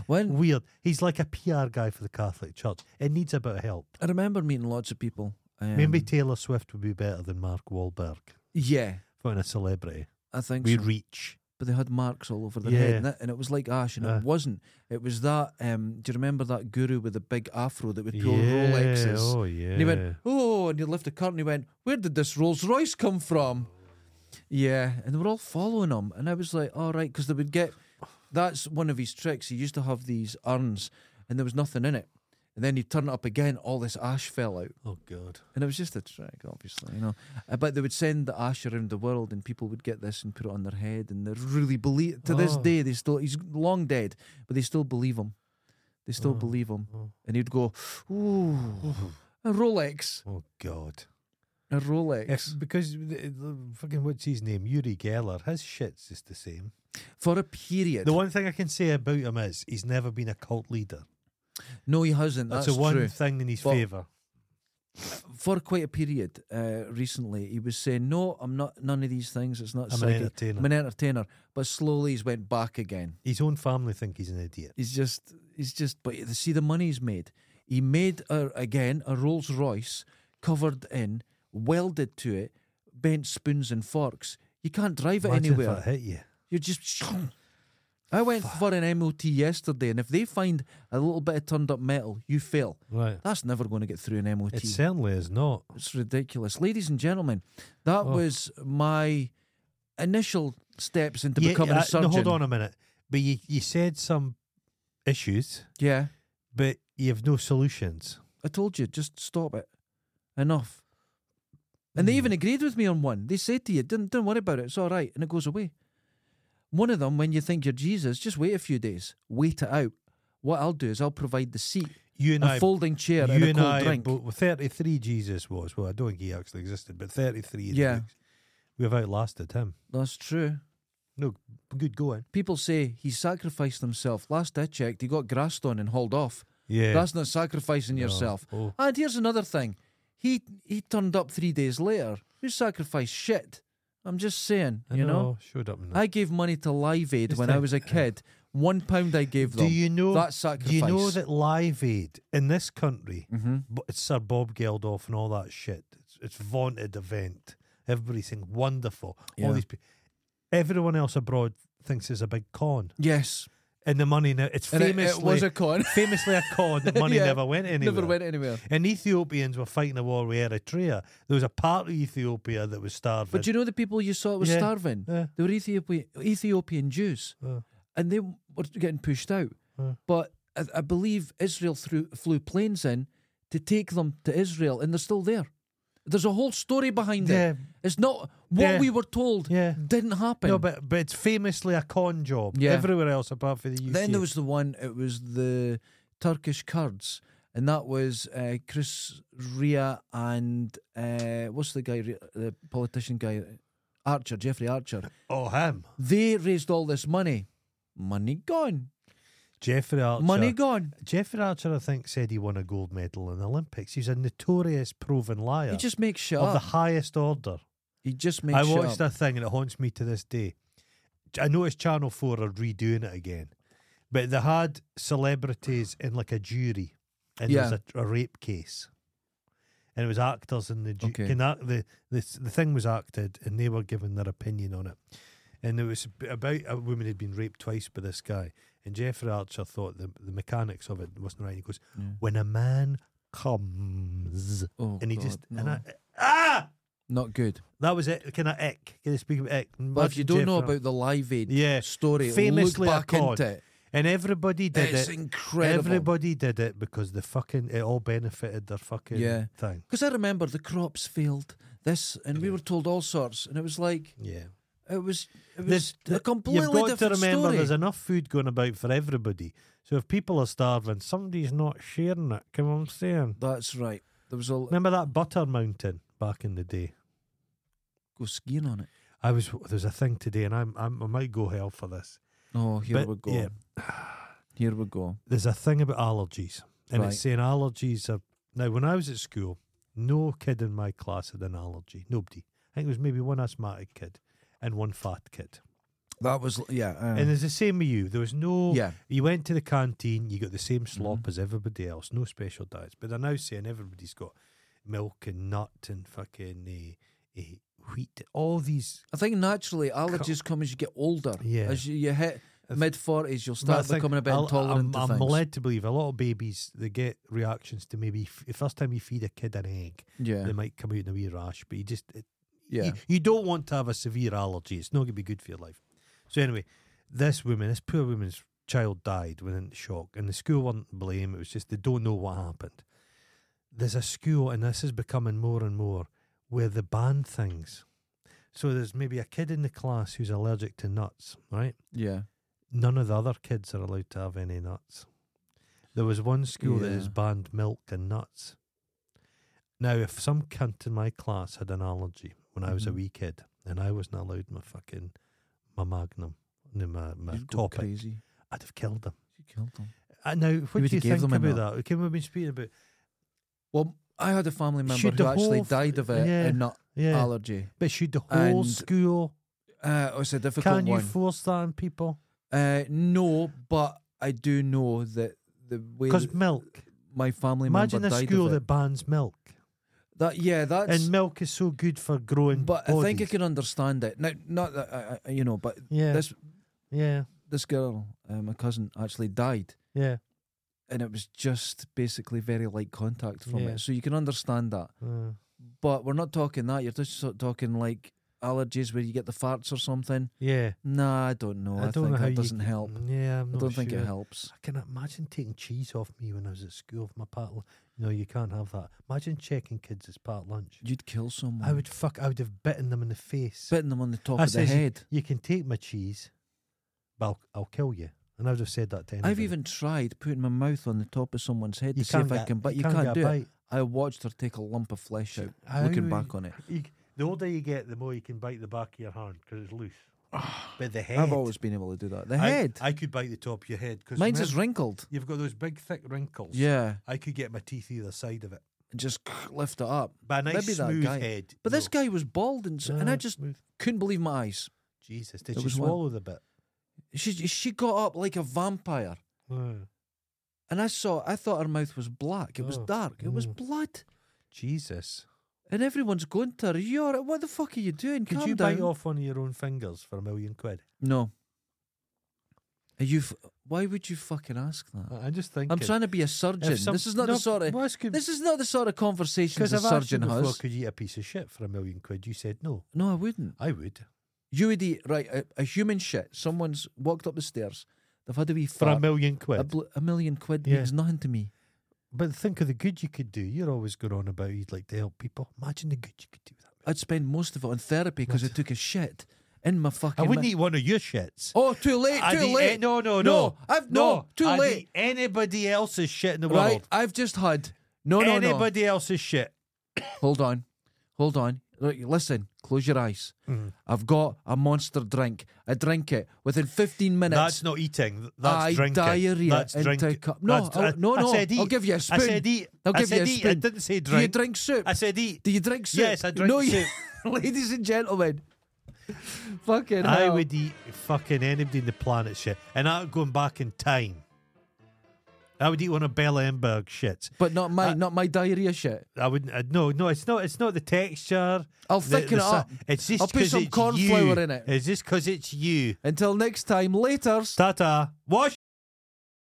[SPEAKER 2] when
[SPEAKER 1] weird. He's like a PR guy for the Catholic Church. It needs a bit of help.
[SPEAKER 2] I remember meeting lots of people. Um,
[SPEAKER 1] Maybe Taylor Swift would be better than Mark Wahlberg
[SPEAKER 2] Yeah,
[SPEAKER 1] for a celebrity.
[SPEAKER 2] I think
[SPEAKER 1] We
[SPEAKER 2] so.
[SPEAKER 1] reach.
[SPEAKER 2] but they had marks all over their head,
[SPEAKER 1] Yeah.
[SPEAKER 2] and, that, and it was like ash, and
[SPEAKER 1] Uh.
[SPEAKER 2] it wasn't. It was that. Um, do you remember that guru with the big afro that would pull
[SPEAKER 1] yeah.
[SPEAKER 2] Rolexes?
[SPEAKER 1] Oh, yeah.
[SPEAKER 2] And he went, oh, and he lifted the curtain. He went, where did this Rolls Royce come from? Yeah, and they were all following him, and I was like, all right, because they would get. That's one of his tricks. He used to have these urns, and there was nothing in it, and then he'd turn it up again. All this ash fell out.
[SPEAKER 1] oh, God.
[SPEAKER 2] And it was just a trick, obviously, you know. Uh, But they would send the ash around the world, and people would get this and put it on their head, and they really believe. To this
[SPEAKER 1] Oh.
[SPEAKER 2] day, they still he's long dead, but they still believe him. They still
[SPEAKER 1] Oh,
[SPEAKER 2] believe him,
[SPEAKER 1] oh.
[SPEAKER 2] and he'd go, "Ooh, a Rolex,
[SPEAKER 1] Oh, God.
[SPEAKER 2] a Rolex."
[SPEAKER 1] Yes, because the, the, fucking what's his name, Yuri Geller, his shit's just the same.
[SPEAKER 2] For a period,
[SPEAKER 1] The one thing I can say about him is he's never been a cult leader.
[SPEAKER 2] no, he hasn't.
[SPEAKER 1] That's,
[SPEAKER 2] That's,
[SPEAKER 1] the one
[SPEAKER 2] true.
[SPEAKER 1] thing in his
[SPEAKER 2] But-
[SPEAKER 1] favour.
[SPEAKER 2] For quite a period, uh, recently, he was saying, "No, I'm not. None of these things. It's not.
[SPEAKER 1] I'm an
[SPEAKER 2] psychic.
[SPEAKER 1] entertainer."
[SPEAKER 2] I'm an entertainer." But slowly, he's went back again.
[SPEAKER 1] His own family think he's an idiot.
[SPEAKER 2] He's just, he's just. But you see, the money he's made. He made a, again a Rolls Royce covered in, welded to it, bent spoons and forks. You can't drive it
[SPEAKER 1] Imagine
[SPEAKER 2] anywhere.
[SPEAKER 1] if that hit you.
[SPEAKER 2] You're just. *sniffs* I went for an MOT yesterday, and if they find a little bit of turned up metal, you fail.
[SPEAKER 1] Right.
[SPEAKER 2] That's never going to get through an MOT.
[SPEAKER 1] It certainly is not.
[SPEAKER 2] It's ridiculous. Ladies and gentlemen, that
[SPEAKER 1] Oh.
[SPEAKER 2] was my initial steps into
[SPEAKER 1] Yeah,
[SPEAKER 2] becoming
[SPEAKER 1] uh,
[SPEAKER 2] a surgeon.
[SPEAKER 1] No, hold on a minute. But you, you said some issues,
[SPEAKER 2] Yeah.
[SPEAKER 1] but you have no solutions.
[SPEAKER 2] I told you, just stop it. Enough. And
[SPEAKER 1] Hmm.
[SPEAKER 2] they even agreed with me on one. They say to you, don't, don't worry about it, it's all right. And it goes away. One of them, when you think you're Jesus, just wait a few days, wait it out. What I'll do is I'll provide the seat,
[SPEAKER 1] You and
[SPEAKER 2] a
[SPEAKER 1] I,
[SPEAKER 2] folding chair,
[SPEAKER 1] you
[SPEAKER 2] and a
[SPEAKER 1] and
[SPEAKER 2] cold
[SPEAKER 1] I,
[SPEAKER 2] drink.
[SPEAKER 1] bo- 33 Jesus was. Well, I don't think he actually existed, but 33 is
[SPEAKER 2] Yeah.
[SPEAKER 1] We have outlasted him.
[SPEAKER 2] That's true.
[SPEAKER 1] No, good going.
[SPEAKER 2] People say he sacrificed himself. Last I checked, he got grassed on and hauled off.
[SPEAKER 1] Yeah.
[SPEAKER 2] That's not sacrificing
[SPEAKER 1] No.
[SPEAKER 2] yourself.
[SPEAKER 1] Oh.
[SPEAKER 2] And here's another thing. He he turned up three days later. Who sacrificed shit? I'm just saying,
[SPEAKER 1] I
[SPEAKER 2] you know.
[SPEAKER 1] Showed up. in that.
[SPEAKER 2] I gave money to Live Aid
[SPEAKER 1] Just
[SPEAKER 2] when I
[SPEAKER 1] think-
[SPEAKER 2] was a kid. One pound I gave
[SPEAKER 1] do
[SPEAKER 2] them.
[SPEAKER 1] you know
[SPEAKER 2] that sacrifice?
[SPEAKER 1] Do you know that Live Aid in this country,
[SPEAKER 2] hmm
[SPEAKER 1] but it's Sir Bob Geldof and all that shit. It's, it's vaunted event. Everybody's saying wonderful.
[SPEAKER 2] Yeah.
[SPEAKER 1] All these people. Everyone else abroad thinks it's a big con,
[SPEAKER 2] Yes,
[SPEAKER 1] and the money now it's
[SPEAKER 2] and it,
[SPEAKER 1] famously
[SPEAKER 2] it was a *laughs* con.
[SPEAKER 1] famously a con that money
[SPEAKER 2] *laughs* Yeah.
[SPEAKER 1] never went anywhere.
[SPEAKER 2] Never went anywhere.
[SPEAKER 1] And Ethiopians were fighting a war with Eritrea. There was a part of Ethiopia that was starving.
[SPEAKER 2] But do you know the people you saw that was
[SPEAKER 1] Yeah.
[SPEAKER 2] starving?
[SPEAKER 1] Yeah.
[SPEAKER 2] They were Ethiopian, Ethiopian Jews,
[SPEAKER 1] Uh.
[SPEAKER 2] and they were getting pushed out.
[SPEAKER 1] Uh.
[SPEAKER 2] But I, I believe Israel threw, flew planes in to take them to Israel, and they're still there. There's a whole story behind
[SPEAKER 1] Yeah.
[SPEAKER 2] it. It's not what
[SPEAKER 1] Yeah.
[SPEAKER 2] we were told
[SPEAKER 1] Yeah.
[SPEAKER 2] didn't happen.
[SPEAKER 1] no, but but it's famously a con job.
[SPEAKER 2] Yeah.
[SPEAKER 1] Everywhere else apart from the UK.
[SPEAKER 2] Then there was the one. It was the Turkish Kurds, and that was uh, Chris Ria and uh, what's the guy, Ria- the politician guy, Archer, Jeffrey Archer.
[SPEAKER 1] oh him,
[SPEAKER 2] They raised all this money. Money gone.
[SPEAKER 1] Jeffrey Archer.
[SPEAKER 2] Money gone.
[SPEAKER 1] Jeffrey Archer, I think, said he won a gold medal in the Olympics. He's a notorious proven liar
[SPEAKER 2] He just makes shit
[SPEAKER 1] of the
[SPEAKER 2] up.
[SPEAKER 1] highest order.
[SPEAKER 2] He just makes
[SPEAKER 1] I
[SPEAKER 2] shit
[SPEAKER 1] watched
[SPEAKER 2] up.
[SPEAKER 1] a thing and it haunts me to this day. I noticed Channel 4 are redoing it again, but they had celebrities in like a jury and there was a, a rape case. And it was actors in the, ju-
[SPEAKER 2] Okay.
[SPEAKER 1] and that, the, the the thing was acted and they were giving their opinion on it. And it was ab- about a woman who'd been raped twice by this guy. And Jeffrey Archer thought the, the mechanics of it wasn't right. He goes,
[SPEAKER 2] Yeah.
[SPEAKER 1] When a man comes,
[SPEAKER 2] Oh,
[SPEAKER 1] and he
[SPEAKER 2] God,
[SPEAKER 1] just, and
[SPEAKER 2] no.
[SPEAKER 1] I, ah!
[SPEAKER 2] not good.
[SPEAKER 1] That was it. Can I ick? Can I speak of ick?
[SPEAKER 2] But if you don't know about the Live Aid
[SPEAKER 1] Yeah.
[SPEAKER 2] story,
[SPEAKER 1] Famously a
[SPEAKER 2] look back
[SPEAKER 1] con.
[SPEAKER 2] into it.
[SPEAKER 1] and everybody did
[SPEAKER 2] It's
[SPEAKER 1] it.
[SPEAKER 2] incredible.
[SPEAKER 1] Everybody did it because the fucking it all benefited their fucking
[SPEAKER 2] Yeah.
[SPEAKER 1] thing.
[SPEAKER 2] Because I remember the crops failed, this, and we
[SPEAKER 1] Yeah.
[SPEAKER 2] were told all sorts, and it was like
[SPEAKER 1] Yeah,
[SPEAKER 2] it was it
[SPEAKER 1] This-
[SPEAKER 2] was a completely
[SPEAKER 1] you've got to
[SPEAKER 2] different
[SPEAKER 1] remember
[SPEAKER 2] story.
[SPEAKER 1] there's enough food going about for everybody. So if people are starving, somebody's not sharing it. Come on, I'm saying.
[SPEAKER 2] That's right. There was a l-
[SPEAKER 1] Remember that butter mountain back in the day.
[SPEAKER 2] go skiing on it.
[SPEAKER 1] I was there's a thing today, and I'm, I'm I might go hell for this.
[SPEAKER 2] Oh, here
[SPEAKER 1] But,
[SPEAKER 2] we go.
[SPEAKER 1] yeah.
[SPEAKER 2] Here we go.
[SPEAKER 1] there's a thing about allergies, and
[SPEAKER 2] Right.
[SPEAKER 1] it's saying allergies are now. When I was at school, no kid in my class had an allergy. Nobody. I think it was maybe one asthmatic kid and one fat kid.
[SPEAKER 2] That was yeah. Uh,
[SPEAKER 1] And it's the same with you. There was no.
[SPEAKER 2] yeah. Mm-hmm.
[SPEAKER 1] You went to the canteen, you got the same slop as everybody else. No special diets, but they're now saying everybody's got milk and nut and fucking eh, eh, wheat, all these.
[SPEAKER 2] I think naturally allergies come as you get older.
[SPEAKER 1] Yeah.
[SPEAKER 2] As you, you hit mid forties, you'll start
[SPEAKER 1] I think
[SPEAKER 2] becoming a bit
[SPEAKER 1] I'll-
[SPEAKER 2] intolerant
[SPEAKER 1] I'm,
[SPEAKER 2] to
[SPEAKER 1] I'm
[SPEAKER 2] things.
[SPEAKER 1] led to believe a lot of babies they get reactions to maybe f- the first time you feed a kid an egg,
[SPEAKER 2] yeah,
[SPEAKER 1] they might come out in a wee rash. But you just it,
[SPEAKER 2] yeah.
[SPEAKER 1] You, you don't want to have a severe allergy. It's not going to be good for your life. So anyway, this woman, this poor woman's child died within the shock, and the school weren't to blame. It was just they don't know what happened. There's a school, and this is becoming more and more where they ban things. So there's maybe a kid in the class who's allergic to nuts, right?
[SPEAKER 2] yeah,
[SPEAKER 1] None of the other kids are allowed to have any nuts. There was one school that
[SPEAKER 2] Yeah.
[SPEAKER 1] has banned milk and nuts. Now, if some cunt in my class had an allergy when I was a
[SPEAKER 2] Mhm.
[SPEAKER 1] wee kid and I wasn't allowed my fucking my magnum, no, my, my
[SPEAKER 2] You'd go
[SPEAKER 1] topic,
[SPEAKER 2] crazy.
[SPEAKER 1] I'd have killed them.
[SPEAKER 2] You killed them.
[SPEAKER 1] Uh, now, what
[SPEAKER 2] would
[SPEAKER 1] do you
[SPEAKER 2] have gave
[SPEAKER 1] think
[SPEAKER 2] them a
[SPEAKER 1] about
[SPEAKER 2] nut.
[SPEAKER 1] that? Okay, we've been speaking about
[SPEAKER 2] Well, I had a family member
[SPEAKER 1] Should
[SPEAKER 2] who
[SPEAKER 1] the
[SPEAKER 2] actually
[SPEAKER 1] whole f-
[SPEAKER 2] died of a,
[SPEAKER 1] yeah.
[SPEAKER 2] a nut
[SPEAKER 1] yeah,
[SPEAKER 2] allergy.
[SPEAKER 1] but should the whole
[SPEAKER 2] and
[SPEAKER 1] school
[SPEAKER 2] Uh, it was a difficult
[SPEAKER 1] can you
[SPEAKER 2] one.
[SPEAKER 1] force that on people?
[SPEAKER 2] uh, no, but I do know that the way
[SPEAKER 1] Because
[SPEAKER 2] that
[SPEAKER 1] milk.
[SPEAKER 2] my family
[SPEAKER 1] Imagine
[SPEAKER 2] member
[SPEAKER 1] a
[SPEAKER 2] died
[SPEAKER 1] school
[SPEAKER 2] of it,
[SPEAKER 1] that bans milk,
[SPEAKER 2] that yeah, that's.
[SPEAKER 1] and milk is so good for growing.
[SPEAKER 2] but I think I
[SPEAKER 1] bodies.
[SPEAKER 2] can understand it. Now, not that I, I, you know, but
[SPEAKER 1] Yeah.
[SPEAKER 2] this
[SPEAKER 1] yeah.
[SPEAKER 2] this girl, uh, my cousin, actually died,
[SPEAKER 1] Yeah.
[SPEAKER 2] and it was just basically very light contact from
[SPEAKER 1] Yeah.
[SPEAKER 2] it. So you can understand that.
[SPEAKER 1] Uh,
[SPEAKER 2] But we're not talking that. You're just sort of talking like allergies where you get the farts or something.
[SPEAKER 1] yeah.
[SPEAKER 2] Nah, I don't know. Oh, I,
[SPEAKER 1] don't
[SPEAKER 2] think
[SPEAKER 1] know how
[SPEAKER 2] that
[SPEAKER 1] you
[SPEAKER 2] doesn't
[SPEAKER 1] c-
[SPEAKER 2] help.
[SPEAKER 1] Yeah, I'm
[SPEAKER 2] I
[SPEAKER 1] not
[SPEAKER 2] don't think
[SPEAKER 1] sure.
[SPEAKER 2] it helps.
[SPEAKER 1] I can imagine taking cheese off me when I was at school with my part. lu- No, you can't have that. Imagine checking kids as part lunch.
[SPEAKER 2] You'd kill someone.
[SPEAKER 1] I would fuck. I would have bitten them in the face.
[SPEAKER 2] spitting them on the top
[SPEAKER 1] I
[SPEAKER 2] of the
[SPEAKER 1] says you-
[SPEAKER 2] head.
[SPEAKER 1] you can take my cheese, but I'll, I'll kill you. And I would have said that to anybody.
[SPEAKER 2] I've even tried putting my mouth on the top of someone's head
[SPEAKER 1] You
[SPEAKER 2] to see
[SPEAKER 1] can't
[SPEAKER 2] if I
[SPEAKER 1] get-
[SPEAKER 2] can, but
[SPEAKER 1] you
[SPEAKER 2] you
[SPEAKER 1] can't
[SPEAKER 2] can't,
[SPEAKER 1] get a
[SPEAKER 2] do it.
[SPEAKER 1] bite.
[SPEAKER 2] I watched her take a lump of flesh out.
[SPEAKER 1] How
[SPEAKER 2] looking
[SPEAKER 1] would-
[SPEAKER 2] back on it,
[SPEAKER 1] You, c- the older you get, the more you can bite the back of your hand because it's
[SPEAKER 2] *sighs*
[SPEAKER 1] loose. but the head.
[SPEAKER 2] I've always been able to do that. The
[SPEAKER 1] I-
[SPEAKER 2] head,
[SPEAKER 1] I, could bite the top of your head because
[SPEAKER 2] mine's is wrinkled.
[SPEAKER 1] You've got those big, thick wrinkles.
[SPEAKER 2] Yeah,
[SPEAKER 1] I could get my teeth either side of it.
[SPEAKER 2] and just *clears throat* lift it up.
[SPEAKER 1] But a nice
[SPEAKER 2] Maybe that
[SPEAKER 1] smooth
[SPEAKER 2] guy.
[SPEAKER 1] head.
[SPEAKER 2] But this
[SPEAKER 1] no.
[SPEAKER 2] guy was bald, and, s and I
[SPEAKER 1] Ah,
[SPEAKER 2] just
[SPEAKER 1] smooth.
[SPEAKER 2] couldn't believe my eyes.
[SPEAKER 1] Jesus, did
[SPEAKER 2] It
[SPEAKER 1] she
[SPEAKER 2] was one-
[SPEAKER 1] swallow the bit?
[SPEAKER 2] She she got up like a vampire, and I saw. I thought her mouth was black. It was
[SPEAKER 1] Oh,
[SPEAKER 2] dark. It was
[SPEAKER 1] mm.
[SPEAKER 2] blood.
[SPEAKER 1] Jesus.
[SPEAKER 2] And everyone's going to her. You're all right? what the fuck are you doing?
[SPEAKER 1] Could
[SPEAKER 2] Calm
[SPEAKER 1] you
[SPEAKER 2] down.
[SPEAKER 1] bite off one of your own fingers for a million quid?
[SPEAKER 2] No. Are you? F- why would you fucking ask that?
[SPEAKER 1] I- I'm just thinking.
[SPEAKER 2] Uh, I'm trying to be a surgeon. this is not the sort of. This is not the sort of conversation a
[SPEAKER 1] Because I've asked you
[SPEAKER 2] surgeon
[SPEAKER 1] before,
[SPEAKER 2] has.
[SPEAKER 1] could you eat a piece of shit for a million quid? You said no.
[SPEAKER 2] No, I wouldn't.
[SPEAKER 1] I would.
[SPEAKER 2] You would eat right a, a human shit. Someone's walked up the stairs. They've had a wee
[SPEAKER 1] For a
[SPEAKER 2] fart.
[SPEAKER 1] million quid.
[SPEAKER 2] A, bl- a million quid
[SPEAKER 1] Yeah.
[SPEAKER 2] means nothing to me.
[SPEAKER 1] but think of the good you could do. You're always going on about you'd like to help people. Imagine the good you could do with that.
[SPEAKER 2] I'd spend most of it on therapy because I took a shit in my fucking.
[SPEAKER 1] I wouldn't
[SPEAKER 2] mou-
[SPEAKER 1] eat one of your shits.
[SPEAKER 2] Oh, too late!
[SPEAKER 1] I'd
[SPEAKER 2] Too
[SPEAKER 1] eat
[SPEAKER 2] late!
[SPEAKER 1] a- no, no,
[SPEAKER 2] No,
[SPEAKER 1] no.
[SPEAKER 2] I've- no, too
[SPEAKER 1] I'd
[SPEAKER 2] late.
[SPEAKER 1] eat anybody else's shit in the
[SPEAKER 2] right?
[SPEAKER 1] world.
[SPEAKER 2] I've just had. No, no, no.
[SPEAKER 1] anybody else's shit.
[SPEAKER 2] Hold on. Hold on. Look, Listen, close your eyes.
[SPEAKER 1] Mm.
[SPEAKER 2] I've got a monster drink. I drink it within 15 minutes.
[SPEAKER 1] That's not eating. th- That's
[SPEAKER 2] I
[SPEAKER 1] drinking.
[SPEAKER 2] diarrhea
[SPEAKER 1] That's
[SPEAKER 2] into
[SPEAKER 1] drinking.
[SPEAKER 2] a cup. No,
[SPEAKER 1] That's-
[SPEAKER 2] I'll- no, no,
[SPEAKER 1] I said eat.
[SPEAKER 2] I'll give you a spoon.
[SPEAKER 1] I said eat.
[SPEAKER 2] I'll give
[SPEAKER 1] I
[SPEAKER 2] you
[SPEAKER 1] said
[SPEAKER 2] a
[SPEAKER 1] eat. I
[SPEAKER 2] spoon.
[SPEAKER 1] didn't say
[SPEAKER 2] Do you
[SPEAKER 1] drink.
[SPEAKER 2] drink soup?
[SPEAKER 1] I said eat.
[SPEAKER 2] Do you drink soup?
[SPEAKER 1] Yes, I drink
[SPEAKER 2] no, you-
[SPEAKER 1] soup.
[SPEAKER 2] *laughs* Ladies and gentlemen, *laughs* fucking
[SPEAKER 1] I
[SPEAKER 2] hell.
[SPEAKER 1] would eat fucking anybody in the planet shit, and I'm going back in time. I would eat one of Bella Enberg shits.
[SPEAKER 2] But not my,
[SPEAKER 1] I-
[SPEAKER 2] not my diarrhea shit.
[SPEAKER 1] I wouldn't. I'd, no, no, it's not. It's not the texture.
[SPEAKER 2] I'll
[SPEAKER 1] the-
[SPEAKER 2] thicken
[SPEAKER 1] the
[SPEAKER 2] it
[SPEAKER 1] si- It's just
[SPEAKER 2] up. I'll put
[SPEAKER 1] 'cause
[SPEAKER 2] some
[SPEAKER 1] it's
[SPEAKER 2] corn
[SPEAKER 1] you.
[SPEAKER 2] flour in it.
[SPEAKER 1] It's just because it's you.
[SPEAKER 2] Until next time, later.
[SPEAKER 1] Ta ta. Wash